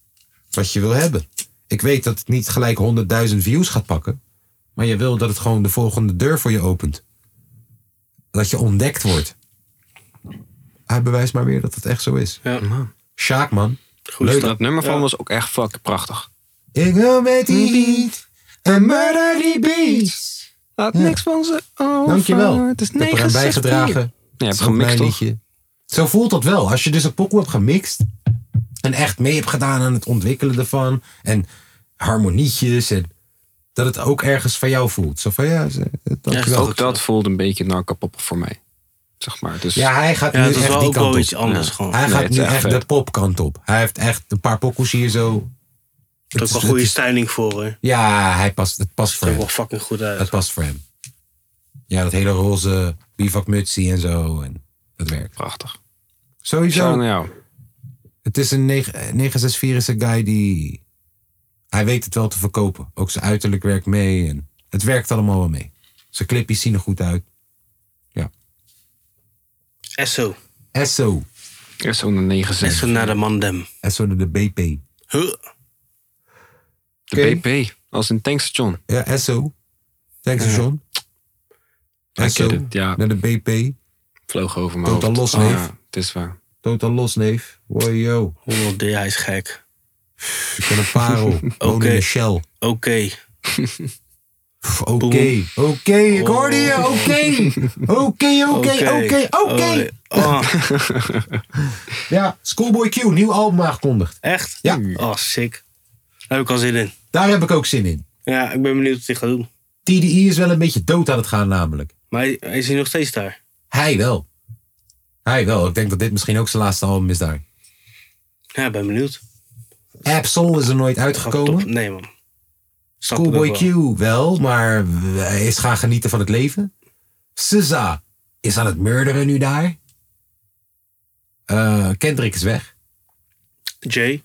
[SPEAKER 1] wat je wil hebben. Ik weet dat het niet gelijk 100.000 views gaat pakken. Maar je wil dat het gewoon de volgende deur voor je opent. Dat je ontdekt wordt. Hij bewijst maar weer dat het echt zo is.
[SPEAKER 3] Ja.
[SPEAKER 1] Sjaak man.
[SPEAKER 3] Goed
[SPEAKER 1] Leuk.
[SPEAKER 3] stap.
[SPEAKER 2] Dat nummer van
[SPEAKER 3] Ja.
[SPEAKER 2] was ook echt fucking prachtig.
[SPEAKER 1] Ik wil met die beat. En murder die beats. eh,
[SPEAKER 2] Laat niks van ze over.
[SPEAKER 1] Dankjewel.
[SPEAKER 2] Het is
[SPEAKER 1] Ik heb eraan
[SPEAKER 2] 964.
[SPEAKER 1] bijgedragen.
[SPEAKER 2] Je
[SPEAKER 1] Het
[SPEAKER 2] hebt
[SPEAKER 1] is ook
[SPEAKER 2] gemixt
[SPEAKER 1] mijn
[SPEAKER 2] toch?
[SPEAKER 1] liedje. Zo voelt dat wel. Als je dus een pokoe hebt gemixt. En echt mee hebt gedaan aan het ontwikkelen ervan. En harmonietjes. En dat het ook ergens van jou voelt. Zo van ja, ze- dankjewel.
[SPEAKER 2] Ook dat voelde een beetje naar kapoppel voor mij. Zeg maar. Dus
[SPEAKER 1] Ja, hij gaat
[SPEAKER 3] Ja,
[SPEAKER 1] nu
[SPEAKER 3] dat is
[SPEAKER 1] echt
[SPEAKER 3] wel
[SPEAKER 1] die
[SPEAKER 3] ook wel
[SPEAKER 1] kant
[SPEAKER 3] iets
[SPEAKER 1] op. Ah,
[SPEAKER 3] anders
[SPEAKER 2] Ja.
[SPEAKER 3] gewoon.
[SPEAKER 1] Hij
[SPEAKER 2] Nee,
[SPEAKER 1] gaat
[SPEAKER 2] het is
[SPEAKER 1] nu
[SPEAKER 2] echt
[SPEAKER 1] echt
[SPEAKER 2] vet.
[SPEAKER 1] de popkant op. Hij heeft echt een paar pokoes hier zo. Het
[SPEAKER 3] Er is ook
[SPEAKER 1] is-
[SPEAKER 3] wel goede
[SPEAKER 1] het is-
[SPEAKER 3] styling voor, hoor.
[SPEAKER 1] Ja, hij past, het past voor
[SPEAKER 3] Het
[SPEAKER 1] hem.
[SPEAKER 3] is wel fucking goed
[SPEAKER 1] Het
[SPEAKER 3] uit.
[SPEAKER 1] past voor hem. Ja, dat hele roze bivakmutsie en zo. En dat werkt.
[SPEAKER 2] prachtig. Shout
[SPEAKER 1] Sowieso.
[SPEAKER 2] naar jou.
[SPEAKER 1] Het is een neg- eh, 964 is een guy die... Hij weet het wel te verkopen. Ook zijn uiterlijk werkt mee. En het werkt allemaal wel mee. Zijn clipjes zien er goed uit.
[SPEAKER 3] Esso.
[SPEAKER 1] SO.
[SPEAKER 2] Eerst zo'n 9
[SPEAKER 3] Esso naar de mandem.
[SPEAKER 1] SO door de BP.
[SPEAKER 3] Huh.
[SPEAKER 2] De BP. Als een tankstation.
[SPEAKER 1] Ja, SO. Tankstation.
[SPEAKER 2] I
[SPEAKER 1] SO.
[SPEAKER 2] get it, ja.
[SPEAKER 1] Naar de BP.
[SPEAKER 2] Vloog over mijn
[SPEAKER 1] Totaal
[SPEAKER 2] hoofd.
[SPEAKER 1] los,
[SPEAKER 2] Ah,
[SPEAKER 1] neef.
[SPEAKER 2] ja, het is waar.
[SPEAKER 1] Totaal los, neef. Wow, yo.
[SPEAKER 3] 100D, hij is gek.
[SPEAKER 1] Ik ben een parel. Woon
[SPEAKER 3] Oké.
[SPEAKER 1] in de shell.
[SPEAKER 3] Oké.
[SPEAKER 1] Pff, Oké. Oké, ik hoorde je. Oké. Oké, oké, oké, oké.
[SPEAKER 3] Oh,
[SPEAKER 1] Ja, Schoolboy Q. Nieuw album aangekondigd.
[SPEAKER 3] echt?
[SPEAKER 1] Ja.
[SPEAKER 3] Oh, sick. Daar heb ik al zin in.
[SPEAKER 1] Daar heb ik ook zin in.
[SPEAKER 3] Ja, ik ben benieuwd wat hij gaat doen.
[SPEAKER 1] TDI E is wel een beetje dood aan het gaan namelijk.
[SPEAKER 3] Maar hij, hij is hier nog steeds daar.
[SPEAKER 1] Hij wel. Hij wel. Ik denk dat dit misschien ook zijn laatste album is daar.
[SPEAKER 3] Ja, ik ben benieuwd.
[SPEAKER 1] Absol is er nooit
[SPEAKER 3] Gaat het top?
[SPEAKER 1] uitgekomen.
[SPEAKER 3] Nee, man. Snap ik
[SPEAKER 1] Schoolboy
[SPEAKER 3] ook
[SPEAKER 1] Q
[SPEAKER 3] wel.
[SPEAKER 1] wel, maar hij is gaan genieten van het leven. SZA is aan het murderen nu daar. Eh, Kendrick is weg.
[SPEAKER 3] Jay.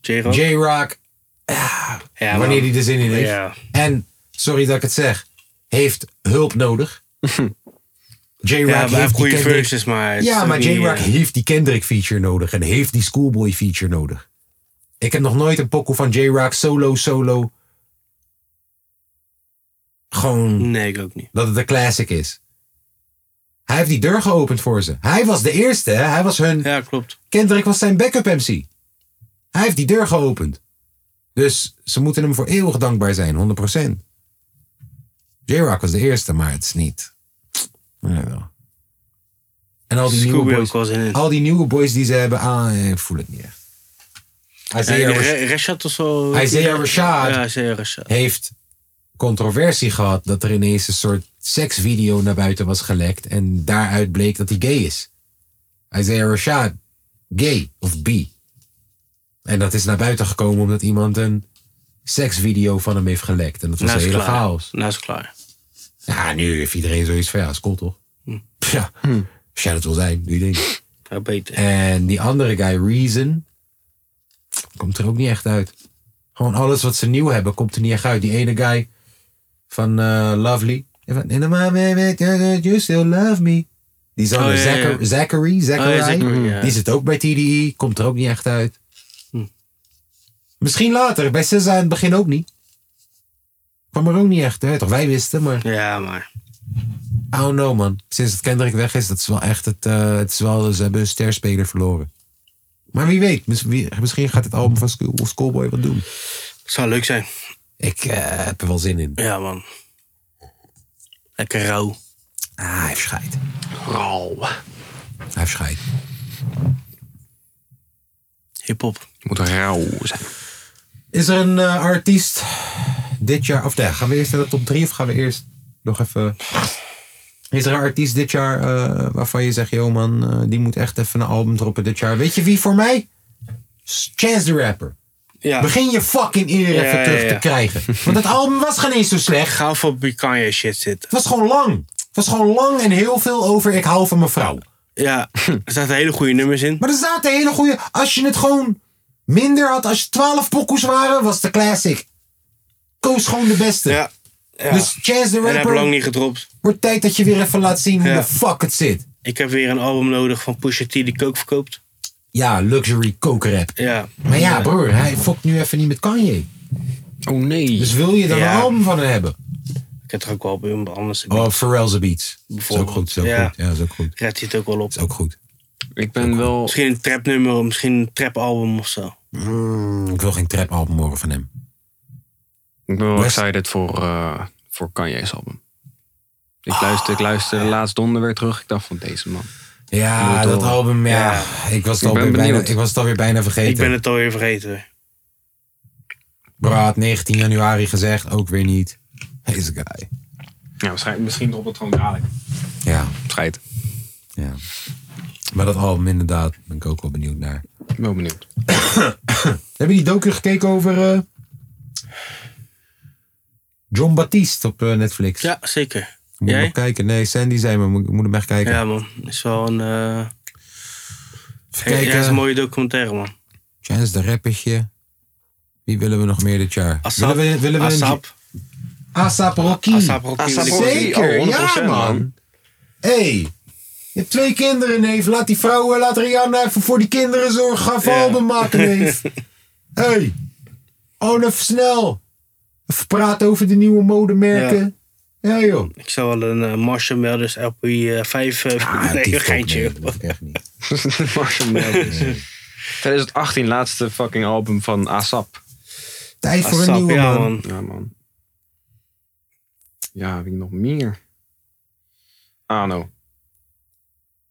[SPEAKER 3] Jay Rock.
[SPEAKER 1] J-Rock,
[SPEAKER 3] Ja,
[SPEAKER 1] wanneer hij
[SPEAKER 3] man.
[SPEAKER 1] er zin in heeft.
[SPEAKER 3] Ja.
[SPEAKER 1] En, sorry dat ik het zeg, heeft hulp nodig. J-Rock
[SPEAKER 3] Ja, maar hij
[SPEAKER 1] heeft
[SPEAKER 3] heeft
[SPEAKER 1] die
[SPEAKER 3] goede
[SPEAKER 1] Kendrick
[SPEAKER 3] verses, maar... het is
[SPEAKER 1] Ja,
[SPEAKER 3] ook
[SPEAKER 1] maar
[SPEAKER 3] niet,
[SPEAKER 1] J-Rock
[SPEAKER 3] eh,
[SPEAKER 1] heeft die Kendrick feature nodig en heeft die Schoolboy feature nodig. Ik heb nog nooit een pokoe van J-Rock solo, solo. Gewoon
[SPEAKER 3] eh, Nee, ik ook niet.
[SPEAKER 1] dat het een classic is. Hij heeft die deur geopend voor ze. Hij was de eerste, hè? Hij was hun.
[SPEAKER 3] Ja, klopt.
[SPEAKER 1] Kendrick was zijn backup MC. Hij heeft die deur geopend. Dus ze moeten hem voor eeuwig dankbaar zijn, 100%. J-Rock was de eerste, maar het is niet. Ja, wel. En al die nieuwe
[SPEAKER 3] Scooby
[SPEAKER 1] boys.
[SPEAKER 3] ook wel zin in.
[SPEAKER 1] Dus Al die nieuwe boys die ze hebben, ah, ik voel het niet echt. Isaiah
[SPEAKER 3] Eh,
[SPEAKER 1] Rash-
[SPEAKER 3] Re- Rashad of zo.
[SPEAKER 1] Isaiah Rashad.
[SPEAKER 3] Ja, Isaiah Rashad.
[SPEAKER 1] heeft controversie gehad dat er ineens een soort seksvideo naar buiten was gelekt en daaruit bleek dat hij gay is. Isaiah Rashad, gay of bi. En dat is naar buiten gekomen omdat iemand een seksvideo van hem heeft gelekt. En dat was
[SPEAKER 3] Nou
[SPEAKER 1] een
[SPEAKER 3] is
[SPEAKER 1] hele
[SPEAKER 3] klaar.
[SPEAKER 1] chaos.
[SPEAKER 3] Nou is klaar.
[SPEAKER 1] Ja, nu heeft iedereen zoiets van, ja, is cool toch?
[SPEAKER 3] Hm.
[SPEAKER 1] Pff, Ja, als jij dat wil zijn, doe je ding.
[SPEAKER 3] Ja, beter.
[SPEAKER 1] En die andere guy, Reason, komt er ook niet echt uit. Gewoon alles wat ze nieuw hebben, komt er niet echt uit. Die ene guy van eh, Lovely. En van, "In the moment that you still love me. Die zanger
[SPEAKER 3] Oh, ja, ja, ja.
[SPEAKER 1] Zachar- Zachary,
[SPEAKER 3] Oh,
[SPEAKER 1] Zachary,
[SPEAKER 3] Zachary, ja.
[SPEAKER 1] die zit ook bij TDE, komt er ook niet echt uit. Misschien later, bij SZA in het begin ook niet. Kwam er ook niet echt uit, toch wij wisten, maar
[SPEAKER 3] Ja, maar...
[SPEAKER 1] Oh no man, sinds dat Kendrick weg is, dat is wel echt het, eh, het is wel, ze hebben een sterspeler verloren. Maar wie weet, mis- wie- misschien gaat het album van School, of Schoolboy wat doen.
[SPEAKER 3] Zou leuk zijn.
[SPEAKER 1] Ik eh, heb er wel zin in.
[SPEAKER 3] Ja, man. Lekker rauw.
[SPEAKER 1] Ah, hij heeft scheid.
[SPEAKER 3] Rauw.
[SPEAKER 1] Hij heeft scheid.
[SPEAKER 3] Hip-hop.
[SPEAKER 2] Moet rauw zijn.
[SPEAKER 1] Is er een eh, artiest dit jaar, of nee, gaan we eerst naar de top 3 of gaan we eerst nog even... Is er een artiest dit jaar eh, waarvan je zegt, joh man, eh, die moet echt even een album droppen dit jaar. Weet je wie voor mij? Chance the Rapper.
[SPEAKER 3] Ja.
[SPEAKER 1] Begin je fucking eer
[SPEAKER 3] Ja,
[SPEAKER 1] even
[SPEAKER 3] ja,
[SPEAKER 1] terug
[SPEAKER 3] ja.
[SPEAKER 1] te krijgen. Want het album was geen eens zo slecht.
[SPEAKER 3] Ga voor Kanye shit zitten.
[SPEAKER 1] Het was gewoon lang. Het was gewoon lang en heel veel over ik hou van mijn vrouw.
[SPEAKER 3] Ja, er zaten hele goede nummers in.
[SPEAKER 1] Maar er zaten hele goede. Als je het gewoon minder had, als je 12 pokoes waren, was de classic. Koos gewoon de beste.
[SPEAKER 3] Ja. ja.
[SPEAKER 1] Dus Chance the
[SPEAKER 3] en heb lang
[SPEAKER 1] Rapper,
[SPEAKER 3] niet gedropt.
[SPEAKER 1] wordt tijd dat je weer even laat zien hoe
[SPEAKER 3] Ja.
[SPEAKER 1] de fuck het zit.
[SPEAKER 3] Ik heb weer een album nodig van Pusha T die kook verkoopt.
[SPEAKER 1] Ja, luxury kokerrap.
[SPEAKER 3] Ja.
[SPEAKER 1] Maar ja, broer, hij fokt nu even niet met Kanye.
[SPEAKER 2] Oh nee.
[SPEAKER 1] Dus wil je daar
[SPEAKER 3] Ja.
[SPEAKER 1] een album van hem hebben?
[SPEAKER 3] Ik heb er ook wel bij iemand anders. Ik
[SPEAKER 1] Oh, Pharrell's Beats. Is ook
[SPEAKER 3] Bijvoorbeeld.
[SPEAKER 1] goed, is ook
[SPEAKER 3] Ja.
[SPEAKER 1] goed. Ja, is ook goed.
[SPEAKER 3] red hij het ook wel op.
[SPEAKER 1] Is ook goed.
[SPEAKER 2] ik ben wel...
[SPEAKER 3] Misschien een trapnummer, of misschien een trapalbum of zo.
[SPEAKER 1] Mm, ik wil geen trap album horen van hem.
[SPEAKER 2] Ik ben wel
[SPEAKER 1] West-
[SPEAKER 2] excited voor, eh, voor Kanye's album. Ik
[SPEAKER 1] Ah.
[SPEAKER 2] luister, ik luister laatst donder weer terug. Ik dacht van deze man.
[SPEAKER 1] Ja,
[SPEAKER 2] Moet
[SPEAKER 1] dat
[SPEAKER 2] horen.
[SPEAKER 1] album, ja. Ik, was het
[SPEAKER 2] Ik ben
[SPEAKER 1] alweer bijna,
[SPEAKER 2] benieuwd.
[SPEAKER 1] ik was het alweer bijna vergeten.
[SPEAKER 3] Ik ben het alweer vergeten.
[SPEAKER 1] Bro had 19 januari gezegd, ook weer niet. Deze guy.
[SPEAKER 2] Ja, waarschijnlijk, misschien op het gewoon dadelijk.
[SPEAKER 1] Ja,
[SPEAKER 2] Scheid.
[SPEAKER 1] ja. Maar dat album inderdaad, ben ik ook wel benieuwd naar.
[SPEAKER 2] Ik ben wel benieuwd.
[SPEAKER 1] Hebben die docu gekeken over eh, John Baptiste op eh, Netflix?
[SPEAKER 3] Ja, zeker.
[SPEAKER 1] Moet ik nog
[SPEAKER 3] Jij?
[SPEAKER 1] kijken? Nee, Sandy zei me, moet, ik moet hem echt kijken.
[SPEAKER 3] Ja, man. Is wel een. eh
[SPEAKER 1] Even
[SPEAKER 3] ja,
[SPEAKER 1] kijken.
[SPEAKER 3] is een mooie documentaire, man.
[SPEAKER 1] Chance de rappertje. Wie willen we nog meer dit jaar?
[SPEAKER 3] Asap.
[SPEAKER 1] Willen we, willen we een-
[SPEAKER 3] Asap.
[SPEAKER 1] Asap Rocky.
[SPEAKER 3] Asap Rocky.
[SPEAKER 2] Asap
[SPEAKER 3] wil ik-
[SPEAKER 2] Rocky.
[SPEAKER 1] Zeker,
[SPEAKER 2] Oh,
[SPEAKER 1] ja man.
[SPEAKER 2] 100% man.
[SPEAKER 1] hey, je hebt twee kinderen, neef. Laat die vrouwen, laat Rihanna even voor die kinderen zorgen. Ga even
[SPEAKER 3] Ja.
[SPEAKER 1] album maken, neef. hey, oh, even snel. Even praten over de nieuwe modemerken. Ja, joh.
[SPEAKER 3] Ik zou wel een eh, Marshall Mathers LP eh, 5... eh, nee, een geintje.
[SPEAKER 1] dat doe ik echt niet.
[SPEAKER 2] Marshall Mathers. 2018, laatste fucking album van Asap.
[SPEAKER 1] Tijd voor een
[SPEAKER 3] Asap,
[SPEAKER 1] nieuwe
[SPEAKER 3] ja,
[SPEAKER 1] man.
[SPEAKER 3] man.
[SPEAKER 2] Ja, man. Ja, wie nog meer? Ano.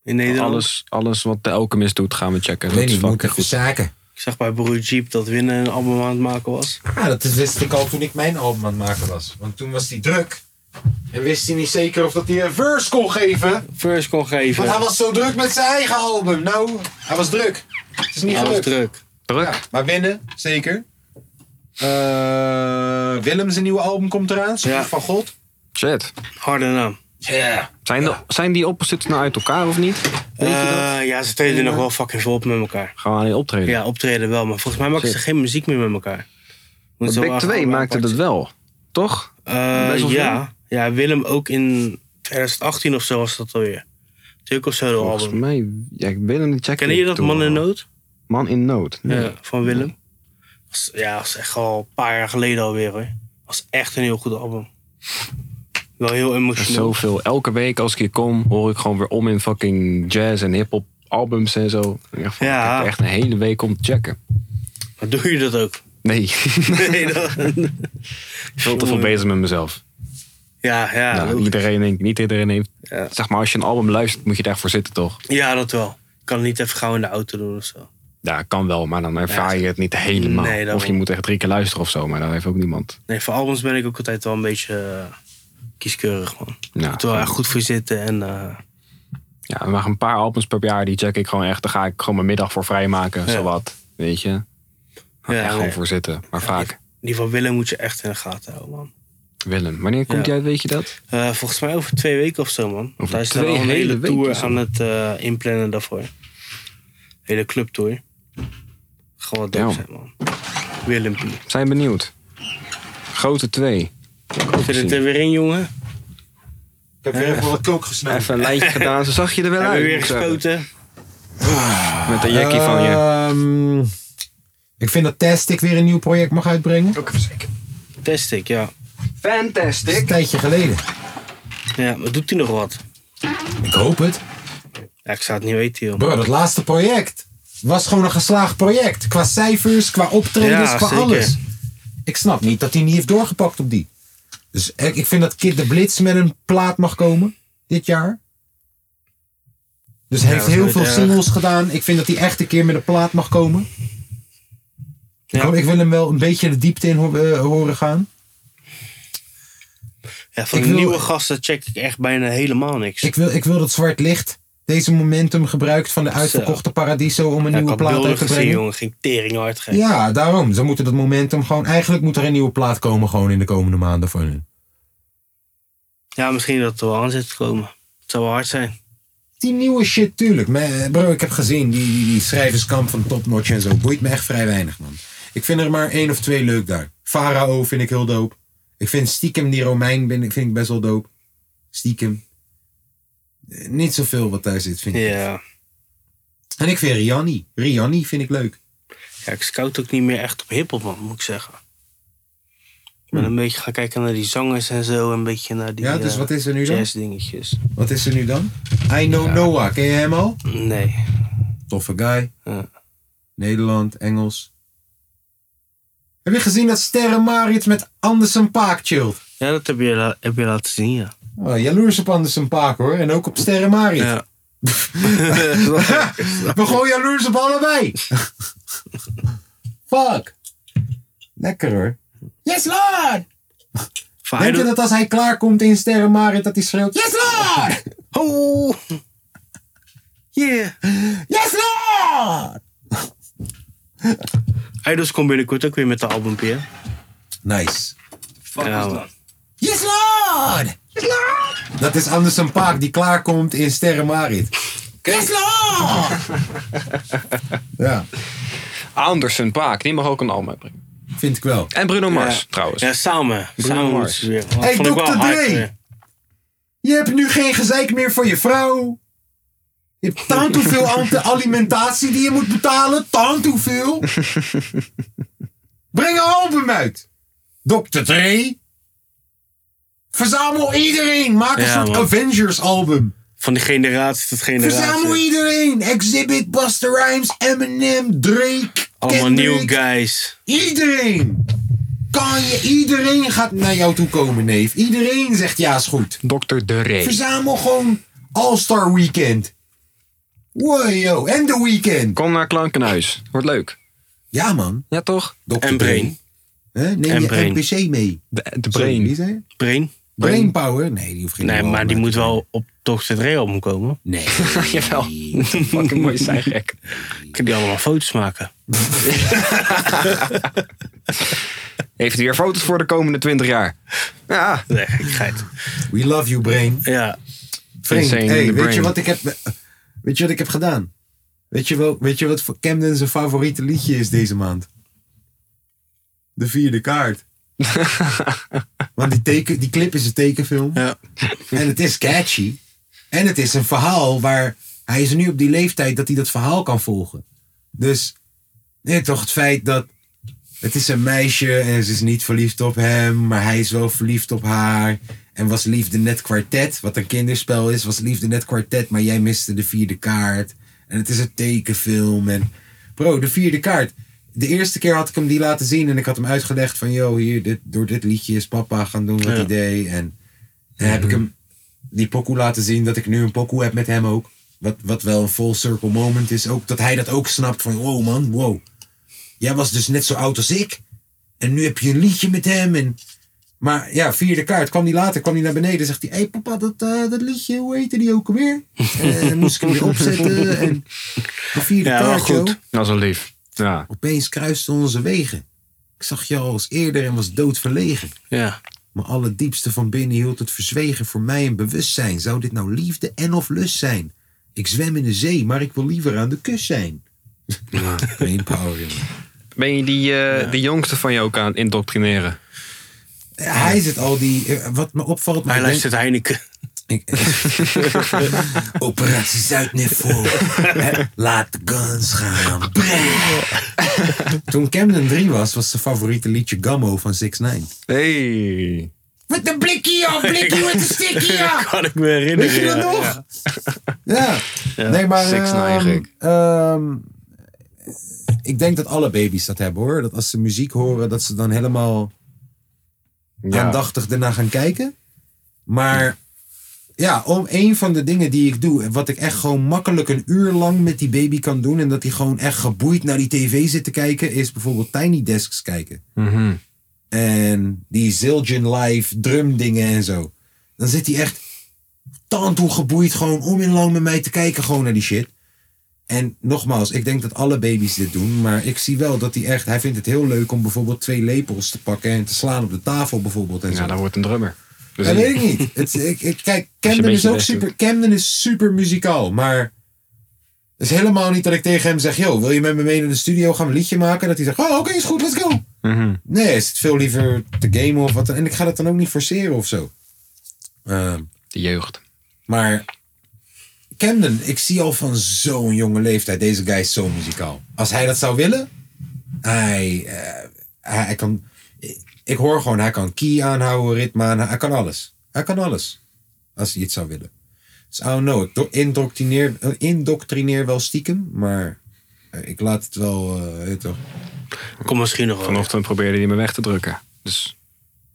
[SPEAKER 3] In Nederland.
[SPEAKER 2] Alles, alles wat de Alchemist doet, gaan we checken.
[SPEAKER 1] Ik weet
[SPEAKER 2] dat
[SPEAKER 1] niet,
[SPEAKER 2] is
[SPEAKER 1] moet ik
[SPEAKER 2] fucking
[SPEAKER 1] even
[SPEAKER 2] goed.
[SPEAKER 1] zaken.
[SPEAKER 3] Ik zag bij Broer Jeep dat Winnen een album aan het maken was.
[SPEAKER 1] Ja, dat wist ik al toen ik mijn album aan het maken was. Want toen was hij druk. En wist hij niet zeker of dat hij een verse kon geven.
[SPEAKER 3] First kon geven.
[SPEAKER 1] Want hij was zo druk met zijn eigen album. Nou, hij was druk. Het is niet
[SPEAKER 3] Alles
[SPEAKER 1] gelukt.
[SPEAKER 3] druk.
[SPEAKER 2] Druk.
[SPEAKER 1] Ja, maar winnen, zeker. Eh Willem, zijn nieuwe album komt eraan. Schroef
[SPEAKER 3] Ja.
[SPEAKER 1] van God.
[SPEAKER 2] Shit.
[SPEAKER 3] Harde naam.
[SPEAKER 1] Ja.
[SPEAKER 2] Zijn, de, zijn die opposites nou uit elkaar of niet? Weet je dat?
[SPEAKER 3] Eh, ja, ze treden nog wel fucking vol op met elkaar.
[SPEAKER 2] Gaan we aan die optreden?
[SPEAKER 3] Ja, optreden wel, maar volgens mij maken ze
[SPEAKER 2] Shit.
[SPEAKER 3] geen muziek meer met elkaar. Want
[SPEAKER 2] Maar Back 2 maakte dat wel, toch? best wel
[SPEAKER 3] Eh, ja. ja, Willem ook in 2018 of zo was dat alweer. Natuurlijk of zo de
[SPEAKER 2] Volgens
[SPEAKER 3] album.
[SPEAKER 2] mij, ja, ik wil hem niet checken.
[SPEAKER 3] Kennen je dat Man in Nood?
[SPEAKER 2] Man in Nood. Nee.
[SPEAKER 3] Ja, Eh, van Willem. Was- ja, was echt al een paar jaar geleden alweer hoor. Was echt een heel goed album. Wel heel
[SPEAKER 2] Er is
[SPEAKER 3] emotioneel.
[SPEAKER 2] zoveel. Elke week als ik hier kom, hoor ik gewoon weer om in fucking jazz en hip-hop albums en zo. Ik dacht van,
[SPEAKER 3] Ja.
[SPEAKER 2] Ik heb echt een hele week om te checken.
[SPEAKER 3] Maar doe je dat ook?
[SPEAKER 2] Nee,
[SPEAKER 3] Nee, dat...
[SPEAKER 2] veel te veel bezig met mezelf.
[SPEAKER 3] Ja, ja,
[SPEAKER 2] nou,
[SPEAKER 3] ook.
[SPEAKER 2] iedereen denkt, niet iedereen heeft.
[SPEAKER 3] Ja.
[SPEAKER 2] Zeg maar, als je een album luistert, moet je daarvoor zitten, toch?
[SPEAKER 3] ja, dat wel. Ik kan het niet even gauw in de auto doen of zo.
[SPEAKER 2] Ja, kan wel, maar dan ervaar je het niet helemaal.
[SPEAKER 3] Nee, daarom.
[SPEAKER 2] of je moet echt drie keer luisteren of zo, maar dan heeft ook niemand.
[SPEAKER 3] Nee, voor albums ben ik ook altijd wel een beetje eh, kieskeurig, man. Ik
[SPEAKER 2] Nou, Ja,
[SPEAKER 3] moet er wel echt goed voor zitten en... eh,
[SPEAKER 2] Ja, maar een paar albums per jaar, die check ik gewoon echt. Daar ga ik gewoon mijn middag voor vrijmaken,
[SPEAKER 3] Ja.
[SPEAKER 2] zowat. Weet je? Ga
[SPEAKER 3] Ja,
[SPEAKER 2] echt gewoon
[SPEAKER 3] nee.
[SPEAKER 2] voor zitten. Maar vaak,
[SPEAKER 3] die van Willem moet je echt in de gaten houden, man.
[SPEAKER 2] Willem. Wanneer komt
[SPEAKER 3] Ja.
[SPEAKER 2] jij uit, weet je dat?
[SPEAKER 3] Eh, volgens mij over twee weken of zo, man.
[SPEAKER 2] Over
[SPEAKER 3] Daar is dan
[SPEAKER 2] twee
[SPEAKER 3] al een hele
[SPEAKER 2] hele weken
[SPEAKER 3] tour
[SPEAKER 2] zo.
[SPEAKER 3] aan het eh, inplannen daarvoor. Hele clubtour. Gewoon wat dope
[SPEAKER 2] Ja.
[SPEAKER 3] zijn, man. Willempie.
[SPEAKER 2] Zijn benieuwd. Grote twee.
[SPEAKER 3] Zit het er weer in, jongen?
[SPEAKER 1] Ik heb weer even wat kook gesneden.
[SPEAKER 2] Even een lijntje gedaan, zo zag je er wel
[SPEAKER 3] Hebben
[SPEAKER 2] uit.
[SPEAKER 3] we weer
[SPEAKER 2] moet ik zeggen.
[SPEAKER 3] gespoten?
[SPEAKER 2] Met een jackie van je.
[SPEAKER 1] Ehm, ik vind dat Tastic weer een nieuw project mag uitbrengen.
[SPEAKER 2] Ook even zeker.
[SPEAKER 3] Test ik, ja.
[SPEAKER 1] Dat is een
[SPEAKER 2] Fantastic.
[SPEAKER 1] tijdje geleden.
[SPEAKER 3] Ja, maar doet hij nog wat?
[SPEAKER 1] Ik hoop het.
[SPEAKER 3] Ja, ik zou het niet weten, joh.
[SPEAKER 1] Bro, dat laatste project was gewoon een geslaagd project. Qua cijfers, qua optredens,
[SPEAKER 3] Ja,
[SPEAKER 1] qua
[SPEAKER 3] zeker.
[SPEAKER 1] alles. Ik snap niet dat hij niet heeft doorgepakt op die. Dus eh, ik vind dat Kid de Blitz met een plaat mag komen dit jaar. Dus hij
[SPEAKER 3] Ja,
[SPEAKER 1] heeft
[SPEAKER 3] dat is
[SPEAKER 1] heel
[SPEAKER 3] nooit
[SPEAKER 1] veel
[SPEAKER 3] erg.
[SPEAKER 1] singles gedaan. Ik vind dat hij echt een keer met een plaat mag komen.
[SPEAKER 3] Ja.
[SPEAKER 1] Ik, hoop- ik wil hem wel een beetje de diepte in ho- eh, horen gaan.
[SPEAKER 3] Ja, van
[SPEAKER 1] Ik
[SPEAKER 3] die
[SPEAKER 1] wil-
[SPEAKER 3] nieuwe gasten check ik echt bijna helemaal niks.
[SPEAKER 1] Ik wil, ik wil dat Zwart Licht deze momentum gebruikt van de uitverkochte Paradiso om een
[SPEAKER 3] ja, ik
[SPEAKER 1] nieuwe
[SPEAKER 3] had
[SPEAKER 1] plaat
[SPEAKER 3] beelden
[SPEAKER 1] uit te
[SPEAKER 3] gezien,
[SPEAKER 1] brengen.
[SPEAKER 3] jongen. Ging tering hard geven.
[SPEAKER 1] Ja, daarom. Ze moeten dat momentum gewoon... Eigenlijk moet er een nieuwe plaat komen gewoon in de komende maanden van hun.
[SPEAKER 3] Ja, misschien dat het er wel aan zit te komen. Het zou wel hard zijn.
[SPEAKER 1] Die nieuwe shit, tuurlijk. Maar, eh, bro, ik heb gezien, die, die, die schrijverskamp van Top Notch en zo, boeit me echt vrij weinig, man. Ik vind er maar één of twee leuk daar. Farao vind ik heel dope. Ik vind stiekem die Romein ben, ik- vind ik best wel dope. Stiekem. Eh, Niet zoveel wat daar zit, vind ik.
[SPEAKER 3] Ja.
[SPEAKER 1] En ik vind Rianni. Rianni vind ik leuk.
[SPEAKER 3] ja, ik scout ook niet meer echt op hiphop, man, moet ik zeggen. Ik ben een beetje gaan kijken naar die zangers en zo. Een beetje naar die
[SPEAKER 1] Hmm. Ja, dus
[SPEAKER 3] eh,
[SPEAKER 1] wat is er nu dan?
[SPEAKER 3] jazz-dingetjes.
[SPEAKER 1] Wat is er nu dan? I Know Noah, ken je hem al?
[SPEAKER 3] Nee.
[SPEAKER 1] Toffe guy.
[SPEAKER 3] Ja.
[SPEAKER 1] Nederland, Engels. Heb je gezien dat Sterren Marit met Andersen Paak chillt?
[SPEAKER 3] Ja, dat heb je, la- heb je laten zien, ja.
[SPEAKER 1] Oh, jaloers op Andersen Paak hoor. En ook op Sterren Marit.
[SPEAKER 3] Ja.
[SPEAKER 1] We gewoon jaloers op allebei. Fuck. Lekker hoor. Yes Lord!
[SPEAKER 3] Van
[SPEAKER 1] Denk je
[SPEAKER 3] Idol-
[SPEAKER 1] dat als hij klaarkomt in Sterren Marit dat hij schreeuwt Yes Lord!
[SPEAKER 3] Oh! Yeah!
[SPEAKER 1] Yes Lord!
[SPEAKER 3] Idols komt binnenkort ook weer met de albumpje. hè?
[SPEAKER 1] Nice.
[SPEAKER 3] Ja, man.
[SPEAKER 1] Yes Lord! Dat is Anders een Paak die klaarkomt in Sterren Marit. Yes Lord! ja,
[SPEAKER 2] Andersen Paak, die mag ook een album uitbrengen.
[SPEAKER 1] vind ik wel.
[SPEAKER 2] En Bruno Mars,
[SPEAKER 3] Ja.
[SPEAKER 2] trouwens.
[SPEAKER 3] Ja, samen. samen moeten
[SPEAKER 2] Mars.
[SPEAKER 3] ze weer. Dat
[SPEAKER 1] Hey,
[SPEAKER 3] vond ik wel
[SPEAKER 1] Dr.
[SPEAKER 3] hard,
[SPEAKER 1] Dre.
[SPEAKER 3] hè.
[SPEAKER 1] Je hebt nu geen gezeik meer voor je vrouw. Je hebt tant hoeveel aan de alimentatie die je moet betalen. Tant hoeveel. Breng een album uit. Dr. Dre. Verzamel iedereen. Maak een
[SPEAKER 3] Ja,
[SPEAKER 1] soort
[SPEAKER 3] man.
[SPEAKER 1] Avengers album.
[SPEAKER 3] Van die generatie tot generatie.
[SPEAKER 1] Verzamel iedereen. Exhibit, Buster Rhymes, Eminem, Drake.
[SPEAKER 3] Allemaal
[SPEAKER 1] Kendrick.
[SPEAKER 3] new guys.
[SPEAKER 1] Iedereen. Kan je, iedereen gaat naar jou toe komen, neef. Iedereen zegt ja, is goed.
[SPEAKER 2] Dr. De Rey.
[SPEAKER 1] Verzamel gewoon All-Star Weekend. Wojo, en The Weekend.
[SPEAKER 2] Kom naar Klankenhuis. Wordt leuk.
[SPEAKER 1] Ja, man.
[SPEAKER 2] Ja, toch?
[SPEAKER 1] Dr.
[SPEAKER 3] En Brain.
[SPEAKER 1] Hè? Neem
[SPEAKER 3] En
[SPEAKER 1] je
[SPEAKER 3] Brain.
[SPEAKER 1] NPC mee.
[SPEAKER 2] De, de
[SPEAKER 1] Sorry, wie
[SPEAKER 2] Brain.
[SPEAKER 1] zei je?
[SPEAKER 3] Brain.
[SPEAKER 1] Brainpower? Nee, die hoeft geen
[SPEAKER 3] Nee,
[SPEAKER 1] nieuwe
[SPEAKER 3] maar die
[SPEAKER 1] album
[SPEAKER 3] moet
[SPEAKER 1] uit
[SPEAKER 3] wel op Dr. Dre album komen.
[SPEAKER 1] te brengen.
[SPEAKER 2] Jawel. Fucking mooi zijn gek.
[SPEAKER 3] Ik heb die allemaal foto's maken.
[SPEAKER 2] Heeft u weer foto's voor de komende 20 jaar? Ja.
[SPEAKER 3] Nee, gekheid.
[SPEAKER 1] Nee. We love you, Brain.
[SPEAKER 3] Ja.
[SPEAKER 1] Frank,
[SPEAKER 2] Insane in
[SPEAKER 1] hey,
[SPEAKER 2] the
[SPEAKER 1] weet, je
[SPEAKER 2] brain.
[SPEAKER 1] wat ik heb, weet je wat ik heb gedaan? Weet je, wel, weet je wat voor Camden zijn favoriete liedje is deze maand? De vierde kaart. Want die, teken, die clip is een tekenfilm.
[SPEAKER 3] Ja.
[SPEAKER 1] En het is catchy. En het is een verhaal waar... Hij is nu op die leeftijd dat hij dat verhaal kan volgen. Dus nee, toch het feit dat... Het is een meisje en ze is niet verliefd op hem, maar hij is wel verliefd op haar. En was liefde net kwartet, wat een kinderspel is, was liefde net kwartet, maar jij miste de vierde kaart. En het is een tekenfilm en... Bro, de vierde kaart. De eerste keer had ik hem die laten zien en ik had hem uitgelegd van... Yo, hier, dit, door dit liedje is papa gaan doen wat hij deed. En, en heb ik hem die pokoe laten zien dat ik nu een pokoe heb met hem ook. Wat, wat wel een full circle moment is. Ook dat hij dat ook snapt van, wow man, wow. Jij was dus net zo oud als ik. En nu heb je een liedje met hem. En... Maar ja, vierde kaart kwam hij later, kwam hij naar beneden. Zegt hij, hé hey, papa, dat, eh, dat liedje, hoe heette die ook alweer? Eh, en moest ik hem weer opzetten. En de vierde
[SPEAKER 3] Ja, wel
[SPEAKER 1] kaart,
[SPEAKER 3] goed.
[SPEAKER 1] joh.
[SPEAKER 2] Dat is wel lief. Ja.
[SPEAKER 1] Opeens kruisten onze wegen. Ik zag je al eens eerder en was doodverlegen.
[SPEAKER 3] Ja.
[SPEAKER 1] Maar allerdiepste van binnen hield het verzwegen voor mij een bewustzijn. Zou dit nou liefde en of lust zijn? Ik zwem in de zee, maar ik wil liever aan de kus zijn. Brain power, jongen.
[SPEAKER 2] Ben je die, eh, die jongste van je ook aan het indoctrineren?
[SPEAKER 1] Hij zit al die... eh, Wat me opvalt... maar
[SPEAKER 3] Hij
[SPEAKER 1] ik denk-
[SPEAKER 3] luistert Heineken.
[SPEAKER 1] Ik- Operatie Zuidniffel. Laat de guns gaan. Toen Camden 3 was, was zijn favoriete liedje Gummo van 6 9
[SPEAKER 2] Hey.
[SPEAKER 1] We met de blikkie op, blikkie met de stikkie op.
[SPEAKER 3] Kan ik me herinneren.
[SPEAKER 1] Ah! Weet je dat
[SPEAKER 3] ja,
[SPEAKER 1] nog?
[SPEAKER 3] ja.
[SPEAKER 1] Ja. nee, maar.
[SPEAKER 2] Six Nine
[SPEAKER 1] ehm,
[SPEAKER 2] gek.
[SPEAKER 1] ehm, ik denk dat alle baby's dat hebben hoor. Dat als ze muziek horen, dat ze dan helemaal aandachtig ernaar gaan kijken. Maar ja, om een van de dingen die ik doe, wat ik echt gewoon makkelijk een uur lang met die baby kan doen en dat hij gewoon echt geboeid naar die tv zit te kijken, is bijvoorbeeld Tiny Desks kijken. En die Zildjian Live drumdingen en zo. Dan zit hij echt tantoe geboeid gewoon om in lang met mij te kijken gewoon naar die shit. En nogmaals, ik denk dat alle baby's dit doen, maar ik zie wel dat hij echt, hij vindt het heel leuk om bijvoorbeeld twee lepels te pakken en te slaan op de tafel bijvoorbeeld en zo.
[SPEAKER 2] Ja, daar wordt een drummer. Dus
[SPEAKER 1] Dat weet ik niet. Het, ik, ik, kijk,
[SPEAKER 2] een
[SPEAKER 1] Camden is
[SPEAKER 2] beetje
[SPEAKER 1] ook
[SPEAKER 2] best
[SPEAKER 1] super, Camden is super muzikaal, maar het is helemaal niet dat ik tegen hem zeg, joh, wil je met me mee naar de studio gaan we een liedje maken? Dat hij zegt, oh oké, is goed, let's go.
[SPEAKER 2] Mhm.
[SPEAKER 1] Nee, hij zit veel liever te gamen of wat dan. En ik ga dat dan ook niet forceren of zo. Ehm,
[SPEAKER 2] De jeugd.
[SPEAKER 1] maar Camden, ik zie al van zo'n jonge leeftijd, deze guy is zo muzikaal. Als hij dat zou willen, hij, eh, hij, hij kan. Ik, ik hoor gewoon, hij kan key aanhouden, ritme aanhouden, hij kan alles. Hij kan alles. Als hij het zou willen. Dus I don't know, ik do- indoctrineer, eh, indoctrineer wel stiekem, maar eh, ik laat het wel. eh, weet je toch.
[SPEAKER 3] Kom misschien nog wel.
[SPEAKER 2] Vanochtend probeerde hij me weg te drukken. Dus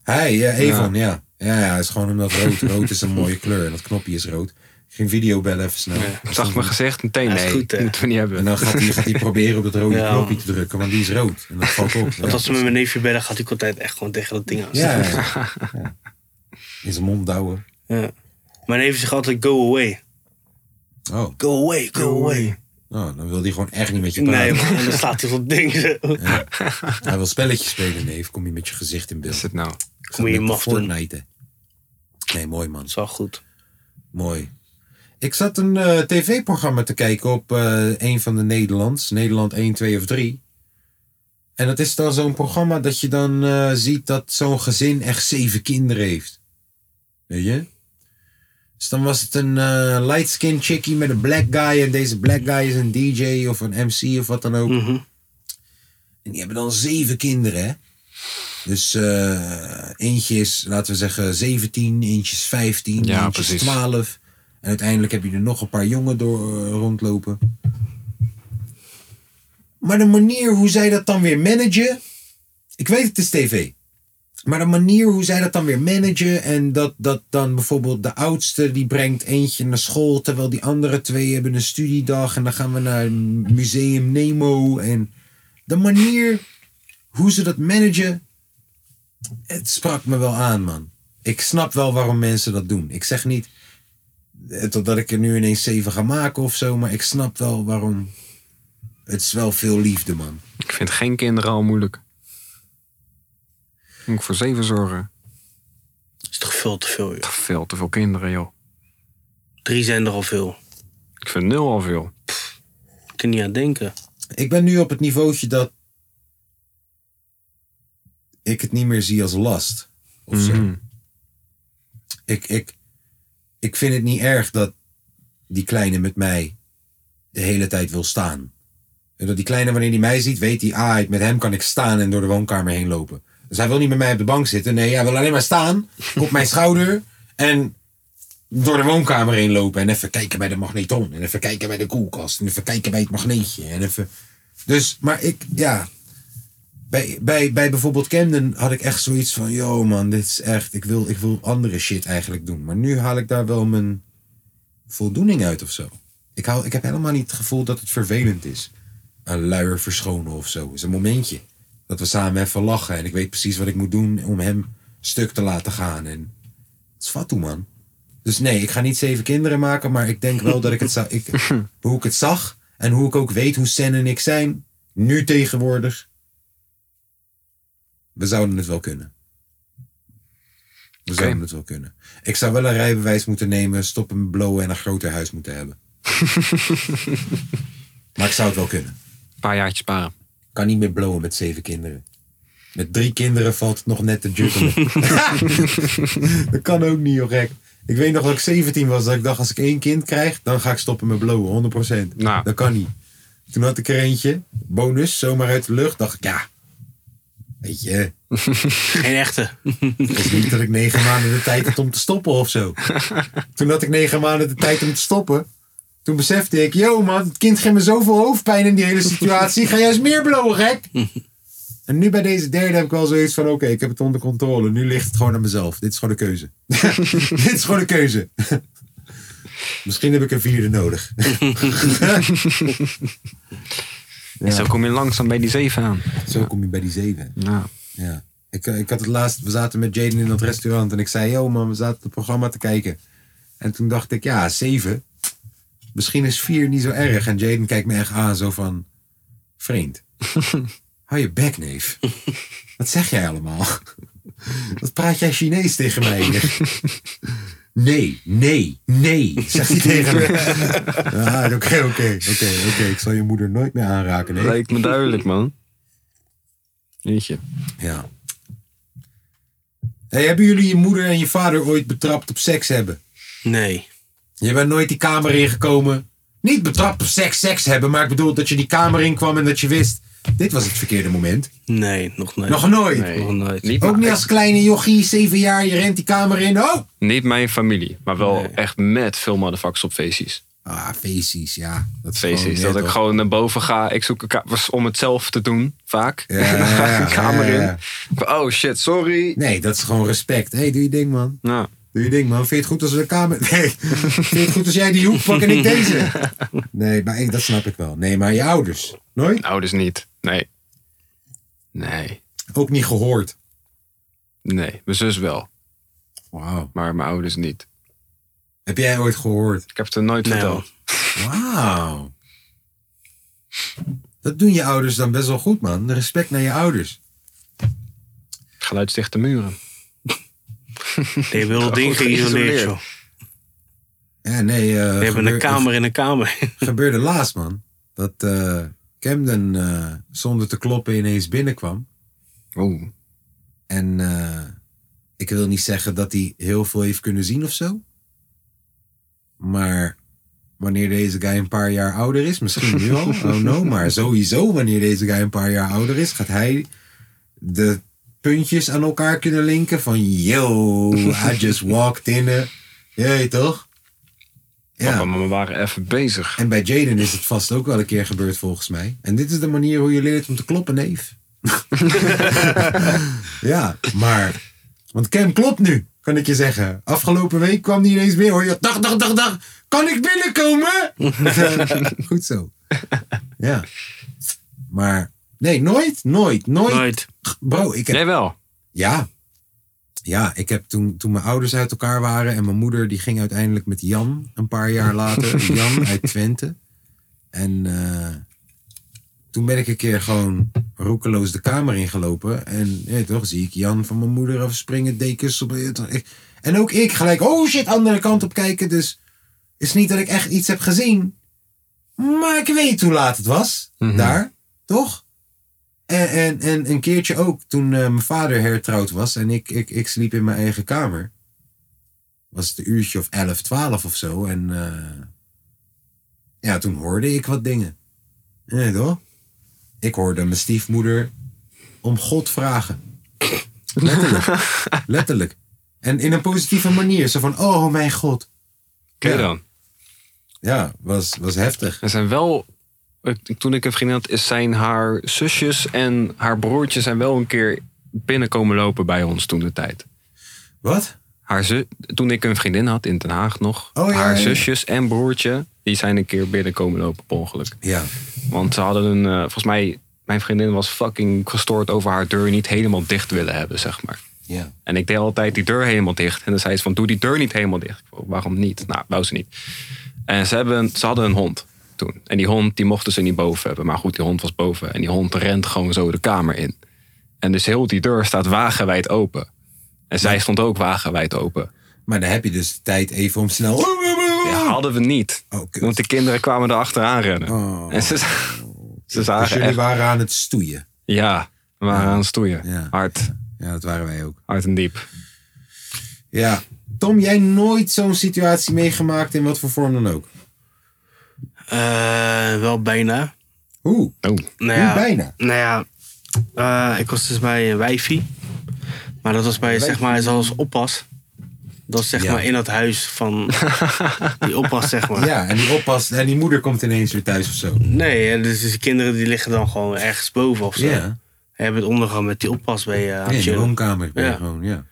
[SPEAKER 1] Hij, ja, Evon, eh, ja. Ja, ja, is gewoon omdat rood, rood is een mooie kleur en dat knopje is rood. Ik ging video bellen even snel.
[SPEAKER 2] ik zag mijn gezicht meteen,
[SPEAKER 3] Ja, is
[SPEAKER 2] nee,
[SPEAKER 3] goed, hè?
[SPEAKER 2] moeten we niet hebben.
[SPEAKER 1] En dan gaat hij, gaat hij proberen op dat rode
[SPEAKER 3] Ja.
[SPEAKER 1] knopje te drukken, want die is rood. En dat valt op. Ja.
[SPEAKER 3] Want als ze met mijn neefje bellen, gaat hij altijd echt gewoon tegen dat ding aan.
[SPEAKER 1] ja, ja. Ja. In zijn mond douwen.
[SPEAKER 3] Ja. Mijn neefje zegt altijd go away.
[SPEAKER 1] Oh.
[SPEAKER 3] Go away, go away.
[SPEAKER 1] oh, dan wil hij gewoon echt niet met je praten.
[SPEAKER 3] Nee man, en dan staat hij op dat ding zo.
[SPEAKER 1] Hij wil spelletjes spelen, neef. Kom je met je gezicht in
[SPEAKER 2] is
[SPEAKER 1] beeld.
[SPEAKER 2] het nou?
[SPEAKER 3] Kom je
[SPEAKER 1] Met de
[SPEAKER 3] maf doen.
[SPEAKER 1] Fortnite. Nee, mooi man.
[SPEAKER 3] Dat is wel goed.
[SPEAKER 1] Mooi. Ik zat een eh, tv-programma te kijken op eh, een van de Nederlands. Nederland 1, 2 of 3. En dat is dan zo'n programma dat je dan eh, ziet dat zo'n gezin echt zeven kinderen heeft. Weet je? Dus dan was het een eh light skin chickie met een black guy. En deze black guy is een DJ of een MC of wat dan ook.
[SPEAKER 3] Mhm.
[SPEAKER 1] En die hebben dan zeven kinderen, hè? Dus eh, eentje is, laten we zeggen, 17, eentje is 15,
[SPEAKER 2] Ja,
[SPEAKER 1] eentje
[SPEAKER 2] precies.
[SPEAKER 1] is 12. En uiteindelijk heb je er nog een paar jongen door eh, rondlopen. Maar de manier hoe zij dat dan weer managen. Ik weet het is tv. Maar de manier hoe zij dat dan weer managen. En dat, dat dan bijvoorbeeld de oudste die brengt eentje naar school. Terwijl die andere twee hebben een studiedag. En dan gaan we naar Museum Nemo. En de manier hoe ze dat managen. Het sprak me wel aan, man. Ik snap wel waarom mensen dat doen. Ik zeg niet eh, totdat ik er nu ineens zeven ga maken of zo. Maar ik snap wel waarom. Het is wel veel liefde, man.
[SPEAKER 2] Ik vind geen kinderen al moeilijk. Moet ik voor zeven zorgen.
[SPEAKER 3] Dat is toch veel te veel, joh.
[SPEAKER 2] Veel te veel kinderen, joh.
[SPEAKER 3] Drie zijn er al veel.
[SPEAKER 2] Ik vind nul al veel.
[SPEAKER 3] Ik kan niet aan denken.
[SPEAKER 1] Ik ben nu op het niveautje dat ik het niet meer zie als last. Of zo. Ik, ik, ik vind het niet erg dat die kleine met mij de hele tijd wil staan. En dat die kleine, wanneer hij mij ziet, weet hij... Ah, met hem kan ik staan en door de woonkamer heen lopen. Dus hij wil niet met mij op de bank zitten. Nee, hij wil alleen maar staan op mijn schouder... en door de woonkamer heen lopen en even kijken bij de magneton. En even kijken bij de koelkast. En even kijken bij het magneetje. En even... Dus, maar ik, ja. Bij, bij, bij bijvoorbeeld Camden had ik echt zoiets van: yo man, dit is echt. Ik wil, ik wil andere shit eigenlijk doen. Maar nu haal ik daar wel mijn voldoening uit of zo. Ik, hou, ik heb helemaal niet het gevoel dat het vervelend is. Een luier verschonen of zo. Het is een momentje. Dat we samen even lachen. En ik weet precies wat ik moet doen om hem stuk te laten gaan. En het is fatu, man. Dus nee, ik ga niet zeven kinderen maken, maar ik denk wel dat ik het zou. Ik, hoe ik het zag en hoe ik ook weet hoe Sen en ik zijn, nu tegenwoordig. We zouden het wel kunnen. We zouden het wel kunnen. Ik zou wel een rijbewijs moeten nemen, stoppen met blowen en een groter huis moeten hebben. maar ik zou het wel kunnen.
[SPEAKER 2] Een paar jaartjes sparen.
[SPEAKER 1] Ik kan niet meer blowen met zeven kinderen. Met drie kinderen valt het nog net te juggelen. dat kan ook niet, joh, gek. Ik weet nog dat ik 17 was, dat ik dacht, als ik één kind krijg, dan ga ik stoppen met blowen, 100%.
[SPEAKER 2] Nou.
[SPEAKER 1] Dat kan niet. Toen had ik er eentje, bonus, zomaar uit de lucht, dacht ik, ja, Weet je,
[SPEAKER 3] Geen echte.
[SPEAKER 1] het is niet dat ik negen maanden de tijd had om te stoppen of zo. Toen had ik negen maanden de tijd om te stoppen. Toen besefte ik, yo man, het kind geeft me zoveel hoofdpijn in die hele situatie. Ga juist meer blowen, gek. En nu bij deze derde heb ik wel zoiets van, oké, ik heb het onder controle. Nu ligt het gewoon aan mezelf. Dit is gewoon een keuze. Dit is gewoon een keuze. Misschien heb ik een vierde nodig.
[SPEAKER 2] En zo kom je langzaam bij die zeven aan. Nou,
[SPEAKER 1] Zo kom je bij die zeven.
[SPEAKER 2] Ja.
[SPEAKER 1] Ja. Ik, eh, ik had het laatst, we zaten met Jaden in dat restaurant en ik zei, yo man, we zaten het programma te kijken. En toen dacht ik, ja, zeven. Misschien is vier niet zo erg. En Jaden kijkt me echt aan, zo van, vreemd. Hou je bek, neef. Wat zeg jij allemaal? Wat praat jij Chinees tegen mij? Nee, nee, nee, zegt hij tegen me. Ah, Oké, oké, oké, oké. Ik zal je moeder nooit meer aanraken. Nee.
[SPEAKER 2] Lijkt me duidelijk, man. Weet je.
[SPEAKER 1] Ja. Hey, hebben jullie je moeder en je vader ooit betrapt op seks hebben?
[SPEAKER 3] Nee.
[SPEAKER 1] Je bent nooit die kamer ingekomen. Niet betrapt op seks, seks hebben, maar ik bedoel dat je die kamer in kwam en dat je wist, dit was het verkeerde moment.
[SPEAKER 3] Nee, nog nooit.
[SPEAKER 1] Nog nooit.
[SPEAKER 3] Nog nooit.
[SPEAKER 2] Niet,
[SPEAKER 1] Ook
[SPEAKER 2] mijn-
[SPEAKER 1] niet als kleine jochie, zeven jaar, je rent die kamer in. Oh!
[SPEAKER 2] niet mijn familie, maar wel
[SPEAKER 3] Nee.
[SPEAKER 2] echt met veel motherfuckers op feestjes.
[SPEAKER 1] Ah, feestjes, ja. Dat is gewoon,
[SPEAKER 2] Feestjes,
[SPEAKER 1] ja,
[SPEAKER 2] dat ik
[SPEAKER 1] toch.
[SPEAKER 2] gewoon naar boven ga. Ik zoek een kamer om het zelf te doen, vaak.
[SPEAKER 1] Ja, ja,
[SPEAKER 2] dan ga ik
[SPEAKER 1] ja,
[SPEAKER 2] een kamer
[SPEAKER 1] ja, ja.
[SPEAKER 2] in. Ik- Oh shit, sorry.
[SPEAKER 1] Nee, dat is gewoon respect. hey, doe je ding, man.
[SPEAKER 2] Nou,
[SPEAKER 1] Doe je ding, man. Vind je het goed als we de kamer... Nee. Vind je het goed als jij die hoek pakt en ik deze? Nee, maar ik- dat snap ik wel. Nee, maar je ouders. Nooit?
[SPEAKER 2] ouders niet. Nee. Nee.
[SPEAKER 1] Ook niet gehoord.
[SPEAKER 2] Nee. Mijn zus wel,
[SPEAKER 1] Wauw.
[SPEAKER 2] maar mijn ouders niet.
[SPEAKER 1] Heb jij ooit gehoord?
[SPEAKER 2] Ik heb het er nooit
[SPEAKER 3] Nee, man.
[SPEAKER 2] verteld.
[SPEAKER 1] Wauw. Dat doen je ouders dan best wel goed, man. De respect naar je ouders.
[SPEAKER 2] Geluidsdichte muren.
[SPEAKER 3] Die hebben heel ding geïsoleerd,
[SPEAKER 2] geïsoleerd.
[SPEAKER 3] joh.
[SPEAKER 1] Ja, nee. eh
[SPEAKER 3] Die hebben een
[SPEAKER 1] gebeur-
[SPEAKER 3] kamer in een kamer.
[SPEAKER 1] gebeurde laatst, man. Dat eh, Camden eh, zonder te kloppen ineens binnenkwam.
[SPEAKER 2] Oeh.
[SPEAKER 1] En eh, ik wil niet zeggen dat hij heel veel heeft kunnen zien of zo. Maar wanneer deze guy een paar jaar ouder is, misschien nu al, oh no, maar sowieso wanneer deze guy een paar jaar ouder is, gaat hij de puntjes aan elkaar kunnen linken van yo, I just walked in. eh. Jee, toch?
[SPEAKER 2] Papa
[SPEAKER 1] Ja.
[SPEAKER 2] en mama waren even bezig.
[SPEAKER 1] En bij Jaden is het vast ook wel een keer gebeurd volgens mij. En dit is de manier hoe je leert om te kloppen, neef. ja, maar... Want Cam klopt nu, kan ik je zeggen. Afgelopen week kwam hij ineens weer. Hoor je, dag, dag, dag, dag. Kan ik binnenkomen? Goed zo. Ja. Maar... Nee, nooit, nooit, nooit.
[SPEAKER 3] Nooit.
[SPEAKER 1] Bro, ik heb...
[SPEAKER 2] Jij wel.
[SPEAKER 1] Ja. Ja, ik heb toen, toen mijn ouders uit elkaar waren en mijn moeder die ging uiteindelijk met Jan een paar jaar later. Jan uit Twente. En eh, toen ben ik een keer gewoon roekeloos de kamer ingelopen. En ja, toch zie ik Jan van mijn moeder afspringen, dekens op. ja, toch, ik- En ook ik gelijk, oh shit, andere kant op kijken. Dus is niet dat ik echt iets heb gezien. Maar ik weet hoe laat het was. Daar, toch? En, en, en een keertje ook, toen eh, mijn vader hertrouwd was en ik, ik, ik sliep in mijn eigen kamer. Was het een uurtje of 11, 12 of zo. En eh, ja, toen hoorde ik wat dingen. Nee, toch? Ik hoorde mijn stiefmoeder om God vragen. Letterlijk. Letterlijk. En in een positieve manier. Zo van, oh mijn God.
[SPEAKER 2] Ken je
[SPEAKER 1] Ja.
[SPEAKER 2] dan?
[SPEAKER 1] Ja, was, was heftig.
[SPEAKER 2] Er zijn wel... Toen ik een vriendin had, is zijn haar zusjes en haar broertje zijn wel een keer binnenkomen lopen bij ons toen de tijd.
[SPEAKER 1] Wat?
[SPEAKER 2] Haar zu- toen ik een vriendin had in Den Haag nog,
[SPEAKER 1] Oh, ja,
[SPEAKER 2] haar
[SPEAKER 1] ja, ja.
[SPEAKER 2] zusjes en broertje, die zijn een keer binnenkomen lopen per ongeluk.
[SPEAKER 1] Ja.
[SPEAKER 2] Want ze hadden een, eh, volgens mij, mijn vriendin was fucking gestoord over haar deur niet helemaal dicht willen hebben, zeg maar.
[SPEAKER 1] Ja.
[SPEAKER 2] En ik deed altijd die deur helemaal dicht. En dan zei ze van, doe die deur niet helemaal dicht. Ik vroeg, Waarom niet? Nou, wou ze niet. En ze, hebben, ze hadden een hond toen. En die hond, die mochten ze niet boven hebben. Maar goed, die hond was boven. En die hond rent gewoon zo de kamer in. En dus heel die deur staat wagenwijd open. En zij stond ook wagenwijd open.
[SPEAKER 1] Maar dan heb je dus de tijd even om snel...
[SPEAKER 2] Ja, hadden we niet.
[SPEAKER 1] Oh, kut.
[SPEAKER 2] Want de kinderen kwamen erachteraan rennen.
[SPEAKER 1] Oh.
[SPEAKER 2] En ze, ze
[SPEAKER 1] Dus
[SPEAKER 2] zagen
[SPEAKER 1] jullie
[SPEAKER 2] echt...
[SPEAKER 1] waren aan het stoeien.
[SPEAKER 2] Ja, we waren aan het stoeien.
[SPEAKER 1] Ja.
[SPEAKER 2] Hard,
[SPEAKER 1] Ja, dat waren wij ook.
[SPEAKER 2] hard en diep.
[SPEAKER 1] Ja. Tom, jij nooit zo'n situatie meegemaakt in wat voor vorm dan ook?
[SPEAKER 3] Eh, wel bijna.
[SPEAKER 1] Hoe?
[SPEAKER 2] Oh.
[SPEAKER 3] Nou
[SPEAKER 1] Hoe
[SPEAKER 3] ja,
[SPEAKER 1] bijna?
[SPEAKER 3] Nou ja, Eh, ik was dus bij een wijfie. Maar dat was bij, zeg maar, zoals oppas. Dat is zeg
[SPEAKER 1] Ja.
[SPEAKER 3] maar in dat huis van die oppas, zeg maar.
[SPEAKER 1] Ja, en die oppast en die moeder komt ineens weer thuis of zo.
[SPEAKER 3] Nee, hè, dus de kinderen die liggen dan gewoon ergens boven of zo.
[SPEAKER 1] Ja,
[SPEAKER 3] Hebben het ondergaan met die oppas bij je aan
[SPEAKER 1] in
[SPEAKER 3] het
[SPEAKER 1] de
[SPEAKER 3] chillen.
[SPEAKER 1] woonkamer. ben je
[SPEAKER 3] Ja.
[SPEAKER 1] Gewoon, ja.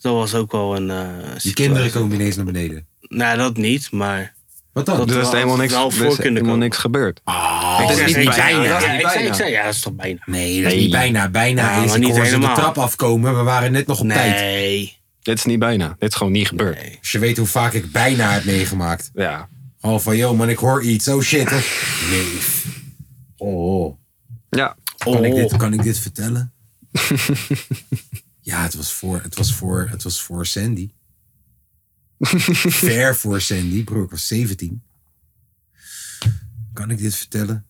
[SPEAKER 3] Dat was ook wel een... eh
[SPEAKER 1] Die
[SPEAKER 3] situatie.
[SPEAKER 1] kinderen komen Oh, ineens naar beneden.
[SPEAKER 3] Nou, dat niet, maar...
[SPEAKER 1] Wat dan?
[SPEAKER 3] Dat-
[SPEAKER 2] Dus er is
[SPEAKER 3] wel-
[SPEAKER 2] helemaal niks,
[SPEAKER 3] wel
[SPEAKER 2] er is
[SPEAKER 3] voor kunnen
[SPEAKER 2] helemaal
[SPEAKER 3] komen.
[SPEAKER 2] niks gebeurd.
[SPEAKER 3] Oh, Ik
[SPEAKER 2] is
[SPEAKER 3] zeg
[SPEAKER 2] niet
[SPEAKER 3] niks.
[SPEAKER 2] bijna.
[SPEAKER 3] Ja,
[SPEAKER 2] Dat is
[SPEAKER 3] ja,
[SPEAKER 2] niet
[SPEAKER 3] ik zei-
[SPEAKER 2] bijna.
[SPEAKER 3] ik zei, ja, dat is toch bijna.
[SPEAKER 1] Nee, dat is niet bijna. Bijna
[SPEAKER 3] Ja,
[SPEAKER 1] is,
[SPEAKER 3] maar
[SPEAKER 1] ik
[SPEAKER 3] niet
[SPEAKER 1] hoor ze de
[SPEAKER 3] helemaal.
[SPEAKER 1] trap afkomen. We waren net nog op tijd.
[SPEAKER 3] Nee.
[SPEAKER 2] Dit is niet bijna. Dit is gewoon niet gebeurd.
[SPEAKER 1] Als je weet hoe vaak ik bijna heb meegemaakt.
[SPEAKER 2] Ja.
[SPEAKER 1] Al van, yo man, ik hoor iets. Oh shit. hè. Nee. Oh, oh.
[SPEAKER 2] Ja.
[SPEAKER 1] Kan, ik
[SPEAKER 3] Oh.
[SPEAKER 1] dit, kan ik dit vertellen? ja, het was voor, het was voor, het was voor Sandy. Ver voor Sandy, broer. Ik was 17. Kan ik dit vertellen?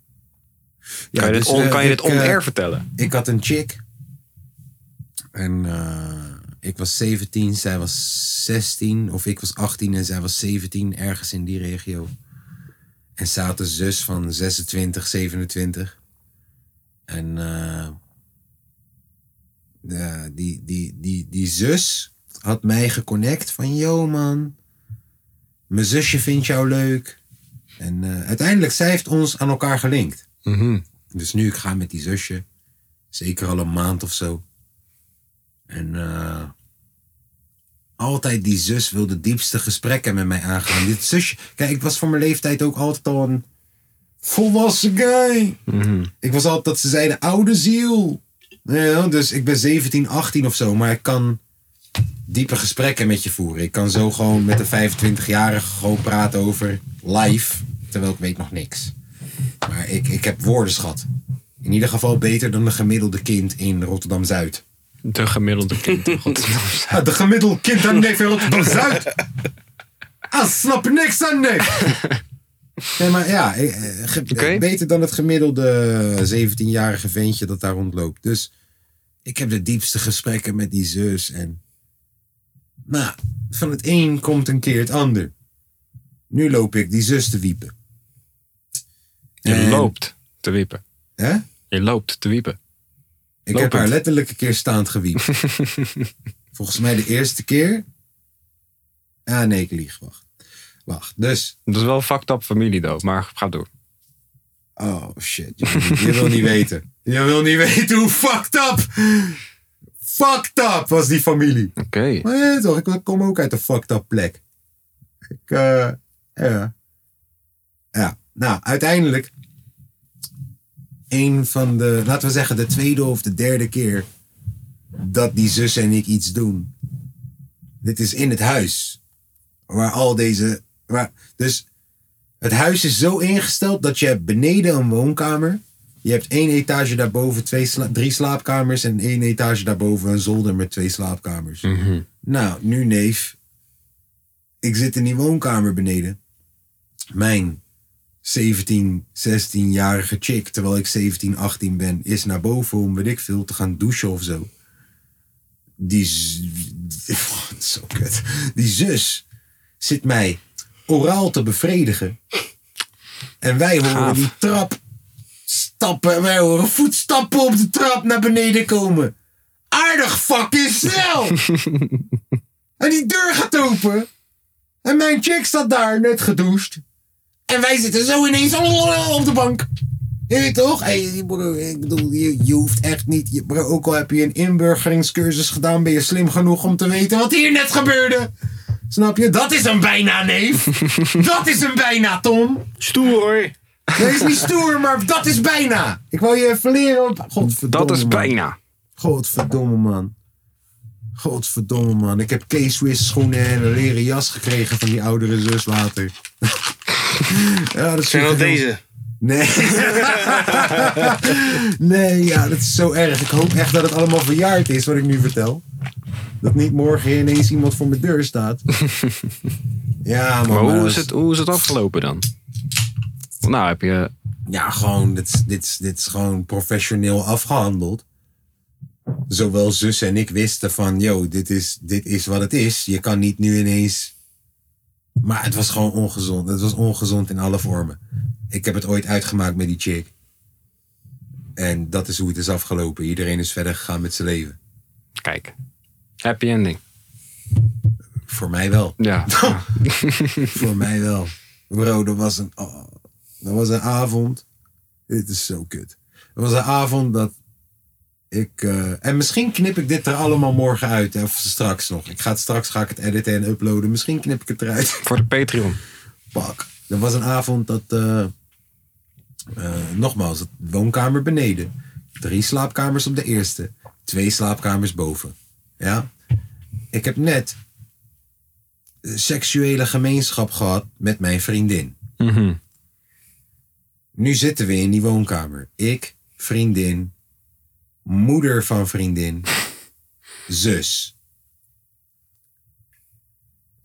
[SPEAKER 1] Ja,
[SPEAKER 2] Kan je dit,
[SPEAKER 1] dus,
[SPEAKER 2] on,
[SPEAKER 1] eh,
[SPEAKER 2] kan je dit
[SPEAKER 1] ik, eh,
[SPEAKER 2] on-air vertellen?
[SPEAKER 1] ik had een chick. En eh, ik was 17, zij was 16. Of ik was 18 en zij was 17, ergens in die regio. En zij had een zus van 26, 27. En eh, ja, die, die, die, die zus had mij geconnect van... Yo man, mijn zusje vindt jou leuk. En eh, uiteindelijk, zij heeft ons aan elkaar gelinkt. Dus nu ik ga met die zusje. Zeker al een maand of zo. En eh, altijd die zus wil de diepste gesprekken met mij aangaan. Dit zusje. Kijk, ik was voor mijn leeftijd ook altijd al een volwassen guy. Ik was altijd dat ze zeiden oude ziel. Ja, dus ik ben 17, 18 of zo. Maar ik kan diepe gesprekken met je voeren. Ik kan zo gewoon met een 25-jarige gewoon praten over life. Terwijl ik weet nog niks. Maar ik, ik heb woordenschat. In ieder geval beter dan de gemiddelde kind in Rotterdam-Zuid.
[SPEAKER 2] De gemiddelde kind. in godsnaam.
[SPEAKER 1] Ja, de gemiddelde kind aan neef in Rotterdam-Zuid. Ah, snap er niks aan, nee. Nee, maar ja, eh, eh, ge- eh,
[SPEAKER 2] Oké.
[SPEAKER 1] beter dan het gemiddelde 17-jarige ventje dat daar rondloopt. Dus ik heb de diepste gesprekken met die zus. En nou, van het een komt een keer het ander. Nu loop ik die zus te wiepen.
[SPEAKER 2] Je
[SPEAKER 1] En-
[SPEAKER 2] loopt te wiepen.
[SPEAKER 1] Hè?
[SPEAKER 2] Je loopt te wiepen.
[SPEAKER 1] Ik
[SPEAKER 2] Lopend.
[SPEAKER 1] heb haar letterlijk een keer staand gewiept. Volgens mij de eerste keer. Ah nee, ik lieg. Wacht. Wacht. Dus.
[SPEAKER 2] Dat is wel een fucked up familie, though. Maar ga door.
[SPEAKER 1] Oh shit. Je, wil niet- je wil niet weten. Je wil niet weten hoe fucked up. Fucked up was die familie.
[SPEAKER 2] Oké.
[SPEAKER 1] Maar ja, toch, ik kom ook uit een fucked up plek. Ik, eh, ja. Ja, nou, uiteindelijk. Een van de, laten we zeggen, de tweede of de derde keer. dat die zus en ik iets doen. Dit is in het huis. Waar al deze. Waar, dus het huis is zo ingesteld dat je hebt beneden een woonkamer. Je hebt één etage daarboven, twee sla- drie slaapkamers. En één etage daarboven, een zolder met twee slaapkamers. Nou, nu neef. Ik zit in die woonkamer beneden. Mijn 17, 16-jarige chick, terwijl ik 17, 18 ben, is naar boven om, weet ik veel, te gaan douchen of zo. Die, z- zo kut. die zus zit mij oraal te bevredigen. En wij horen
[SPEAKER 2] Gaaf.
[SPEAKER 1] die trap stappen. Wij horen voetstappen op de trap naar beneden komen. Aardig fucking snel! en die deur gaat open. En mijn chick staat daar, net gedoucht. En wij zitten zo ineens allemaal op de bank. Je weet toch? Hey, broer, ik bedoel, je, je hoeft echt niet... Je, broer, ook al heb je een inburgeringscursus gedaan... ben je slim genoeg om te weten wat hier net gebeurde. Snap je? Dat is een bijna neef. Dat is een bijna, Tom.
[SPEAKER 3] Stoer.
[SPEAKER 1] Dat is niet stoer, maar dat is bijna. Ik wil je even leren op... Godverdomme,
[SPEAKER 2] Dat is
[SPEAKER 1] man.
[SPEAKER 2] bijna.
[SPEAKER 1] Godverdomme, man. Godverdomme, man. Ik heb K-Swiss schoenen en een leren jas gekregen van die oudere zus later. ja, dat is
[SPEAKER 3] Zijn dat deze?
[SPEAKER 1] Nee. nee, ja, dat is zo erg. Ik hoop echt dat het allemaal verjaard is wat ik nu vertel. Dat niet morgen ineens iemand voor mijn deur staat. ja, man.
[SPEAKER 2] Maar
[SPEAKER 1] maar
[SPEAKER 2] hoe
[SPEAKER 1] dat is-
[SPEAKER 2] is, het, hoe is het afgelopen dan? Want Nou, heb je.
[SPEAKER 1] Ja, gewoon, dit, is- dit, is- dit is gewoon professioneel afgehandeld. Zowel zus en ik wisten van, yo, dit is, dit is wat het is. Je kan niet nu ineens... Maar het was gewoon ongezond. Het was ongezond in alle vormen. Ik heb het ooit uitgemaakt met die chick. En dat is hoe het is afgelopen. Iedereen is verder gegaan met zijn leven.
[SPEAKER 2] Kijk. Happy ending.
[SPEAKER 1] Voor mij wel.
[SPEAKER 2] Ja.
[SPEAKER 1] Voor mij wel. Bro, dat was een, oh, dat was een avond. Dit is zo kut. Dat was een avond dat ik. eh, en misschien knip ik dit er allemaal morgen uit. hè, Of straks nog. Ik ga het straks ga ik het editen en uploaden. Misschien knip ik het eruit.
[SPEAKER 2] Voor de Patreon.
[SPEAKER 1] Fuck. Dat was een avond dat. eh, eh, nogmaals, het woonkamer beneden. Drie slaapkamers op de eerste. Twee slaapkamers boven. Ja? Ik heb net seksuele gemeenschap gehad met mijn vriendin.
[SPEAKER 2] Mhm.
[SPEAKER 1] Nu zitten we in die woonkamer. Ik, vriendin, moeder van vriendin, zus.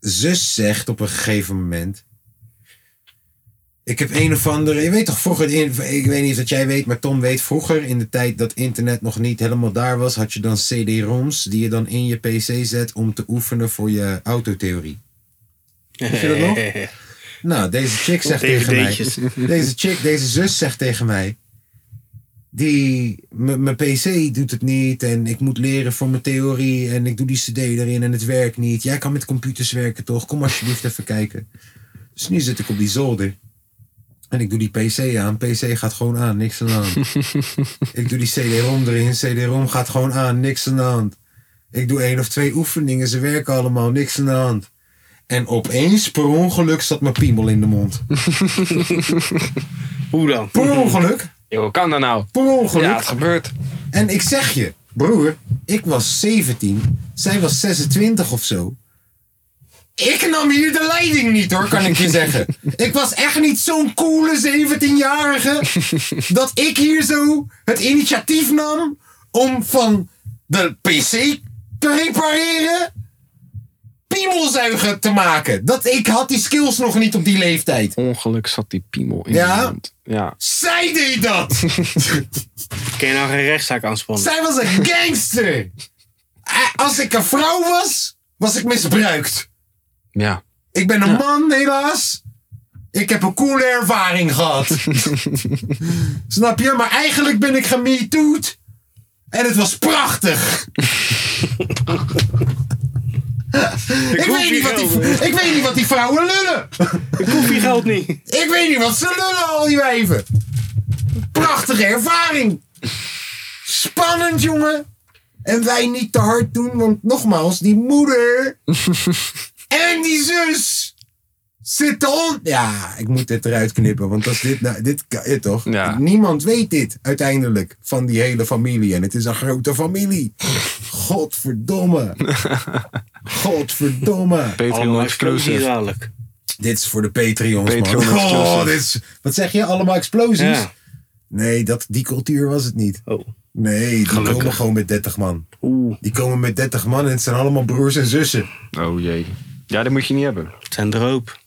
[SPEAKER 1] Zus zegt op een gegeven moment. Ik heb een of andere. Je weet toch vroeger. in- Ik weet niet of dat jij weet, maar Tom weet vroeger. In de tijd dat internet nog niet helemaal daar was. had je dan CD-ROMs. die je dan in je PC zet. om te oefenen voor je autotheorie. Weet je dat nog? Nou, deze chick zegt
[SPEAKER 3] Tegen
[SPEAKER 1] tegen
[SPEAKER 3] deetjes.
[SPEAKER 1] mij. Deze chick, deze zus zegt tegen mij. Die, m- mijn PC doet het niet en ik moet leren voor mijn theorie en ik doe die CD erin en het werkt niet. Jij kan met computers werken toch? Kom alsjeblieft even kijken. Dus nu zit ik op die zolder en ik doe die PC aan. PC gaat gewoon aan, niks aan de hand. ik doe die CD-ROM erin, CD-ROM gaat gewoon aan, niks aan de hand. Ik doe één of twee oefeningen, ze werken allemaal, niks aan de hand. En opeens, per ongeluk, zat mijn piemel in de mond.
[SPEAKER 3] Hoe dan?
[SPEAKER 1] Per ongeluk,
[SPEAKER 2] Yo, hoe kan dat nou?
[SPEAKER 1] per ongeluk.
[SPEAKER 2] Ja, het gebeurt.
[SPEAKER 1] En ik zeg je, broer, ik was 17, zij was 26 of zo. Ik nam hier de leiding niet hoor, kan ik je zeggen. Ik was echt niet zo'n coole 17-jarige dat ik hier zo het initiatief nam om van de PC te repareren piemelzuiger te maken. Dat, ik had die skills nog niet op die leeftijd.
[SPEAKER 2] Ongeluk zat die piemel in
[SPEAKER 1] Ja?
[SPEAKER 2] de mond. Ja.
[SPEAKER 1] Zij deed dat!
[SPEAKER 3] Kun je nou geen rechtszaak aanspannen?
[SPEAKER 1] Zij was een gangster. Eh, Als ik een vrouw was, was ik misbruikt.
[SPEAKER 2] Ja.
[SPEAKER 1] Ik ben een man, helaas. Ik heb een coole ervaring gehad. Snap je? Maar eigenlijk ben ik gemetoed. En het was prachtig. ik,
[SPEAKER 3] hoef
[SPEAKER 1] weet
[SPEAKER 3] die
[SPEAKER 1] niet wat die,
[SPEAKER 3] geld,
[SPEAKER 1] ik weet niet wat die vrouwen lullen.
[SPEAKER 3] Ik hoef je geld niet.
[SPEAKER 1] Ik weet niet wat ze lullen al die wijven. Prachtige ervaring. Spannend, jongen. En wij niet te hard doen, want nogmaals, die moeder en die zus zitten on... Ja, ik moet dit eruit knippen, want als dit... Nou, dit kan- eh, toch?
[SPEAKER 2] Ja.
[SPEAKER 1] Niemand weet dit uiteindelijk van die hele familie. En het is een grote familie. Godverdomme. Godverdomme.
[SPEAKER 2] Patreon
[SPEAKER 3] Allemaal explosies
[SPEAKER 2] exclusive.
[SPEAKER 3] dadelijk.
[SPEAKER 1] Dit is voor de Patreons,
[SPEAKER 2] Patreon
[SPEAKER 1] man.
[SPEAKER 2] exclusive.
[SPEAKER 1] Oh, dit is, wat zeg je? Allemaal explosies?
[SPEAKER 3] Ja.
[SPEAKER 1] Nee, dat, die cultuur was het niet.
[SPEAKER 3] Oh.
[SPEAKER 1] Nee, die
[SPEAKER 2] Gelukkig.
[SPEAKER 1] komen gewoon met 30 man.
[SPEAKER 3] Oeh.
[SPEAKER 1] Die komen met 30 man en het zijn allemaal broers en zussen.
[SPEAKER 2] Oh jee. Ja, dat moet je niet hebben.
[SPEAKER 3] Het zijn droop.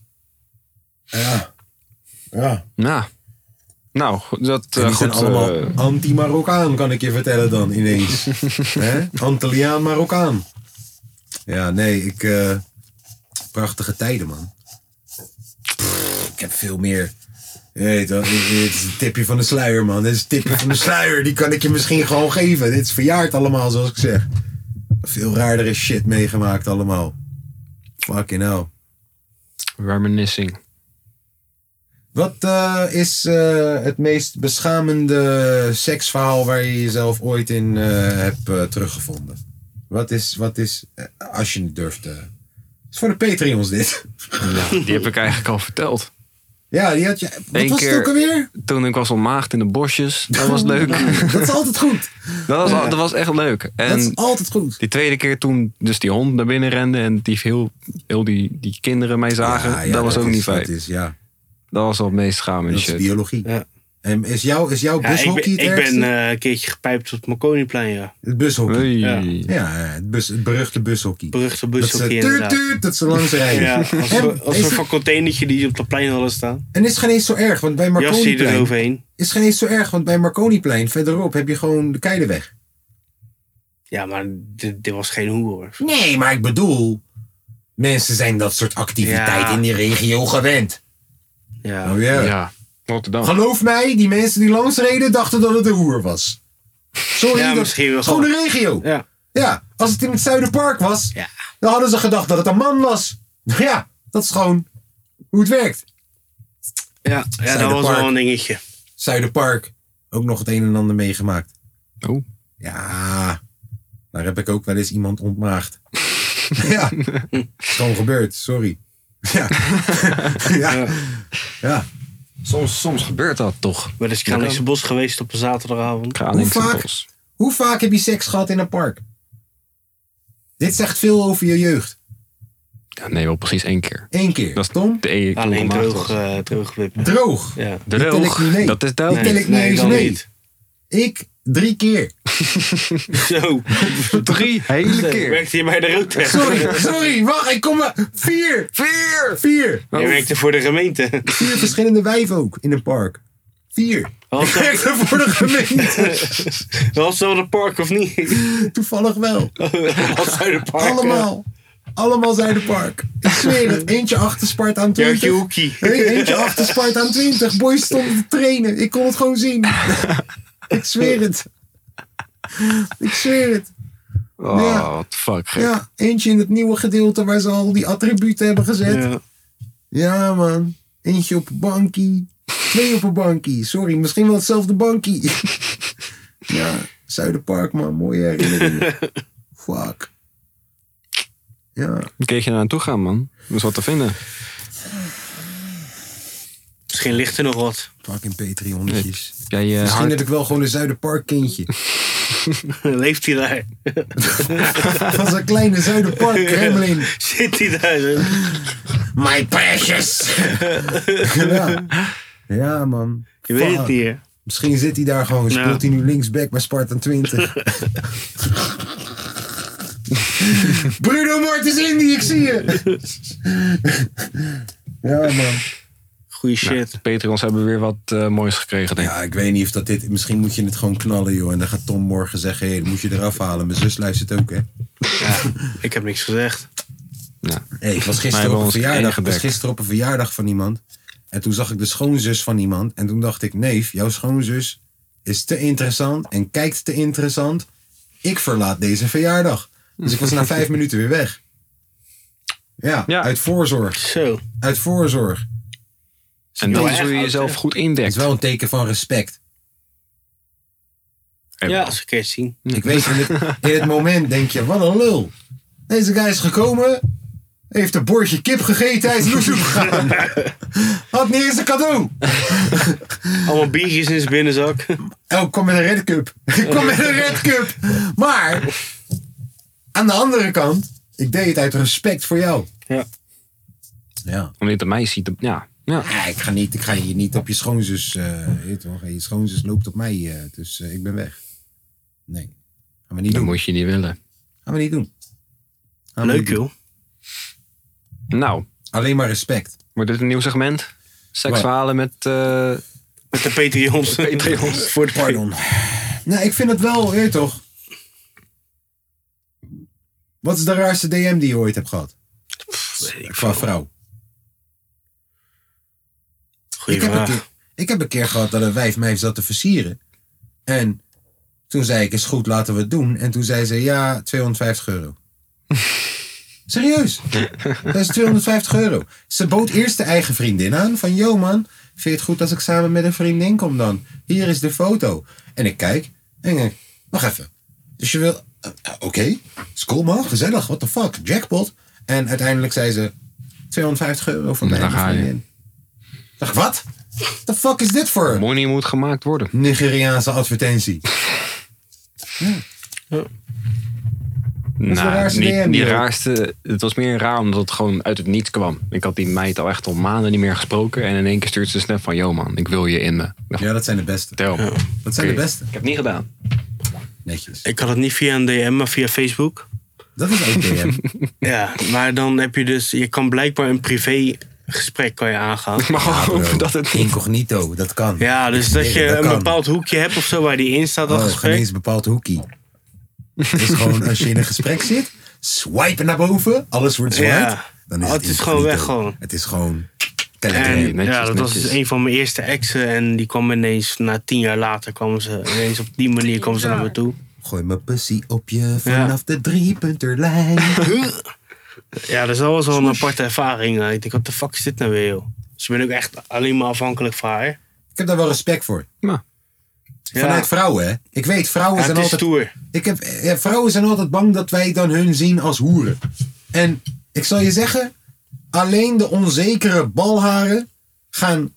[SPEAKER 1] Ja. Ja.
[SPEAKER 2] Nou. Nou, goed, dat eh,
[SPEAKER 1] die
[SPEAKER 2] goed.
[SPEAKER 1] zijn allemaal
[SPEAKER 2] eh,
[SPEAKER 1] anti-Marokkaan, kan ik je vertellen dan ineens. Hè? Antilliaan-Marokkaan. Ja, nee, ik... eh, prachtige tijden, man. Pff, ik heb veel meer... Je Weet wel, dit dit is een tipje van de sluier, man. Dit is een tipje van de sluier. Die kan ik je misschien gewoon geven. Dit is verjaard allemaal, zoals ik zeg. Veel raardere shit meegemaakt allemaal. Fucking hell.
[SPEAKER 2] reminiscing.
[SPEAKER 1] Wat eh, is eh, het meest beschamende seksverhaal waar je jezelf ooit in eh, hebt eh, teruggevonden? Wat is, wat is eh, als je het durft. eh, is voor de Patreons dit.
[SPEAKER 2] Die heb ik eigenlijk al verteld.
[SPEAKER 1] ja, die had je. Wat
[SPEAKER 2] Eén
[SPEAKER 1] was het
[SPEAKER 2] keer-
[SPEAKER 1] ook alweer?
[SPEAKER 2] Toen ik was ontmaagd in de bosjes. Dat was leuk.
[SPEAKER 1] dat is altijd goed.
[SPEAKER 2] Dat was, al- dat was echt leuk.
[SPEAKER 1] Dat is
[SPEAKER 2] En
[SPEAKER 1] altijd goed.
[SPEAKER 2] die tweede keer toen dus die hond naar binnen rende en die heel, heel die, die kinderen mij zagen,
[SPEAKER 1] Ja, ja,
[SPEAKER 2] dat was ook
[SPEAKER 1] is-
[SPEAKER 2] niet fijn.
[SPEAKER 1] Dat is, ja,
[SPEAKER 2] Dat was al het meest schamende
[SPEAKER 1] dat is
[SPEAKER 2] shit.
[SPEAKER 1] biologie.
[SPEAKER 3] Ja.
[SPEAKER 1] En is, jou, is jouw
[SPEAKER 3] Ja, ik
[SPEAKER 1] bushockey
[SPEAKER 3] ben,
[SPEAKER 1] het
[SPEAKER 3] ik ben
[SPEAKER 1] ergste?
[SPEAKER 3] eh, een keertje gepijpt op het Marconiplein, ja.
[SPEAKER 1] het bushockey.
[SPEAKER 2] Oei.
[SPEAKER 3] Ja.
[SPEAKER 1] Ja, het, bus, het beruchte bushockey.
[SPEAKER 3] Beruchte
[SPEAKER 1] dat eh, ze
[SPEAKER 3] bushockey
[SPEAKER 1] tuut,
[SPEAKER 3] inderdaad.
[SPEAKER 1] tuut, dat ze langs rijden.
[SPEAKER 3] Ja, als
[SPEAKER 1] en,
[SPEAKER 3] we, als
[SPEAKER 1] is
[SPEAKER 3] we
[SPEAKER 1] het-
[SPEAKER 3] van containertje die op dat plein hadden staan.
[SPEAKER 1] en is het geen eens zo erg, want bij
[SPEAKER 3] Jasje
[SPEAKER 1] Marconiplein...
[SPEAKER 3] eroverheen.
[SPEAKER 1] Is geen eens zo erg, want bij Marconiplein verderop heb je gewoon de Keideweg.
[SPEAKER 3] Ja, maar dit, dit was geen hoer hoor.
[SPEAKER 1] Nee, maar ik bedoel, mensen zijn dat soort activiteit
[SPEAKER 3] Ja.
[SPEAKER 1] in die regio gewend.
[SPEAKER 3] Ja.
[SPEAKER 1] Oh ja.
[SPEAKER 2] Ja. Rotterdam.
[SPEAKER 1] Geloof mij, die mensen die langs reden dachten dat het een hoer was. Sorry,
[SPEAKER 3] Ja,
[SPEAKER 1] dat
[SPEAKER 3] misschien wel.
[SPEAKER 1] gewoon de regio.
[SPEAKER 3] Ja.
[SPEAKER 1] Ja, als het in het Zuiderpark was, dan hadden ze gedacht dat het een man was. Ja, dat is gewoon hoe het werkt.
[SPEAKER 3] Ja, ja dat was
[SPEAKER 1] Zuiderpark.
[SPEAKER 3] wel een dingetje.
[SPEAKER 1] Zuiderpark, ook nog het een en ander meegemaakt.
[SPEAKER 2] Oh.
[SPEAKER 1] Ja, daar heb ik ook wel eens iemand ontmaagd. ja, gewoon gebeurd, sorry. Ja. ja. ja.
[SPEAKER 2] Soms, soms gebeurt dat toch.
[SPEAKER 3] Ik ben eens Kralingse Bos geweest op een zaterdagavond.
[SPEAKER 2] Kralingse
[SPEAKER 1] vaak?
[SPEAKER 2] Bos.
[SPEAKER 1] Hoe vaak heb je seks gehad in een park? Dit zegt veel over je jeugd.
[SPEAKER 2] Ja, nee, wel precies één keer.
[SPEAKER 1] Eén keer.
[SPEAKER 2] Dat is
[SPEAKER 1] Tom?
[SPEAKER 2] De ene keer
[SPEAKER 3] Alleen
[SPEAKER 2] gemaakt
[SPEAKER 3] droog,
[SPEAKER 2] was.
[SPEAKER 3] eh droogwippen.
[SPEAKER 1] Droog.
[SPEAKER 3] Ja.
[SPEAKER 1] tel ik
[SPEAKER 2] Droog,
[SPEAKER 1] niet mee.
[SPEAKER 2] dat is
[SPEAKER 1] Die
[SPEAKER 2] duidelijk.
[SPEAKER 1] tel ik niet eens
[SPEAKER 3] dan
[SPEAKER 1] mee.
[SPEAKER 3] niet.
[SPEAKER 1] Ik drie keer.
[SPEAKER 3] Zo.
[SPEAKER 2] Drie hele keer.
[SPEAKER 3] Werkte je bij de roodweg?
[SPEAKER 1] Sorry, sorry, wacht, ik kom maar. Vier,
[SPEAKER 2] Vier!
[SPEAKER 1] vier.
[SPEAKER 3] Je werkte voor de gemeente.
[SPEAKER 1] Vier verschillende wijven ook in een park. Vier.
[SPEAKER 2] Oh,
[SPEAKER 3] Was dat-
[SPEAKER 1] Werkte voor de gemeente.
[SPEAKER 3] Was dat een park of niet?
[SPEAKER 1] Toevallig wel.
[SPEAKER 3] Was dat een park?
[SPEAKER 1] Allemaal. Allemaal Zuiderpark. Ik zweer het. Eentje achter Sparta aan 20.
[SPEAKER 3] Jootje Hoekie.
[SPEAKER 1] Hey, eentje achter Sparta aan 20. Boys stonden te trainen. Ik kon het gewoon zien. Ik zweer het. Ik zweer het.
[SPEAKER 2] Oh,
[SPEAKER 1] Ja.
[SPEAKER 2] what the fuck. gek.
[SPEAKER 1] Ja, eentje in het nieuwe gedeelte waar ze al die attributen hebben gezet. Ja,
[SPEAKER 3] Ja.
[SPEAKER 1] man. Eentje op een bankie. Twee op een bankie. Sorry, misschien wel hetzelfde bankie. ja, Zuiderpark, man. Mooie herinneringen. Fuck. Ja.
[SPEAKER 2] Een keertje naar naartoe gaan, man. Dat is wat te vinden.
[SPEAKER 3] Misschien ligt er nog wat.
[SPEAKER 1] Fucking Patreonnetjes.
[SPEAKER 2] Jij, eh,
[SPEAKER 1] Misschien
[SPEAKER 2] hard-
[SPEAKER 1] heb ik wel gewoon een Zuiderparkkindje.
[SPEAKER 3] Leeft hij daar?
[SPEAKER 1] Dat is een kleine Zuiderpark Kremlin.
[SPEAKER 3] Zit hij daar?
[SPEAKER 1] My precious! ja. ja, man.
[SPEAKER 3] Je weet het
[SPEAKER 1] Fuck.
[SPEAKER 3] niet. hè?
[SPEAKER 1] Misschien zit hij daar gewoon.
[SPEAKER 3] Ja.
[SPEAKER 1] Speelt hij nu linksback bij Spartan 20. Bruno Martens Indy, ik zie je! ja, man.
[SPEAKER 3] Goeie shit.
[SPEAKER 2] Patreons hebben weer wat eh, moois gekregen, denk ik.
[SPEAKER 1] Ja, ik weet niet of dat dit... Misschien moet je het gewoon knallen, joh. En dan gaat Tom morgen zeggen... Hé, dat moet je eraf halen. Mijn zus luistert ook, hè.
[SPEAKER 3] Ja, ik heb niks gezegd.
[SPEAKER 1] Hey, ik was
[SPEAKER 2] Mij
[SPEAKER 1] gisteren,
[SPEAKER 2] hebben
[SPEAKER 1] op een
[SPEAKER 2] ons
[SPEAKER 1] verjaardag,
[SPEAKER 2] enige
[SPEAKER 1] ik was
[SPEAKER 2] dek.
[SPEAKER 1] gisteren op een verjaardag van iemand. En toen zag ik de schoonzus van iemand. En toen dacht ik, neef, jouw schoonzus is te interessant en kijkt te interessant. Ik verlaat deze verjaardag. Dus ik was na vijf minuten weer weg. Ja,
[SPEAKER 2] Ja.
[SPEAKER 1] uit voorzorg.
[SPEAKER 3] Zo.
[SPEAKER 1] Uit voorzorg.
[SPEAKER 2] En
[SPEAKER 3] Heel
[SPEAKER 2] dat is
[SPEAKER 3] erg
[SPEAKER 2] hoe je
[SPEAKER 3] oud,
[SPEAKER 2] jezelf
[SPEAKER 3] hè?
[SPEAKER 2] goed
[SPEAKER 1] Het
[SPEAKER 2] indekt.
[SPEAKER 1] is wel een teken van respect.
[SPEAKER 2] Eh,
[SPEAKER 3] Ja, als ik het zien.
[SPEAKER 1] Ik weet, in het, in het moment denk je, wat een lul. Deze guy is gekomen, heeft een bordje kip gegeten, hij is loesoe gegaan. Had niet eens een cadeau.
[SPEAKER 3] Allemaal biertjes in zijn binnenzak.
[SPEAKER 1] Oh, ik kom met een Red Cup. Ik kom met een Red Cup. Maar, aan de andere kant, ik deed het uit respect voor jou.
[SPEAKER 3] Ja.
[SPEAKER 1] Ja.
[SPEAKER 2] Omdat het mij ziet. dan- Ja. ja.
[SPEAKER 1] Ja, Ah, ik ga, niet, ik ga je niet op je schoonzus. eh, je toch, je schoonzus loopt op mij, eh, dus eh, ik ben weg. Nee. Gaan we niet
[SPEAKER 2] Dat
[SPEAKER 1] doen.
[SPEAKER 2] moet je niet willen.
[SPEAKER 1] Gaan we niet doen. Gaan we
[SPEAKER 3] Leuk
[SPEAKER 1] niet doen.
[SPEAKER 3] joh.
[SPEAKER 2] Nou,
[SPEAKER 1] Alleen maar respect.
[SPEAKER 2] wordt dit een nieuw segment?
[SPEAKER 1] Wat?
[SPEAKER 2] Seksualen met... eh,
[SPEAKER 3] Met de Patreons.
[SPEAKER 2] Patreons.
[SPEAKER 3] Voor de Patreons.
[SPEAKER 1] Pardon. Nou, ik vind het wel, je toch. Wat is de raarste DM die je ooit hebt gehad? Qua vrouw.
[SPEAKER 3] Goeie
[SPEAKER 1] ik, heb een
[SPEAKER 3] vraag.
[SPEAKER 1] keer, ik heb een keer gehad dat een wijf mij zat te versieren. En toen zei ik, is goed, laten we het doen. En toen zei ze, ja, 250 euro. Serieus? Dat is 250 euro. Ze bood eerst de eigen vriendin aan. Van, yo man, vind je het goed als ik samen met een vriendin kom dan? Hier is de foto. En ik kijk en ik denk, wacht even. Dus je wil, eh, eh, oké, is cool man, gezellig, what the fuck, jackpot. En uiteindelijk zei ze, 250 euro voor mijn
[SPEAKER 2] Daar
[SPEAKER 1] eigen
[SPEAKER 2] ga je.
[SPEAKER 1] vriendin. Dacht, wat? The fuck is dit voor
[SPEAKER 2] money moet gemaakt worden.
[SPEAKER 1] Nigeriaanse advertentie? is de
[SPEAKER 2] Nou,
[SPEAKER 1] raarste
[SPEAKER 2] niet,
[SPEAKER 1] DM
[SPEAKER 2] die
[SPEAKER 1] die ook.
[SPEAKER 2] raarste... Het was meer raar omdat het gewoon uit het niets kwam. Ik had die meid al echt al maanden niet meer gesproken. En in één keer stuurt ze een snap van... Yo man, ik wil je in me. Ik dacht,
[SPEAKER 1] Ja, dat zijn de beste.
[SPEAKER 2] vertel me.
[SPEAKER 1] Dat zijn de
[SPEAKER 2] Oké.
[SPEAKER 1] beste.
[SPEAKER 2] Ik heb het niet gedaan.
[SPEAKER 1] Netjes.
[SPEAKER 3] Ik had het niet via een DM, maar via Facebook.
[SPEAKER 1] Dat is ook DM.
[SPEAKER 3] Ja, maar dan heb je dus... Je kan blijkbaar een privé gesprek kan je aangaan.
[SPEAKER 2] Maar gewoon dat het niet...
[SPEAKER 1] Incognito, dat kan.
[SPEAKER 3] Ja, dus dat je
[SPEAKER 1] dat
[SPEAKER 3] een
[SPEAKER 1] kan.
[SPEAKER 3] bepaald hoekje hebt of zo waar die in staat, dat
[SPEAKER 1] Oh, geen
[SPEAKER 3] gesprek.
[SPEAKER 1] eens bepaald hoekie. Het is gewoon als je in een gesprek zit, swipen naar boven, alles wordt zwart.
[SPEAKER 3] Ja.
[SPEAKER 1] Dan is
[SPEAKER 3] Oh,
[SPEAKER 1] het,
[SPEAKER 3] het is gewoon
[SPEAKER 1] incognito.
[SPEAKER 3] weg gewoon.
[SPEAKER 1] Het is gewoon
[SPEAKER 2] Tel ik
[SPEAKER 3] En
[SPEAKER 2] erin, netjes,
[SPEAKER 3] ja, dat was
[SPEAKER 2] netjes.
[SPEAKER 3] dus een van mijn eerste exen. En die kwam ineens, na tien jaar later, kwamen ze ineens op die manier kwamen ze naar me toe.
[SPEAKER 1] Gooi mijn pussy op je vanaf de driepunterlijn.
[SPEAKER 3] Ja, dus dat was wel een aparte ervaring. eh. Ik denk, wat de fuck is dit nou weer, joh? Dus ik ben ook echt alleen maar afhankelijk van haar.
[SPEAKER 1] Ik heb daar wel respect voor.
[SPEAKER 2] Ja.
[SPEAKER 1] Vanuit vrouwen, hè? Ik weet, vrouwen
[SPEAKER 3] Ja,
[SPEAKER 1] zijn
[SPEAKER 3] het is
[SPEAKER 1] altijd.
[SPEAKER 3] stoer.
[SPEAKER 1] Ik heb, eh, ja, vrouwen zijn altijd bang dat wij dan hun zien als hoeren. En ik zal je zeggen, alleen de onzekere balharen gaan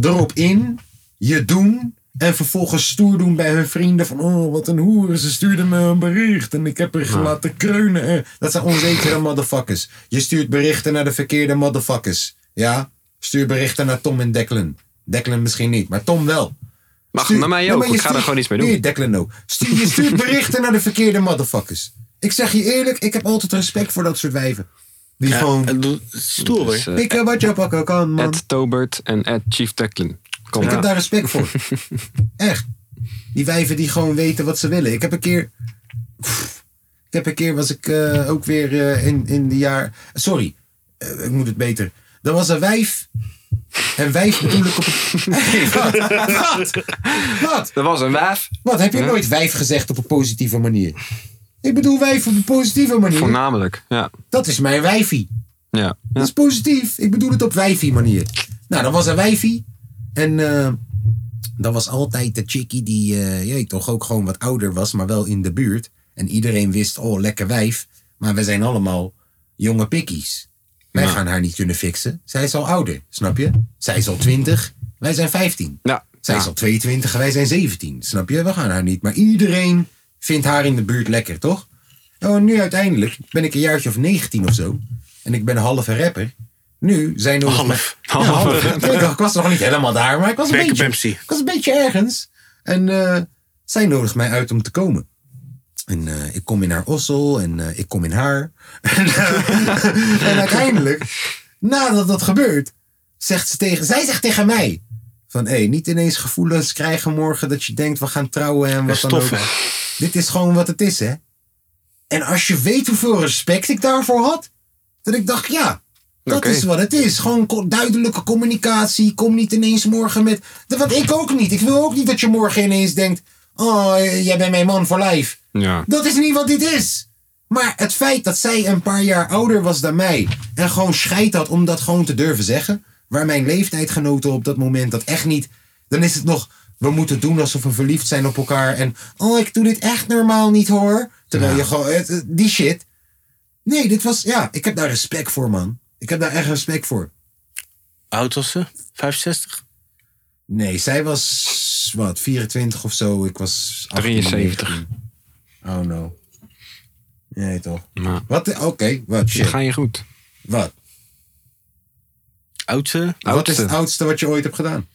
[SPEAKER 1] erop in, je doen en vervolgens stoer doen bij hun vrienden van oh wat een hoer, ze stuurde me een bericht en ik heb haar laten kreunen. Eh, Dat zijn onzekere motherfuckers. Je stuurt berichten naar de verkeerde motherfuckers. Ja, stuur berichten naar Tom en Declan. Declan misschien niet, maar Tom wel.
[SPEAKER 2] Mag
[SPEAKER 1] Stuur-
[SPEAKER 2] naar mij
[SPEAKER 1] Nee,
[SPEAKER 2] ook,
[SPEAKER 1] maar je
[SPEAKER 2] ik ga er
[SPEAKER 1] stuurt-
[SPEAKER 2] gewoon iets mee doen.
[SPEAKER 1] Nee, Declan ook. Stuur- je stuurt berichten naar de verkeerde motherfuckers. Ik zeg je eerlijk, ik heb altijd respect voor dat soort wijven. Die gewoon
[SPEAKER 3] Het doet- het is stoer.
[SPEAKER 2] Dus, eh,
[SPEAKER 1] pikken wat je pakken kan, man.
[SPEAKER 2] Ed Tobert en Ed Chief Declan. Kom
[SPEAKER 1] Ik
[SPEAKER 2] ja.
[SPEAKER 1] heb daar respect voor. Echt. Die wijven die gewoon weten wat ze willen. Ik heb een keer. Pff, Ik heb een keer was ik eh, ook weer eh, in, in de jaar. Sorry, eh, ik moet het beter. Er was een wijf. En wijf bedoel ik op. Hey, wat? Wat? Wat?
[SPEAKER 2] Dat was een waaf.
[SPEAKER 1] Wat, heb je nooit wijf gezegd op een positieve manier? Ik bedoel wijf op een positieve manier.
[SPEAKER 2] Voornamelijk, ja.
[SPEAKER 1] Dat is mijn wijfie.
[SPEAKER 2] ja.
[SPEAKER 1] Dat is positief. Ik bedoel het op wijfie manier. Nou, dat was een wijfie. En eh, dat was altijd de chickie die, eh je weet toch, ook gewoon wat ouder was, maar wel in de buurt. En iedereen wist, oh, lekker wijf. Maar we zijn allemaal jonge pikkies. Wij gaan haar niet kunnen fixen. Zij is al ouder, snap je? Zij is al 20, wij zijn 15.
[SPEAKER 2] Ja.
[SPEAKER 1] Zij
[SPEAKER 2] Ja.
[SPEAKER 1] is al 22 en wij zijn 17. Snap je? We gaan haar niet. Maar iedereen vindt haar in de buurt lekker, toch? Nou, en nu uiteindelijk ben ik een jaartje of 19 of zo. En ik ben een halve rapper. Nu zijn er... Half. Ja, half. Ik, ik was nog niet helemaal daar, maar ik was een
[SPEAKER 3] Lekker
[SPEAKER 1] beetje...
[SPEAKER 3] Pepsi.
[SPEAKER 1] Ik was een beetje ergens. En eh, zij nodigt mij uit om te komen. En eh, ik kom in haar ossel en eh, ik kom in haar. en, eh, en uiteindelijk, nadat dat gebeurt, zegt ze tegen, zij zegt tegen mij: van hé, niet ineens gevoelens krijgen morgen dat je denkt we gaan trouwen en wat dan ook.
[SPEAKER 3] Stoffen.
[SPEAKER 1] Dit is gewoon wat het is, hè? En als je weet hoeveel respect ik daarvoor had, dat ik dacht, ja, dat
[SPEAKER 2] Oké.
[SPEAKER 1] is wat het is. Gewoon co- duidelijke communicatie. Kom niet ineens morgen met. Want ik ook niet. Ik wil ook niet dat je morgen ineens denkt: oh, eh, jij bent mijn man voor lijf.
[SPEAKER 2] Ja.
[SPEAKER 1] Dat is niet wat dit is. Maar het feit dat zij een paar jaar ouder was dan mij en gewoon scheid had om dat gewoon te durven zeggen, waar mijn leeftijdgenoten op dat moment dat echt niet, dan is het nog, we moeten doen alsof we verliefd zijn op elkaar en, oh, ik doe dit echt normaal niet hoor. Terwijl je gewoon, het- het- die shit. Nee, dit was, ja, ik heb daar respect voor, man. Ik heb daar echt respect voor.
[SPEAKER 3] Oud was ze? 65?
[SPEAKER 1] Nee, zij was, wat, 24 of zo. Ik was 18,
[SPEAKER 2] 73.
[SPEAKER 1] 19. Oh no. Nee, toch.
[SPEAKER 2] Nou,
[SPEAKER 1] Wat? eh, Oké, wat
[SPEAKER 2] dan
[SPEAKER 1] shit.
[SPEAKER 2] ga je goed.
[SPEAKER 1] Wat?
[SPEAKER 3] Oudste?
[SPEAKER 1] Wat is het
[SPEAKER 2] Oudste.
[SPEAKER 1] oudste wat je ooit hebt gedaan?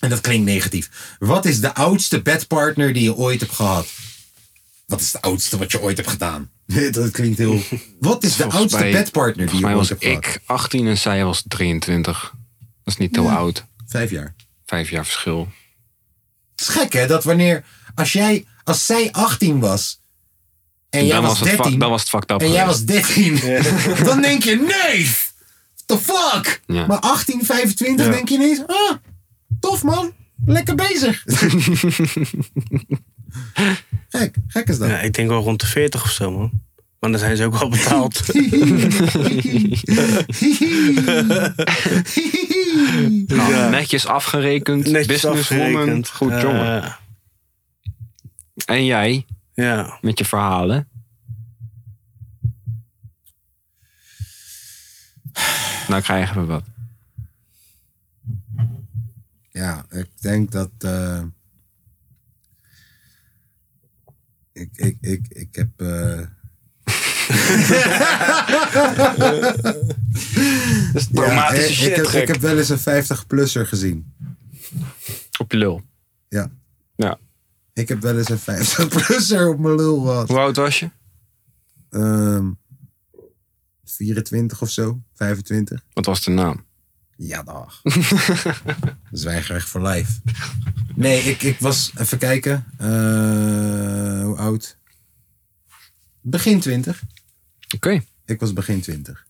[SPEAKER 1] En dat klinkt negatief. Wat is de oudste bedpartner die je ooit hebt gehad? Wat is de oudste wat je ooit hebt gedaan? Dat klinkt heel. Wat is de
[SPEAKER 2] Volgens
[SPEAKER 1] oudste
[SPEAKER 2] mij-
[SPEAKER 1] bedpartner die
[SPEAKER 2] Volgens
[SPEAKER 1] je
[SPEAKER 2] mij
[SPEAKER 1] ooit
[SPEAKER 2] was
[SPEAKER 1] hebt gehad?
[SPEAKER 2] ik 18 en zij was 23. Dat is niet heel oud.
[SPEAKER 1] Vijf jaar.
[SPEAKER 2] Vijf jaar verschil.
[SPEAKER 1] Het is gek hè, dat wanneer. Als, jij, als zij 18 was. En jij
[SPEAKER 2] dan,
[SPEAKER 1] was
[SPEAKER 2] was het
[SPEAKER 1] 13.
[SPEAKER 2] fuck, dan was het fucked up
[SPEAKER 1] en jij
[SPEAKER 2] geweest.
[SPEAKER 1] was 13. dan denk je, nee! What the fuck?
[SPEAKER 2] Ja.
[SPEAKER 1] Maar 18, 25 denk je ineens, ah, tof man, lekker bezig. Gek, gek is dat.
[SPEAKER 3] Ja, ik denk wel rond de 40 of zo, man. Maar dan zijn ze ook al betaald.
[SPEAKER 2] Nou, Netjes afgerekend. Businesswoman.
[SPEAKER 3] afgerekend.
[SPEAKER 2] Goed
[SPEAKER 3] Eh,
[SPEAKER 2] jongen. En jij,
[SPEAKER 3] ja.
[SPEAKER 2] met je verhalen. Nou krijgen we wat.
[SPEAKER 1] Ja, ik denk dat. eh, ik, ik, ik, ik heb. eh, ja, ik,
[SPEAKER 5] Traumatische shit,
[SPEAKER 1] ik, heb,
[SPEAKER 5] gek.
[SPEAKER 1] ik heb wel eens een 50-plusser gezien.
[SPEAKER 2] Op je lul.
[SPEAKER 1] Ja.
[SPEAKER 2] Ja.
[SPEAKER 1] Ik heb wel eens een 50-plusser op mijn lul gehad.
[SPEAKER 2] Hoe oud was je?
[SPEAKER 1] Ehm, 24 of zo, 25.
[SPEAKER 2] Wat was de naam?
[SPEAKER 1] Ja, dag. Zwijgrecht voor lijf. Nee, ik, ik was, even kijken, eh, hoe oud? Begin 20.
[SPEAKER 2] Oké.
[SPEAKER 1] Ik was begin 20.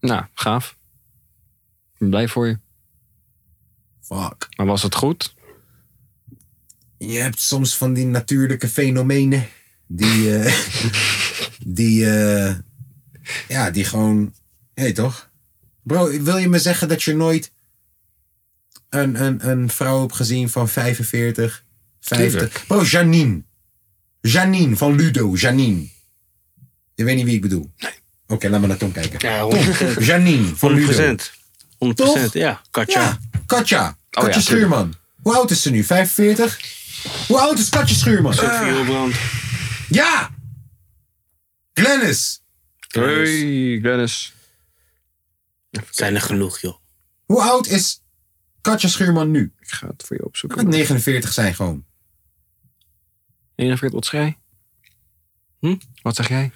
[SPEAKER 2] Nou, gaaf. Ik ben blij voor je.
[SPEAKER 1] Fuck.
[SPEAKER 2] Maar was het goed?
[SPEAKER 1] Je hebt soms van die natuurlijke fenomenen die, eh, die, eh, ja, die gewoon, hé toch? Bro, wil je me zeggen dat je nooit een, een, een vrouw hebt gezien van 45, 50?
[SPEAKER 2] Tuurlijk.
[SPEAKER 1] Bro, Janine. Janine van Ludo, Janine. Je weet niet wie ik bedoel. Nee. Oké, laat me naar Tom kijken.
[SPEAKER 3] Ja,
[SPEAKER 1] Tom,
[SPEAKER 3] 100%.
[SPEAKER 1] Janine van Ludo.
[SPEAKER 3] 100%.
[SPEAKER 1] Toch?
[SPEAKER 3] Ja, Katja.
[SPEAKER 1] Ja, Katja. Katja
[SPEAKER 2] ja,
[SPEAKER 1] Schuurman. Hoe oud is ze nu? 45? Hoe oud is Katja Schuurman?
[SPEAKER 3] Vioolbrand.
[SPEAKER 1] Ja! Glennis.
[SPEAKER 2] Hey, Dennis.
[SPEAKER 3] Zijn er genoeg, joh.
[SPEAKER 1] Hoe oud is Katja Schuurman nu?
[SPEAKER 2] Ik ga het voor je
[SPEAKER 1] Het
[SPEAKER 2] opzoeken.
[SPEAKER 1] 49 zijn gewoon.
[SPEAKER 2] 41, wat zeg jij?
[SPEAKER 3] Hm?
[SPEAKER 2] Wat zeg jij?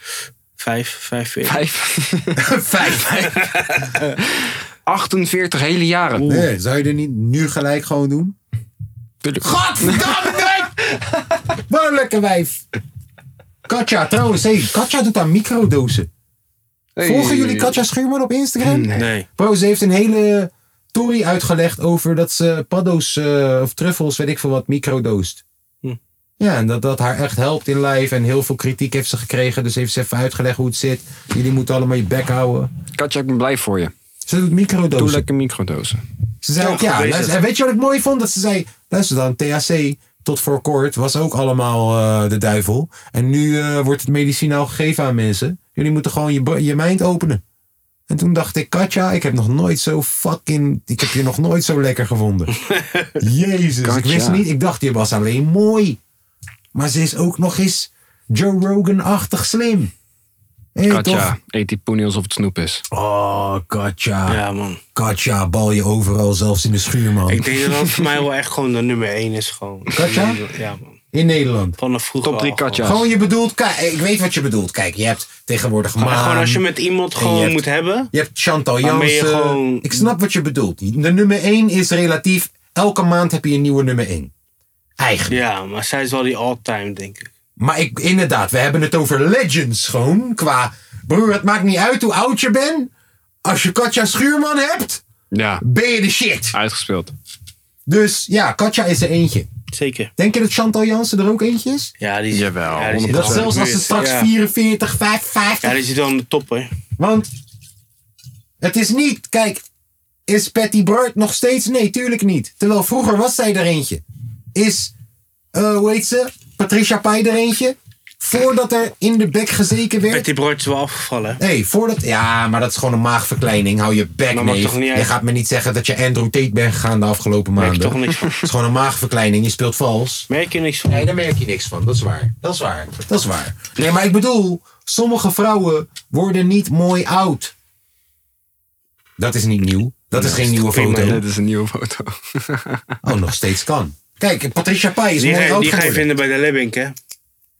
[SPEAKER 3] Vijf, vijf, weer.
[SPEAKER 2] Vijf.
[SPEAKER 1] Vijf.
[SPEAKER 2] 48 hele jaren.
[SPEAKER 1] Nee, zou je er niet nu gelijk gewoon doen?
[SPEAKER 2] Tuurlijk.
[SPEAKER 1] Godverdamme! Wat een lekker wijf. Katja, trouwens, hey, Katja doet aan microdosen.
[SPEAKER 2] Hey.
[SPEAKER 1] Volgen jullie Katja Schuurman op Instagram?
[SPEAKER 3] Nee.
[SPEAKER 1] Bro, ze heeft een hele story uitgelegd over dat ze paddo's eh, of truffels, weet ik veel wat, microdoost.
[SPEAKER 3] Hm.
[SPEAKER 1] Ja, en dat dat haar echt helpt in live. En heel veel kritiek heeft ze gekregen. Dus heeft ze even uitgelegd hoe het zit. Jullie moeten allemaal je bek houden.
[SPEAKER 2] Katja, ik ben blij voor je.
[SPEAKER 1] Ze doet
[SPEAKER 2] Doe
[SPEAKER 1] microdosen.
[SPEAKER 2] lekker microdozen.
[SPEAKER 1] Ze zei
[SPEAKER 3] Ja,
[SPEAKER 1] ook, ja,
[SPEAKER 3] geweest
[SPEAKER 1] luister,
[SPEAKER 3] het.
[SPEAKER 1] en weet je wat ik mooi vond? Dat ze zei, luister dan, THC tot voor kort was ook allemaal eh, de duivel. En nu eh, wordt het medicinaal gegeven aan mensen. Jullie moeten gewoon je, bo- je mind openen. En toen dacht ik, Katja, ik heb nog nooit zo fucking... Ik heb je nog nooit zo lekker gevonden. Jezus, ik
[SPEAKER 2] Katja.
[SPEAKER 1] wist niet. Ik dacht, je was alleen mooi. Maar ze is ook nog eens Joe Rogan-achtig slim. Hey,
[SPEAKER 2] Katja,
[SPEAKER 1] toch?
[SPEAKER 2] eet die poenie alsof het snoep is.
[SPEAKER 1] Oh, Katja.
[SPEAKER 3] Ja, man.
[SPEAKER 1] Katja, bal je overal, zelfs in de schuur, man.
[SPEAKER 3] Ik denk dat dat voor mij wel echt gewoon de nummer één is. Gewoon.
[SPEAKER 1] Katja?
[SPEAKER 3] Ja, man.
[SPEAKER 1] In Nederland.
[SPEAKER 3] Vanaf vroeger
[SPEAKER 2] Top drie
[SPEAKER 3] al gewoon.
[SPEAKER 2] Katja's.
[SPEAKER 1] Gewoon je bedoelt, kijk, ik weet wat je bedoelt. Kijk, je hebt tegenwoordig
[SPEAKER 3] Maar
[SPEAKER 1] Maan,
[SPEAKER 3] gewoon als je met iemand gewoon
[SPEAKER 1] hebt-
[SPEAKER 3] moet hebben.
[SPEAKER 1] je hebt Chantal
[SPEAKER 3] Waarmee je
[SPEAKER 1] Jansen.
[SPEAKER 3] gewoon-
[SPEAKER 1] Ik snap wat je bedoelt. De nummer 1 is relatief, elke maand heb je een nieuwe nummer 1. Eigenlijk.
[SPEAKER 3] Ja, maar zij is wel die all-time, denk ik.
[SPEAKER 1] Maar ik, inderdaad, we hebben het over legends gewoon. Qua, broer, het maakt niet uit hoe oud je bent. Als je Katja Schuurman hebt,
[SPEAKER 2] Ja,
[SPEAKER 1] ben je de shit.
[SPEAKER 2] uitgespeeld.
[SPEAKER 1] Dus ja, Katja is er eentje.
[SPEAKER 3] Zeker.
[SPEAKER 1] Denk je dat Chantal Jansen er ook eentje is?
[SPEAKER 3] Ja, die is,
[SPEAKER 2] Jawel,
[SPEAKER 3] ja, die zit
[SPEAKER 1] Dat
[SPEAKER 3] wel in
[SPEAKER 1] zelfs
[SPEAKER 3] de
[SPEAKER 1] als ze
[SPEAKER 3] buurt.
[SPEAKER 1] straks
[SPEAKER 3] ja.
[SPEAKER 1] 44, 55
[SPEAKER 3] Ja, die zit wel in de top, hè.
[SPEAKER 1] Want het is niet, kijk, is Patty Bart nog steeds? Nee, tuurlijk niet. Terwijl vroeger was zij er eentje. Is, eh, hoe heet ze? Patricia Pai er eentje? Voordat er in de bek gezeken werd.
[SPEAKER 3] Met die brood is wel afgevallen.
[SPEAKER 1] Nee, voordat. Ja, maar dat is gewoon een maagverkleining. Hou je bek
[SPEAKER 3] Dat mag
[SPEAKER 1] mee.
[SPEAKER 3] Nou, toch niet
[SPEAKER 1] Je
[SPEAKER 3] uit?
[SPEAKER 1] gaat me niet zeggen dat je Andrew Tate bent gegaan de afgelopen
[SPEAKER 3] Merk je
[SPEAKER 1] maanden.
[SPEAKER 3] toch niks van.
[SPEAKER 1] Het is gewoon een maagverkleining. Je speelt vals.
[SPEAKER 3] Merk je niks van.
[SPEAKER 1] Nee, daar merk je niks van. Dat is waar. Dat is waar. Dat is waar. Nee, maar ik bedoel, sommige vrouwen worden niet mooi oud. Dat is niet nieuw. Dat is geen nieuwe
[SPEAKER 3] prima,
[SPEAKER 1] foto.
[SPEAKER 2] Dit is een nieuwe foto.
[SPEAKER 1] Oh, nog steeds kan. Kijk, Patricia Pai is
[SPEAKER 3] Die,
[SPEAKER 1] mooi
[SPEAKER 3] ga,
[SPEAKER 1] oud
[SPEAKER 3] die ga je
[SPEAKER 1] geworden.
[SPEAKER 3] vinden bij de Lebbink, hè.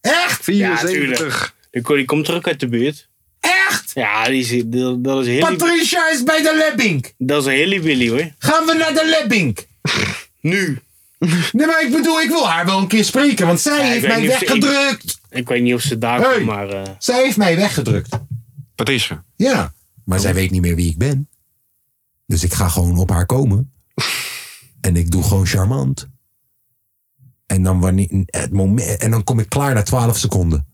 [SPEAKER 1] Echt?
[SPEAKER 2] 74.
[SPEAKER 3] Die, ko- die komt er ook uit de buurt.
[SPEAKER 1] Echt?
[SPEAKER 3] Ja, die is, dat, dat is heel...
[SPEAKER 1] Patricia is bij de Lebbink.
[SPEAKER 3] Dat is een hele Willy, hoor.
[SPEAKER 1] Gaan we naar de Lebbink?
[SPEAKER 3] Nu.
[SPEAKER 1] Nee, maar ik bedoel, ik wil haar wel een keer spreken, want zij
[SPEAKER 3] ik
[SPEAKER 1] heeft
[SPEAKER 3] weet
[SPEAKER 1] mij
[SPEAKER 3] niet of ze-
[SPEAKER 1] weggedrukt.
[SPEAKER 3] Ik weet niet of ze daar
[SPEAKER 1] Hey.
[SPEAKER 3] komt, maar... eh,
[SPEAKER 1] Zij heeft mij weggedrukt.
[SPEAKER 2] Patricia.
[SPEAKER 1] Ja, maar
[SPEAKER 3] Oh.
[SPEAKER 1] zij weet niet meer wie ik ben. Dus ik ga gewoon op haar komen. En ik doe gewoon charmant. En dan, wanneer, het moment, en dan kom ik klaar na 12 seconden.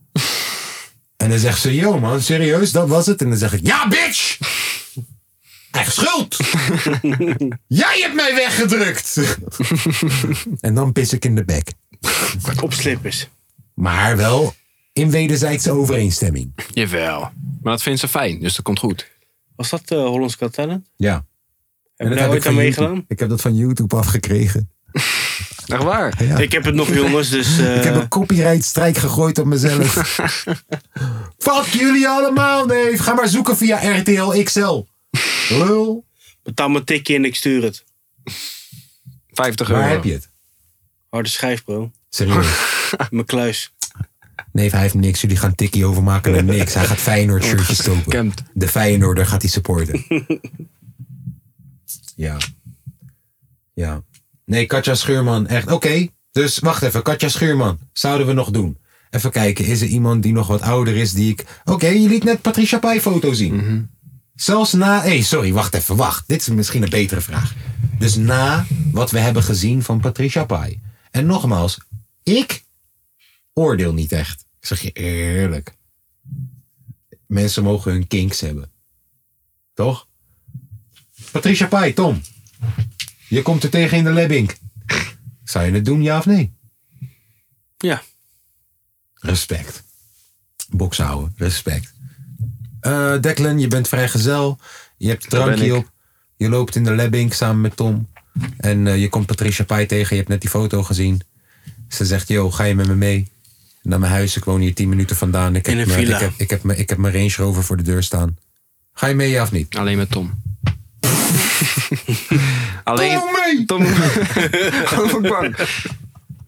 [SPEAKER 1] En dan zegt ze: Yo man, serieus, dat was het. En dan zeg ik: Ja, bitch! Echt schuld! Jij hebt mij weggedrukt! en dan pis ik in de bek.
[SPEAKER 3] op slippers.
[SPEAKER 1] Maar wel in wederzijdse overeenstemming.
[SPEAKER 2] Jawel. Maar dat vindt ze fijn, dus dat komt goed.
[SPEAKER 3] Was dat eh, Hollands Got Talent?
[SPEAKER 1] Ja.
[SPEAKER 3] Heb je
[SPEAKER 1] dat
[SPEAKER 3] daar
[SPEAKER 1] heb
[SPEAKER 3] ooit
[SPEAKER 1] ik
[SPEAKER 3] aan
[SPEAKER 1] van
[SPEAKER 3] meegedaan?
[SPEAKER 1] YouTube- Ik heb dat van YouTube afgekregen.
[SPEAKER 2] Echt waar?
[SPEAKER 1] Ja.
[SPEAKER 3] Ik heb het nog, jongens, dus... eh,
[SPEAKER 1] Ik heb een copyright strijk gegooid op mezelf. Fuck jullie allemaal, neef. Ga maar zoeken via RTL XL. Lul.
[SPEAKER 3] Betaal mijn tikje en ik stuur het.
[SPEAKER 2] 50 euro.
[SPEAKER 1] Waar heb je het?
[SPEAKER 3] Harde schijf, bro.
[SPEAKER 1] Serieus.
[SPEAKER 3] Mijn kluis.
[SPEAKER 1] Neef, hij heeft niks. Jullie gaan tikkie overmaken en niks. Hij gaat Feyenoord shirtjes kopen.
[SPEAKER 2] Gekend.
[SPEAKER 1] De Feyenoorder gaat hij supporten. Ja. Ja. Nee, Katja Schuurman. Echt. Oké. Dus wacht even. Katja Schuurman. Zouden we nog doen? Even kijken. Is er iemand die nog wat ouder is die ik... Oké, je liet net Patricia Pai foto zien. Zelfs na... Hé, sorry, wacht even, wacht. Dit is misschien een betere vraag. Dus na wat we hebben gezien van Patricia Pai. En nogmaals, ik oordeel niet echt. Ik zeg je eerlijk. Mensen mogen hun kinks hebben. Toch? Patricia Pai, Tom. Je komt er tegen in de Lebbink. Zou je het doen, ja of nee?
[SPEAKER 3] Ja.
[SPEAKER 1] Respect. Boksen houden, respect. Eh Declan, je bent vrijgezel. Je hebt een
[SPEAKER 2] Dat ben
[SPEAKER 1] drankje
[SPEAKER 2] ik.
[SPEAKER 1] op. Je loopt in de Lebbink samen met Tom. En eh, je komt Patricia Pai tegen. Je hebt net die foto gezien. Ze zegt, yo, ga je met me mee? Naar mijn huis, ik woon hier 10 minuten vandaan. Ik heb
[SPEAKER 3] In een
[SPEAKER 1] mijn-
[SPEAKER 3] villa.
[SPEAKER 1] Ik heb, ik, heb mijn, ik heb mijn Range Rover voor de deur staan. Ga je mee, ja of niet?
[SPEAKER 2] Alleen met Tom. Alleen Tom. Gewoon voor bang.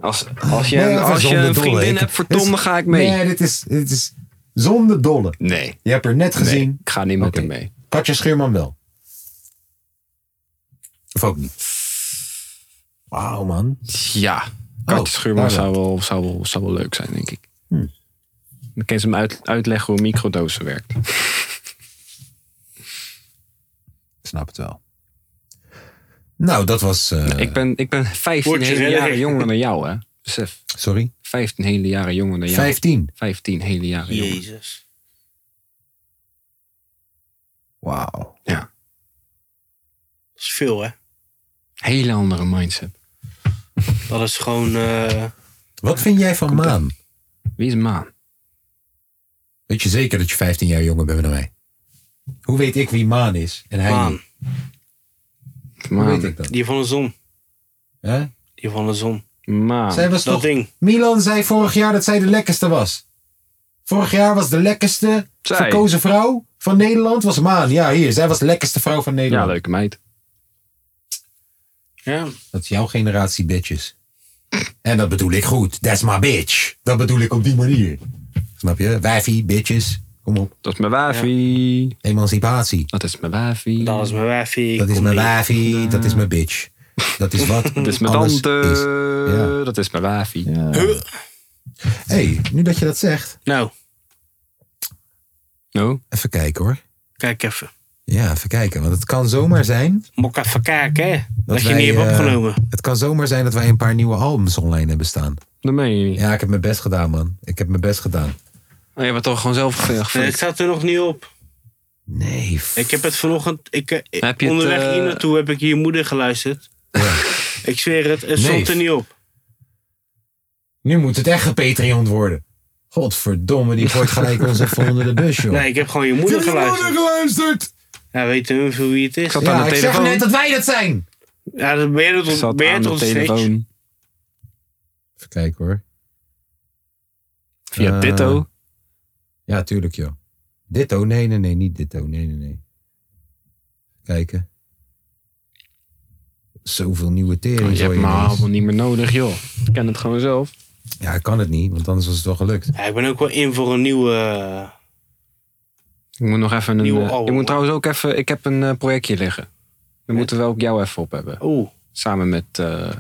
[SPEAKER 2] Als, als je,
[SPEAKER 1] Nee, even
[SPEAKER 2] als je
[SPEAKER 1] zonder
[SPEAKER 2] een
[SPEAKER 1] dolle.
[SPEAKER 2] vriendin
[SPEAKER 1] Ik-
[SPEAKER 2] hebt voor
[SPEAKER 1] dit is-
[SPEAKER 2] Tom, dan ga ik mee.
[SPEAKER 1] Nee, dit is, dit is zonder dolle.
[SPEAKER 2] Nee.
[SPEAKER 1] Je hebt er net gezien.
[SPEAKER 2] Ik ga niet met
[SPEAKER 1] Oké.
[SPEAKER 2] hem mee.
[SPEAKER 1] Katja Schuurman wel. Of ook niet. Wauw, man.
[SPEAKER 2] Ja. Katje
[SPEAKER 1] Oh,
[SPEAKER 2] Schuurman
[SPEAKER 1] daar
[SPEAKER 2] zou wel, zou, wel, zou wel leuk zijn, denk ik. Dan kan ze hem uit, uitleggen hoe een microdose werkt.
[SPEAKER 1] Ik snap het wel. Nou, dat was... eh,
[SPEAKER 2] ik, ben, ik ben 15
[SPEAKER 3] Word je
[SPEAKER 2] hele
[SPEAKER 3] redder?
[SPEAKER 2] jaren jonger dan jou, hè? Besef.
[SPEAKER 1] Sorry?
[SPEAKER 2] 15 hele jaren jonger dan jou.
[SPEAKER 1] 15.
[SPEAKER 2] 15 hele
[SPEAKER 1] Ah,
[SPEAKER 2] jaren jonger.
[SPEAKER 3] Jezus.
[SPEAKER 1] Wauw.
[SPEAKER 2] Ja.
[SPEAKER 3] Dat is veel, hè?
[SPEAKER 2] Hele andere mindset.
[SPEAKER 3] Dat is gewoon... eh,
[SPEAKER 1] Wat vind jij van Maan?
[SPEAKER 2] Wie is Maan?
[SPEAKER 1] Weet je zeker dat je 15 jaar jonger bent dan mij? Hoe weet ik wie Maan is en hij
[SPEAKER 3] Maan.
[SPEAKER 1] niet? Hoe weet
[SPEAKER 2] Maan.
[SPEAKER 1] ik dat?
[SPEAKER 3] Die van de zon.
[SPEAKER 1] Hè?
[SPEAKER 3] Die van de zon.
[SPEAKER 2] Maan.
[SPEAKER 1] Zij was
[SPEAKER 3] Dat
[SPEAKER 1] toch...
[SPEAKER 3] ding.
[SPEAKER 1] Milan zei vorig jaar dat zij de lekkerste was. Vorig jaar was de lekkerste
[SPEAKER 2] Zij.
[SPEAKER 1] verkozen vrouw van Nederland was Maan. Ja, hier. Zij was de lekkerste vrouw van
[SPEAKER 2] Ja,
[SPEAKER 1] Nederland.
[SPEAKER 2] leuke meid.
[SPEAKER 3] Ja.
[SPEAKER 1] Dat is jouw generatie bitches. En dat bedoel ik goed. That's my bitch. Dat bedoel ik op die manier. Snap je? Wijfie, bitches. Kom op.
[SPEAKER 2] Dat is mijn wafie.
[SPEAKER 1] Emancipatie.
[SPEAKER 2] Dat is mijn wafie.
[SPEAKER 3] Dat is mijn wijfie.
[SPEAKER 1] Dat is
[SPEAKER 3] Kom
[SPEAKER 1] mijn
[SPEAKER 3] mee.
[SPEAKER 1] wijfie. Dat is mijn bitch. Dat is wat
[SPEAKER 2] Dat is mijn
[SPEAKER 1] alles
[SPEAKER 2] tante.
[SPEAKER 1] is. Ja.
[SPEAKER 2] Dat is mijn wafie.
[SPEAKER 1] hey, nu dat je dat zegt.
[SPEAKER 3] Nou,
[SPEAKER 2] No?
[SPEAKER 1] Even kijken hoor.
[SPEAKER 3] kijk even.
[SPEAKER 1] Ja, even kijken. Want het kan zomaar zijn.
[SPEAKER 3] Mok even kijken, hè? Dat, je
[SPEAKER 1] wij,
[SPEAKER 3] niet hebt
[SPEAKER 1] eh,
[SPEAKER 3] opgenomen.
[SPEAKER 1] Het kan zomaar zijn dat wij een paar nieuwe albums online hebben staan.
[SPEAKER 2] Dat meen je niet.
[SPEAKER 1] Ja, ik heb mijn best gedaan, man. Ik heb mijn best gedaan.
[SPEAKER 2] Oh, je bent toch gewoon zelf ge-
[SPEAKER 3] Nee, het
[SPEAKER 2] geflikt?
[SPEAKER 3] staat er nog niet op.
[SPEAKER 1] Nee. f-
[SPEAKER 3] Ik heb het vanochtend... Ik, eh,
[SPEAKER 2] Heb je het,
[SPEAKER 3] onderweg
[SPEAKER 2] eh,
[SPEAKER 3] hier naartoe heb ik hier moeder geluisterd. ik zweer het, het stond er
[SPEAKER 1] Nee.
[SPEAKER 3] niet op.
[SPEAKER 1] Nu moet het echt gepatreond worden. Godverdomme, die gooit gelijk onze volgende de bus, joh.
[SPEAKER 3] Nee, ik heb gewoon je moeder geluisterd.
[SPEAKER 1] geluisterd.
[SPEAKER 3] Ja, weten hun veel wie het is?
[SPEAKER 2] zat
[SPEAKER 1] Ja,
[SPEAKER 2] aan de
[SPEAKER 1] ik zeg
[SPEAKER 2] telefoon.
[SPEAKER 1] net dat wij dat zijn.
[SPEAKER 3] Ja, dat ben je
[SPEAKER 2] Ik
[SPEAKER 3] tot,
[SPEAKER 2] zat
[SPEAKER 3] ben jij
[SPEAKER 2] aan de
[SPEAKER 3] tot steeds.
[SPEAKER 2] telefoon.
[SPEAKER 1] Even kijken hoor.
[SPEAKER 2] Via
[SPEAKER 1] Eh,
[SPEAKER 2] Ditto.
[SPEAKER 1] Ja, tuurlijk joh. Ditto? Nee, nee, nee, niet ditto. Nee, nee, nee. Kijken. Zoveel nieuwe tering.
[SPEAKER 2] Oh, Je hebt me allemaal niet meer nodig, joh. Ik ken het gewoon zelf.
[SPEAKER 1] Ja, ik kan het niet, want anders was het wel gelukt.
[SPEAKER 3] Ja, ik ben ook wel in voor een nieuwe... eh,
[SPEAKER 2] Ik moet nog even een...
[SPEAKER 3] Nieuwe
[SPEAKER 2] eh, ik
[SPEAKER 3] album.
[SPEAKER 2] moet trouwens ook even... Ik heb een eh, projectje liggen. We moeten wel ook jou even op hebben.
[SPEAKER 3] Oeh,
[SPEAKER 2] Samen met... eh,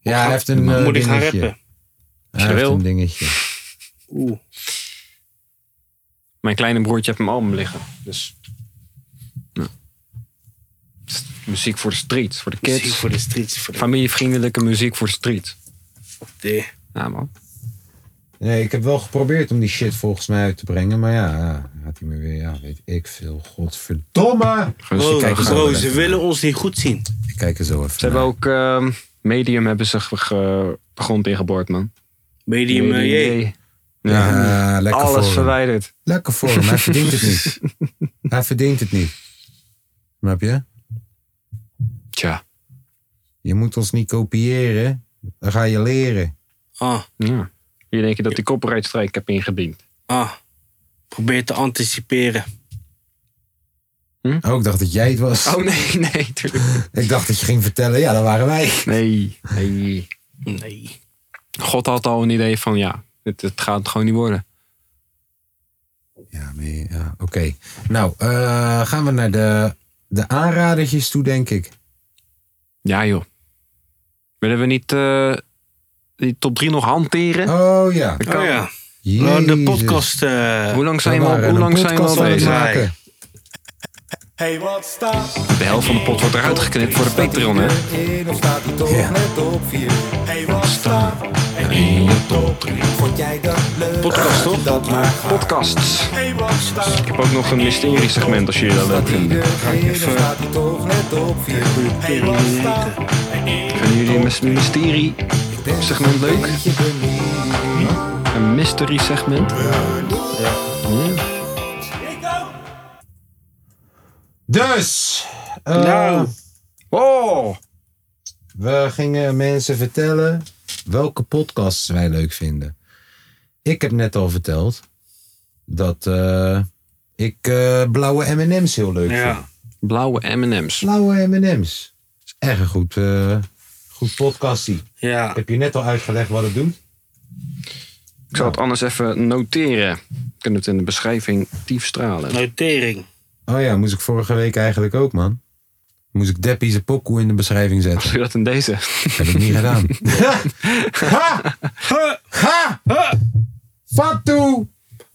[SPEAKER 1] Ja, hij heeft een eh,
[SPEAKER 3] moet ik gaan
[SPEAKER 1] dingetje.
[SPEAKER 3] rappen?
[SPEAKER 1] Hij
[SPEAKER 2] je
[SPEAKER 1] heeft
[SPEAKER 2] wil.
[SPEAKER 1] een dingetje.
[SPEAKER 3] Oeh.
[SPEAKER 2] mijn kleine broertje heeft mijn album liggen. Dus... Ja. Muziek voor de streets, voor de
[SPEAKER 3] Kids.
[SPEAKER 2] kids.
[SPEAKER 3] voor de streets. Voor de...
[SPEAKER 2] Familievriendelijke muziek voor de street.
[SPEAKER 3] de-
[SPEAKER 2] Ja, man.
[SPEAKER 1] Nee, ik heb wel geprobeerd om die shit volgens mij uit te brengen. Maar ja, ja gaat hij me weer. Ja, weet ik veel. Godverdomme!
[SPEAKER 2] Gewoon
[SPEAKER 3] Bro,
[SPEAKER 1] kijken zo
[SPEAKER 3] bro,
[SPEAKER 1] wel
[SPEAKER 3] ze
[SPEAKER 1] even.
[SPEAKER 3] willen ons niet goed zien.
[SPEAKER 1] Ik kijk er zo even
[SPEAKER 2] Ze hebben ook ehm, Medium hebben ze ge- ge- de grond ingeboord, man.
[SPEAKER 3] Medium, eh, jee.
[SPEAKER 2] J.
[SPEAKER 1] naar.
[SPEAKER 2] Ja.
[SPEAKER 1] Ja, lekker voor eh,
[SPEAKER 2] Alles
[SPEAKER 1] hem.
[SPEAKER 2] verwijderd.
[SPEAKER 1] Lekker voor hem. Hij verdient het niet. Hij verdient het niet. Snap je?
[SPEAKER 2] Tja.
[SPEAKER 1] Je moet ons niet kopiëren. Dan ga je leren.
[SPEAKER 3] Ah,
[SPEAKER 2] Ja. Wie denk je dat die copyrightstrijk heb ingediend?
[SPEAKER 3] ah. Probeer te anticiperen.
[SPEAKER 1] Oh, ik dacht dat jij het was.
[SPEAKER 2] Oh nee, nee, tuurlijk.
[SPEAKER 1] Ik dacht dat je ging vertellen. Ja, dat waren wij.
[SPEAKER 2] Nee, nee.
[SPEAKER 3] Nee.
[SPEAKER 2] God had al een idee van ja, het, het gaat gewoon niet worden.
[SPEAKER 1] Ja, maar je- ja oké. Nou, eh, gaan we naar de, de aanradertjes toe, denk ik.
[SPEAKER 2] Ja joh. Willen we niet eh, die top 3 nog hanteren?
[SPEAKER 1] Oh ja.
[SPEAKER 2] Dat kan.
[SPEAKER 3] Oh ja,
[SPEAKER 1] Jezus.
[SPEAKER 3] de podcast. eh,
[SPEAKER 2] Hoe lang Nou, zijn we
[SPEAKER 1] waren
[SPEAKER 2] al, hoe
[SPEAKER 1] een
[SPEAKER 2] lang zijn we
[SPEAKER 1] podcast
[SPEAKER 2] al
[SPEAKER 1] aan het
[SPEAKER 2] bezig?
[SPEAKER 3] maken.
[SPEAKER 1] maken.
[SPEAKER 4] Hey, wat staat
[SPEAKER 2] De helft van de pot wordt eruit geknipt voor de Patreon, hè?
[SPEAKER 4] in of staat hij toch
[SPEAKER 1] Ja.
[SPEAKER 4] net op vier? Hey, wat staat
[SPEAKER 2] In de top drie.
[SPEAKER 4] Vond jij dat leuk?
[SPEAKER 2] Podcast, toch?
[SPEAKER 4] Dat maar.
[SPEAKER 2] Podcasts.
[SPEAKER 4] Hey, wat staat
[SPEAKER 2] Ik heb ook nog een mysterie-segment als jullie dat leuk vinden.
[SPEAKER 4] in of staat hij toch net op vier? Hey, wat staat
[SPEAKER 2] Vinden jullie een mys- mysterie-segment leuk? Hm? Een mystery-segment?
[SPEAKER 1] Dus, eh,
[SPEAKER 3] Nou.
[SPEAKER 2] Oh!
[SPEAKER 1] we gingen mensen vertellen welke podcasts wij leuk vinden. Ik heb net al verteld dat eh, ik eh, blauwe M&M's heel leuk vind.
[SPEAKER 3] Ja.
[SPEAKER 2] Blauwe M&M's.
[SPEAKER 1] Blauwe M&M's. is echt een goed, eh, goed podcastie.
[SPEAKER 3] Ja.
[SPEAKER 1] Ik heb je net al uitgelegd wat het doet.
[SPEAKER 2] Ik zal het anders even noteren. We kunnen het in de beschrijving diep stralen.
[SPEAKER 3] Notering.
[SPEAKER 1] Oh ja, moest ik vorige week eigenlijk ook, man. Moest ik Deppie zijn pokoe in de beschrijving zetten.
[SPEAKER 2] Doe je dat in deze?
[SPEAKER 1] Heb ik niet gedaan. ha!
[SPEAKER 3] Huh,
[SPEAKER 1] Ha!
[SPEAKER 3] huh.
[SPEAKER 1] Fatu!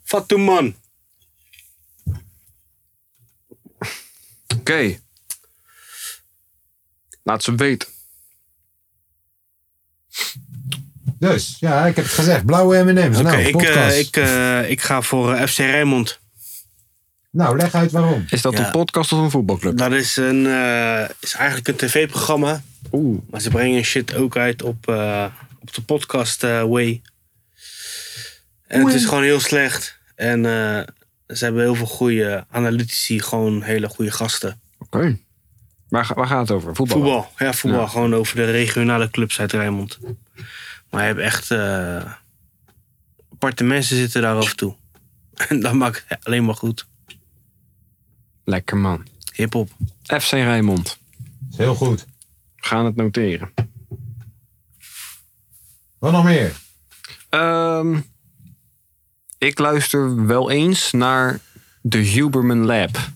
[SPEAKER 3] Fatou man.
[SPEAKER 2] Oké. Laat ze weten.
[SPEAKER 1] Dus, ja, ik heb het gezegd. Blauwe M&M's.
[SPEAKER 3] Oké,
[SPEAKER 1] nou,
[SPEAKER 3] ik,
[SPEAKER 1] podcast.
[SPEAKER 3] eh, ik, eh, ik ga voor eh, FC Rijnmond.
[SPEAKER 1] Nou, leg uit waarom.
[SPEAKER 2] Is dat
[SPEAKER 3] Ja.
[SPEAKER 2] een podcast of een voetbalclub?
[SPEAKER 3] Dat is, een, eh, is eigenlijk een tv-programma.
[SPEAKER 2] Oeh.
[SPEAKER 3] Maar ze brengen shit ook uit op, eh, op de podcast eh, Way. En het is gewoon heel slecht. En eh, ze hebben heel veel goede analytici, gewoon hele goede gasten.
[SPEAKER 2] Oké. Waar, ga- waar gaat het over? Voetbal.
[SPEAKER 3] Voetbal, ja, voetbal.
[SPEAKER 2] Ja.
[SPEAKER 3] Gewoon over de regionale clubs uit Rijnmond. Maar je hebt echt eh aparte mensen zitten daar af en toe. En dat maakt het alleen maar goed.
[SPEAKER 2] Lekker man.
[SPEAKER 3] Hip-hop.
[SPEAKER 2] FC Rijnmond.
[SPEAKER 1] Is heel goed.
[SPEAKER 2] We gaan het noteren.
[SPEAKER 1] Wat nog meer?
[SPEAKER 2] Ehm, ik luister wel eens naar de Huberman Lab.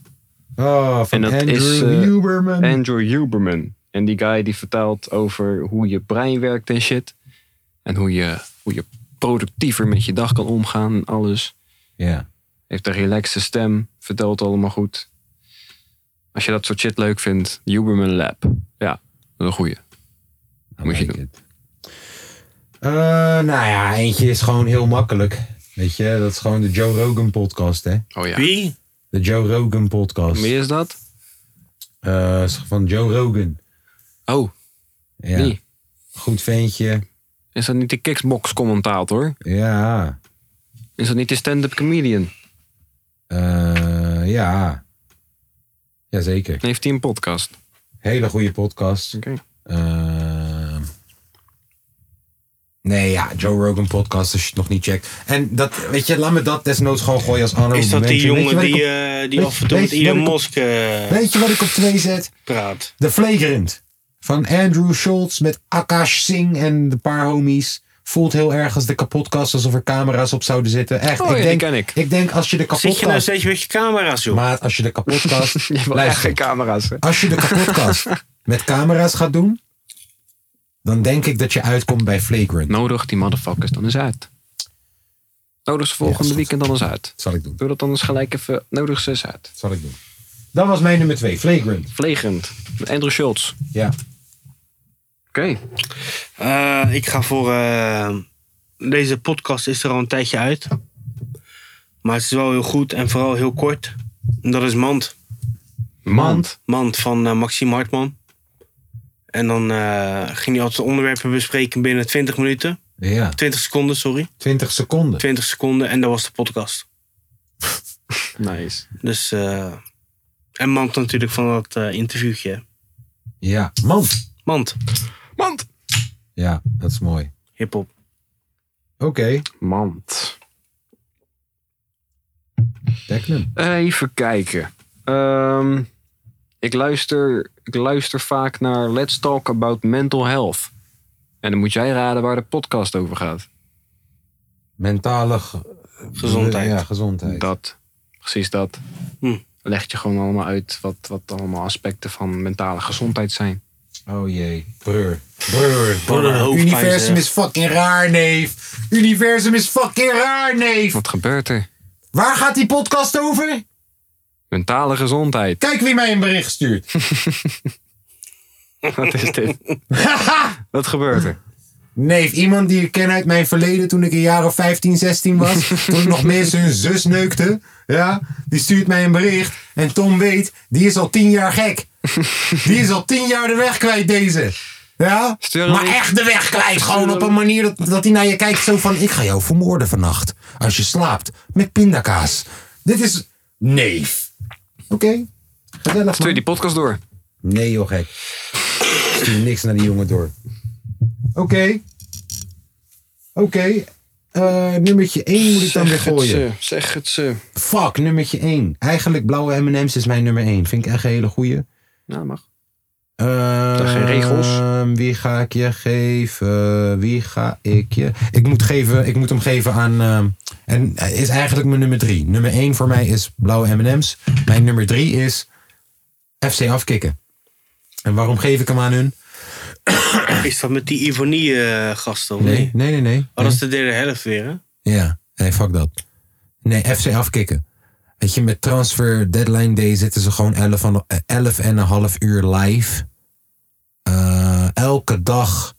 [SPEAKER 1] Oh,
[SPEAKER 2] En
[SPEAKER 1] van
[SPEAKER 2] dat
[SPEAKER 1] Andrew
[SPEAKER 2] is, eh,
[SPEAKER 1] Huberman.
[SPEAKER 2] Andrew Huberman. En die guy die vertelt over hoe je brein werkt en shit. En hoe je, hoe je productiever met je dag kan omgaan en alles.
[SPEAKER 1] ja.
[SPEAKER 2] Heeft een relaxte stem. Vertelt allemaal goed. Als je dat soort shit leuk vindt, Huberman Lab. Ja, dat is een goeie.
[SPEAKER 1] I
[SPEAKER 2] Moet je
[SPEAKER 1] like it. Eh, nou ja, eentje is gewoon heel makkelijk. Weet je, dat is gewoon de Joe Rogan podcast, hè?
[SPEAKER 2] Oh ja.
[SPEAKER 3] Wie?
[SPEAKER 1] De Joe Rogan podcast.
[SPEAKER 2] Wie is dat?
[SPEAKER 1] Eh, is van Joe Rogan.
[SPEAKER 2] Oh,
[SPEAKER 1] Ja.
[SPEAKER 2] die.
[SPEAKER 1] Goed ventje.
[SPEAKER 2] Is dat niet de Kickbox commentator?
[SPEAKER 1] Ja.
[SPEAKER 2] Is dat niet de stand-up comedian?
[SPEAKER 1] Eh, ja. Jazeker.
[SPEAKER 2] Heeft hij een podcast?
[SPEAKER 1] Hele goede podcast.
[SPEAKER 2] Oké.
[SPEAKER 1] Eh, nee, ja, Joe Rogan podcast als je het nog niet checkt. En dat, weet je, laat me dat desnoods gewoon gooien als honorable
[SPEAKER 3] Is dat die
[SPEAKER 1] mention. Oh, Weet je wat
[SPEAKER 3] jongen
[SPEAKER 1] ik
[SPEAKER 3] die,
[SPEAKER 1] op-
[SPEAKER 3] eh, die
[SPEAKER 1] weet-
[SPEAKER 3] af en toe met
[SPEAKER 1] weet- weet
[SPEAKER 3] Elon
[SPEAKER 1] ik op-
[SPEAKER 3] Musk eh,
[SPEAKER 1] Weet je wat ik op twee zet?
[SPEAKER 3] praat?
[SPEAKER 1] The Flagrant. Van Andrew Schultz met Akash Singh en de paar homies. Voelt heel erg als de kapotkast, alsof er camera's op zouden zitten. Echt,
[SPEAKER 2] Oh ja,
[SPEAKER 1] ik,
[SPEAKER 2] die
[SPEAKER 1] denk,
[SPEAKER 2] ken ik.
[SPEAKER 1] denk als je de
[SPEAKER 3] Zit je nou
[SPEAKER 1] kapotkast...
[SPEAKER 3] steeds met je camera's, joh?
[SPEAKER 1] Maat, als je de kapotkast...
[SPEAKER 2] Je hebt wel echt
[SPEAKER 1] luister,
[SPEAKER 2] geen camera's. hè?
[SPEAKER 1] als je de kapotkast met camera's gaat doen... dan denk ik dat je uitkomt bij Flagrant.
[SPEAKER 2] Nodig die motherfuckers dan eens uit. Nodig ze
[SPEAKER 1] Ja, is
[SPEAKER 2] volgende
[SPEAKER 1] goed.
[SPEAKER 2] weekend dan eens uit.
[SPEAKER 1] Dat zal ik doen.
[SPEAKER 2] Doe dat dan eens gelijk even. Nodig ze eens uit.
[SPEAKER 1] Dat zal ik doen. Dat was mijn nummer twee, Flagrant.
[SPEAKER 2] Vlegend. Met Andrew Schultz. Oké.
[SPEAKER 1] Ja.
[SPEAKER 3] Eh, ik ga voor. eh, deze podcast is er al een tijdje uit. Maar het is wel heel goed en vooral heel kort. En dat is Mand.
[SPEAKER 2] Mand.
[SPEAKER 3] Mand van eh, Maxime Hartman. En dan eh, ging hij altijd onderwerpen bespreken binnen 20 minuten.
[SPEAKER 1] Ja,
[SPEAKER 3] 20 seconden, sorry.
[SPEAKER 1] 20 seconden.
[SPEAKER 3] 20 seconden en dat was de podcast.
[SPEAKER 2] Nice.
[SPEAKER 3] Dus. eh, en Mand natuurlijk van dat eh, interviewtje. hè.
[SPEAKER 1] Ja, man.
[SPEAKER 3] Mand,
[SPEAKER 2] Mand.
[SPEAKER 1] Ja, dat is mooi.
[SPEAKER 3] hip-hop.
[SPEAKER 1] Oké,
[SPEAKER 2] Mand.
[SPEAKER 1] tackle hem.
[SPEAKER 2] Even kijken. Ehm, ik, luister, ik luister vaak naar Let's Talk About Mental Health. En dan moet jij raden waar de podcast over gaat.
[SPEAKER 1] Mentale ge-
[SPEAKER 3] Gezondheid.
[SPEAKER 1] Ja, gezondheid.
[SPEAKER 2] Dat, precies dat.
[SPEAKER 3] Hm.
[SPEAKER 2] Legt je gewoon allemaal uit wat, wat allemaal aspecten van mentale gezondheid zijn.
[SPEAKER 1] Oh jee. Breur. Breur.
[SPEAKER 3] Wat een
[SPEAKER 1] breur.
[SPEAKER 3] hoofdpijn,
[SPEAKER 1] Universum
[SPEAKER 3] zeg.
[SPEAKER 1] is fucking raar, neef. Universum is fucking raar, neef.
[SPEAKER 2] Wat gebeurt er?
[SPEAKER 1] Waar gaat die podcast over?
[SPEAKER 2] Mentale gezondheid.
[SPEAKER 1] Kijk wie mij een bericht stuurt.
[SPEAKER 2] Wat is dit? Wat gebeurt er?
[SPEAKER 1] Nee, iemand die ik ken uit mijn verleden toen ik een jaar of 15, 16 was. toen ik nog mensen hun zus neukte. Ja, die stuurt mij een bericht. En Tom weet, die is al 10 jaar gek. Die is al 10 jaar de weg kwijt, deze. Ja,
[SPEAKER 2] Stuur hem
[SPEAKER 1] maar
[SPEAKER 2] niet.
[SPEAKER 1] echt de weg kwijt. Gewoon op een manier dat, dat hij naar je kijkt. Zo van, ik ga jou vermoorden vannacht. Als je slaapt. Met pindakaas. Dit is... Neef. Oké. Gezellig, man.
[SPEAKER 2] Stuur die podcast door.
[SPEAKER 1] Nee joh, gek. Ik zie niks naar die jongen door. Oké. Oké. Eh, nummertje 1 moet ik dan weer gooien.
[SPEAKER 2] zeg het ze.
[SPEAKER 1] Fuck, nummertje 1. Eigenlijk blauwe M&M's is mijn nummer 1. Vind ik echt een hele goeie.
[SPEAKER 2] Nou, mag.
[SPEAKER 1] Eh,
[SPEAKER 2] Zijn geen regels.
[SPEAKER 1] Wie ga ik je geven? Wie ga ik je... Ik moet, geven, ik moet hem geven aan... ehm, en hij is eigenlijk mijn nummer 3. Nummer 1 voor mij is blauwe M&M's. Mijn nummer 3 is FC afkicken. En waarom geef ik hem aan hun?
[SPEAKER 3] Is dat met die Ivonie-gasten? of
[SPEAKER 1] Nee,
[SPEAKER 3] niet?
[SPEAKER 1] nee, nee. nee.
[SPEAKER 3] Oh, dat is de derde helft weer, hè?
[SPEAKER 1] Ja, nee, fuck dat. Nee, FC afkicken. Weet je, met transfer deadline day zitten ze gewoon 11, van, eh, 11 en een half uur live. Eh, elke dag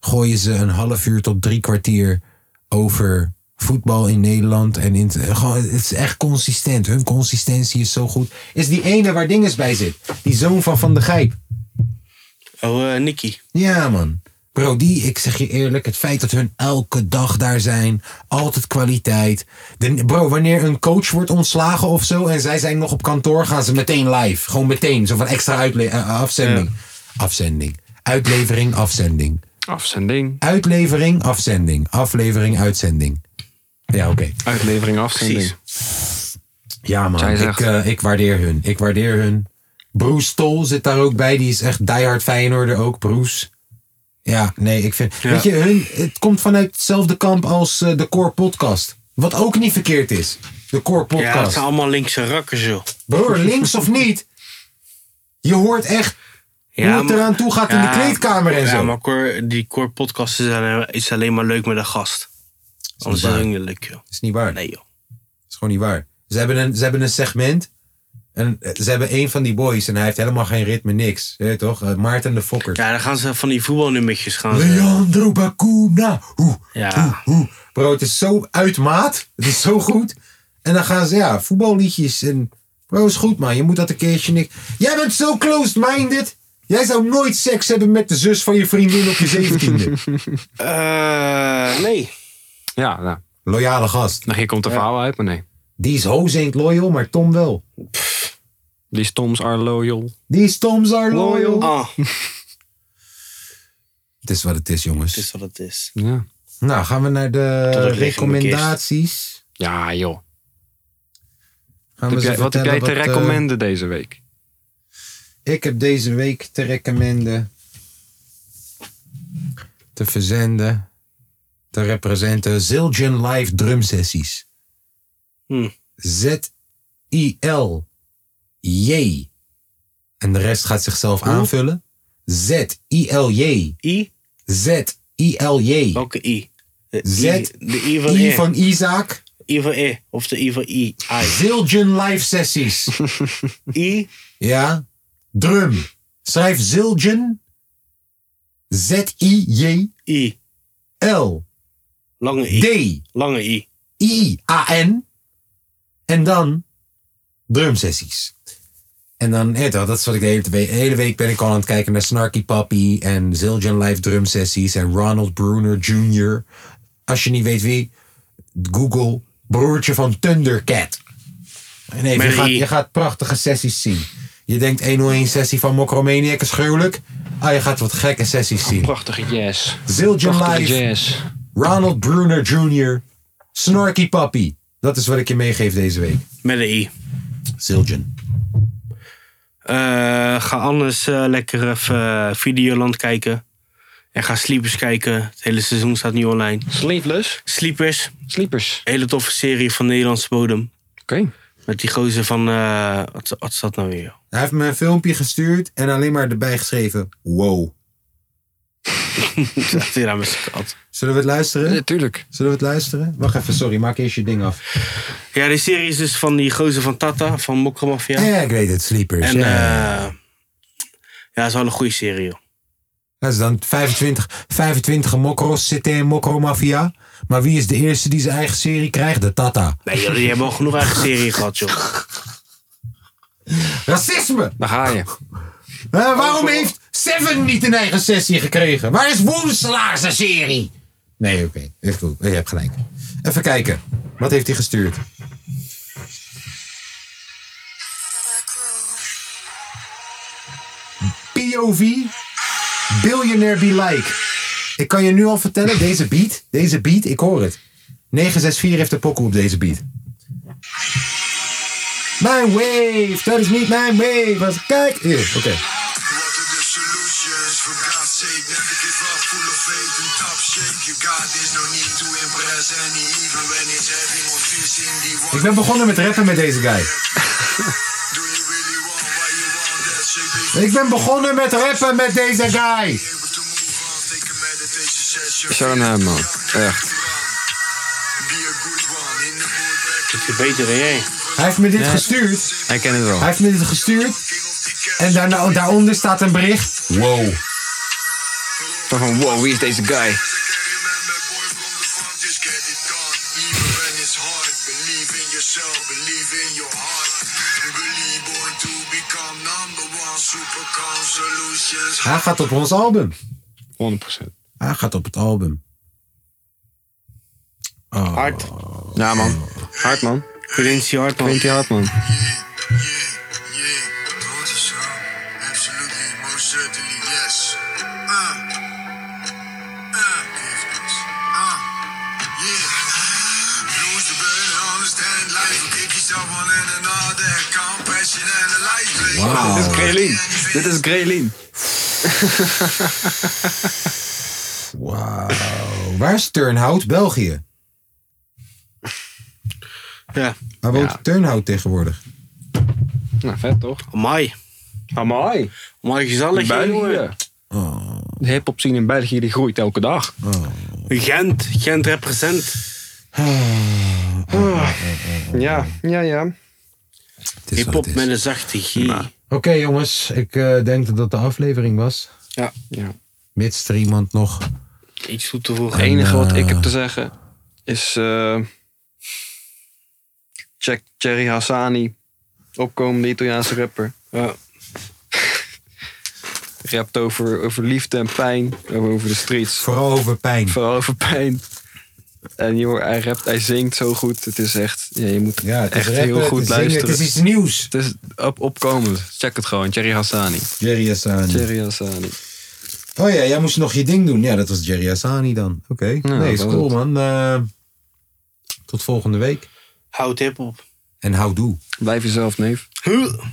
[SPEAKER 1] gooien ze een half uur tot drie kwartier over voetbal in Nederland. En in, gewoon, het is echt consistent. Hun consistentie is zo goed. Is die ene waar dinges bij zit. Die zoon van Van de Gijp.
[SPEAKER 3] Oh, eh Nicky.
[SPEAKER 1] Ja, man. Bro, die, ik zeg je eerlijk, het feit dat hun elke dag daar zijn, altijd kwaliteit. De, bro, wanneer een coach wordt ontslagen of zo en zij zijn nog op kantoor, gaan ze meteen live. Gewoon meteen, zo van extra uitle- eh, afzending. Afzending. Uitlevering, afzending.
[SPEAKER 2] Afzending.
[SPEAKER 1] Uitlevering, afzending. Aflevering, uitzending. Ja, oké.
[SPEAKER 2] Uitlevering, afzending.
[SPEAKER 3] Precies.
[SPEAKER 1] Ja, man.
[SPEAKER 2] Zij
[SPEAKER 1] Ik,
[SPEAKER 2] zegt-
[SPEAKER 1] eh, ik waardeer hun. Ik waardeer hun. Bruce Tol zit daar ook bij. Die is echt diehard Feyenoorder ook, Bruce. Ja, nee, ik vind... Weet je, hun, het komt vanuit hetzelfde kamp als eh, de Core Podcast. Wat ook niet verkeerd is. De Core
[SPEAKER 3] Ja, dat
[SPEAKER 1] Podcast.
[SPEAKER 3] zijn allemaal linkse rakkers, joh.
[SPEAKER 1] Broer, links of niet, je hoort echt hoe het
[SPEAKER 3] maar-
[SPEAKER 1] eraan toe gaat in de
[SPEAKER 3] Ja,
[SPEAKER 1] kleedkamer en zo.
[SPEAKER 3] Ja, maar Cor, die Cor podcast is alleen, is alleen maar leuk met een gast. Anders is
[SPEAKER 1] waar.
[SPEAKER 3] het ook niet leuk, joh.
[SPEAKER 1] is niet waar.
[SPEAKER 3] Nee, joh.
[SPEAKER 1] is gewoon niet waar. Ze hebben een, ze hebben een segment. En eh, ze hebben één van die boys. En hij heeft helemaal geen ritme, niks. Je weet toch? Eh, Maarten de Fokker.
[SPEAKER 3] Ja, dan gaan ze van die voetbalnummertjes gaan. ze-
[SPEAKER 1] Leandro Bacuna. Hoe,
[SPEAKER 3] Ja.
[SPEAKER 1] Ah, hoe, hoe. Bro, het is zo uitmaat. Het is zo goed. En dan gaan ze, ja, voetballiedjes. En, bro, is goed, man. Je moet dat een keertje niks. Jij bent zo closed-minded. Jij zou nooit seks hebben met de zus van je vriendin op je zeventiende.
[SPEAKER 3] Eh, nee.
[SPEAKER 2] Ja, nou,
[SPEAKER 1] Loyale gast.
[SPEAKER 2] nou, hier komt de verhaal uit, maar nee.
[SPEAKER 1] Die is hoze ain't loyal, maar Tom wel.
[SPEAKER 2] Die stoms are loyal.
[SPEAKER 1] Die is Tom's are loyal.
[SPEAKER 3] Ah, het
[SPEAKER 1] Het is wat het is, jongens.
[SPEAKER 3] is wat het is.
[SPEAKER 2] Ja.
[SPEAKER 1] Nou, gaan we naar de
[SPEAKER 3] Tot het licht in de
[SPEAKER 1] recommendaties.
[SPEAKER 2] Ja, joh.
[SPEAKER 1] Gaan
[SPEAKER 2] Heb
[SPEAKER 1] we ze
[SPEAKER 2] jij- wat heb jij
[SPEAKER 1] vertellen
[SPEAKER 2] te
[SPEAKER 1] wat, eh,
[SPEAKER 2] recommenden deze week?
[SPEAKER 1] Ik heb deze week te recommenden. Te verzenden. Te representen. Zildjian Live Drum Sessies.
[SPEAKER 3] Hm.
[SPEAKER 1] Z-I-L-J. En de rest gaat zichzelf aanvullen. Z-I-L-J.
[SPEAKER 3] I?
[SPEAKER 1] Z-I-L-J.
[SPEAKER 3] Welke I? De I-
[SPEAKER 1] Z.
[SPEAKER 3] De I van
[SPEAKER 1] I
[SPEAKER 3] E.
[SPEAKER 1] van Isaac.
[SPEAKER 3] I van E. Of de I van I. I.
[SPEAKER 1] Zildjian Live Sessies.
[SPEAKER 3] I.
[SPEAKER 1] Ja. Drum. Schrijf Zildjian. Z-I-J-L.
[SPEAKER 3] I. Lange I.
[SPEAKER 1] D-I-A-N.
[SPEAKER 3] Lange I.
[SPEAKER 1] En dan drumsessies. En dan, hé, dat dat is wat ik de hele, we- hele week ben ik al aan het kijken naar Snarky Pappy en Zildjian Live drumsessies en Ronald Bruner Jr. Als je niet weet wie, Google broertje van Thundercat. Nee, je
[SPEAKER 3] Mary.
[SPEAKER 1] gaat, je gaat prachtige sessies zien. Je denkt 101 sessie van Mokromaniac is gruwelijk. Ah, je gaat wat gekke sessies zien.
[SPEAKER 2] Prachtige jazz.
[SPEAKER 1] Zildjian
[SPEAKER 2] Prachtige
[SPEAKER 1] Live
[SPEAKER 2] jazz.
[SPEAKER 1] Ronald Bruner Jr. Snorky Pappy. Dat is wat ik je meegeef deze week.
[SPEAKER 3] Met een I.
[SPEAKER 1] Zildjian.
[SPEAKER 3] Eh, ga anders eh, lekker even eh, Videoland kijken. En ga Sleepers kijken. Het hele seizoen staat nu online.
[SPEAKER 2] Sleepless.
[SPEAKER 3] Sleepers.
[SPEAKER 2] Sleepers.
[SPEAKER 3] Hele toffe serie van Nederlandse bodem.
[SPEAKER 2] Oké.
[SPEAKER 3] Met die gozer van... eh, wat, wat is dat nou weer? joh?
[SPEAKER 1] Hij heeft me een filmpje gestuurd en alleen maar erbij geschreven: Wow.
[SPEAKER 3] Zegt hij aan mijn schat.
[SPEAKER 1] Zullen we het luisteren?
[SPEAKER 2] Natuurlijk.
[SPEAKER 1] Zullen we het luisteren? Wacht even, sorry, maak eerst je ding af.
[SPEAKER 3] Ja, die serie is dus van die gozer van Tata, van Mokka Mafia.
[SPEAKER 1] Ja, ik weet het, Sleepers.
[SPEAKER 3] En
[SPEAKER 1] ja.
[SPEAKER 3] eh, ja, is wel een goede serie, joh.
[SPEAKER 1] Dat is dan 25, 25 mokros zitten in Mokro Mafia. Maar wie is de eerste die zijn eigen serie krijgt? De Tata.
[SPEAKER 3] Nee, joh, die hebben al genoeg eigen serie gehad, joh.
[SPEAKER 1] Racisme!
[SPEAKER 2] Daar ga je.
[SPEAKER 1] Eh, waarom heeft Seven niet een eigen sessie gekregen? Waar is Woenselaar zijn serie? Nee, oké. Echt goed. Je hebt gelijk. Even kijken. Wat heeft hij gestuurd? POV? Billionaire Be Like. Ik kan je nu al vertellen, deze beat, deze beat, ik hoor het. 964 heeft de pokoe op deze beat. Mijn wave, dat is niet mijn wave. Als- Kijk, hier, oké.
[SPEAKER 6] Welcome to solutions. For God's sake, never give up. Full of faith and top shape. You got this, no need to impress any even when it's heavy or fish in the water.
[SPEAKER 1] Ik ben begonnen met rappen met deze guy.
[SPEAKER 6] Do you really want what you want? That shape is
[SPEAKER 1] Ik ben begonnen met rappen met deze guy.
[SPEAKER 6] able to move on. Take a meditation session.
[SPEAKER 2] Shout out man. Echt.
[SPEAKER 6] Be a good one. In the mood, back
[SPEAKER 3] Dat is beter dan jij.
[SPEAKER 1] Hij heeft me dit gestuurd.
[SPEAKER 2] Hij kent het wel.
[SPEAKER 1] Hij heeft me dit gestuurd. En daarna, daaronder staat een bericht. Wow.
[SPEAKER 2] Zo Van, wow, wie is deze guy?
[SPEAKER 6] I can remember, boy, from the farm, just get it done. Even when it's hard, believe in yourself, believe in your heart. Believe born to become number one. Supercom solutions.
[SPEAKER 1] Hij gaat op ons album.
[SPEAKER 2] 100%.
[SPEAKER 1] Hij gaat op het album.
[SPEAKER 3] Hard.
[SPEAKER 2] Oh. Ja, man. Hard, man.
[SPEAKER 3] Quincy Hartman.
[SPEAKER 2] Vindt hij hard, man.
[SPEAKER 6] Yeah, told you so. Absolutely, most certainly, yes. Uh, uh, giftings. Uh, yeah. Lose the burden, understand life. Give yourself one and another. Compassion and a life.
[SPEAKER 1] Wow.
[SPEAKER 2] Dit is Greylin. Dit is Greylin.
[SPEAKER 1] Wauw. Waar is Turnhout, België?
[SPEAKER 3] Ja.
[SPEAKER 1] Hij woont in Turnhout tegenwoordig.
[SPEAKER 2] Nou, vet toch?
[SPEAKER 3] Amai.
[SPEAKER 2] Amai.
[SPEAKER 3] Amai, gezellig, jongen.
[SPEAKER 2] De hip-hop scene in België die groeit elke dag.
[SPEAKER 3] Gent. Gent represent.
[SPEAKER 2] Oh. Ja, ja, ja.
[SPEAKER 1] Het is wat
[SPEAKER 3] Hip-hop
[SPEAKER 1] het is.
[SPEAKER 3] met een zachte G.
[SPEAKER 1] Oké jongens, ik eh, denk dat dat de aflevering was.
[SPEAKER 2] Ja. ja.
[SPEAKER 1] Mits er iemand nog...
[SPEAKER 3] Iets toe te
[SPEAKER 2] Het
[SPEAKER 3] voegen.
[SPEAKER 2] enige wat
[SPEAKER 1] eh,
[SPEAKER 2] ik heb te zeggen is. eh, check Cherry Hassani, opkomende Italiaanse rapper.
[SPEAKER 3] Ja.
[SPEAKER 2] Rapt over, over liefde en pijn, over, over de streets.
[SPEAKER 1] Vooral over pijn.
[SPEAKER 2] Vooral over pijn. En joh, hij rapt, hij zingt zo goed. Het is echt, ja, je moet
[SPEAKER 1] Ja, het is
[SPEAKER 2] echt
[SPEAKER 1] rappen,
[SPEAKER 2] heel
[SPEAKER 1] het
[SPEAKER 2] goed
[SPEAKER 1] is zingen,
[SPEAKER 2] luisteren.
[SPEAKER 1] Het is iets nieuws.
[SPEAKER 2] op, opkomend. Check het gewoon, Cherry Hassani.
[SPEAKER 1] Jerry Hassani.
[SPEAKER 2] Cherry Hassani.
[SPEAKER 1] Oh ja, jij moest nog je ding doen. Ja, dat was Jerry Hassani dan. Oké,
[SPEAKER 2] Nou,
[SPEAKER 1] nee, is
[SPEAKER 2] dat
[SPEAKER 1] cool
[SPEAKER 2] was
[SPEAKER 1] man. Eh, tot volgende week.
[SPEAKER 3] Houd hip-hop.
[SPEAKER 1] En houdoe.
[SPEAKER 2] Blijf jezelf, neef.
[SPEAKER 3] Huh.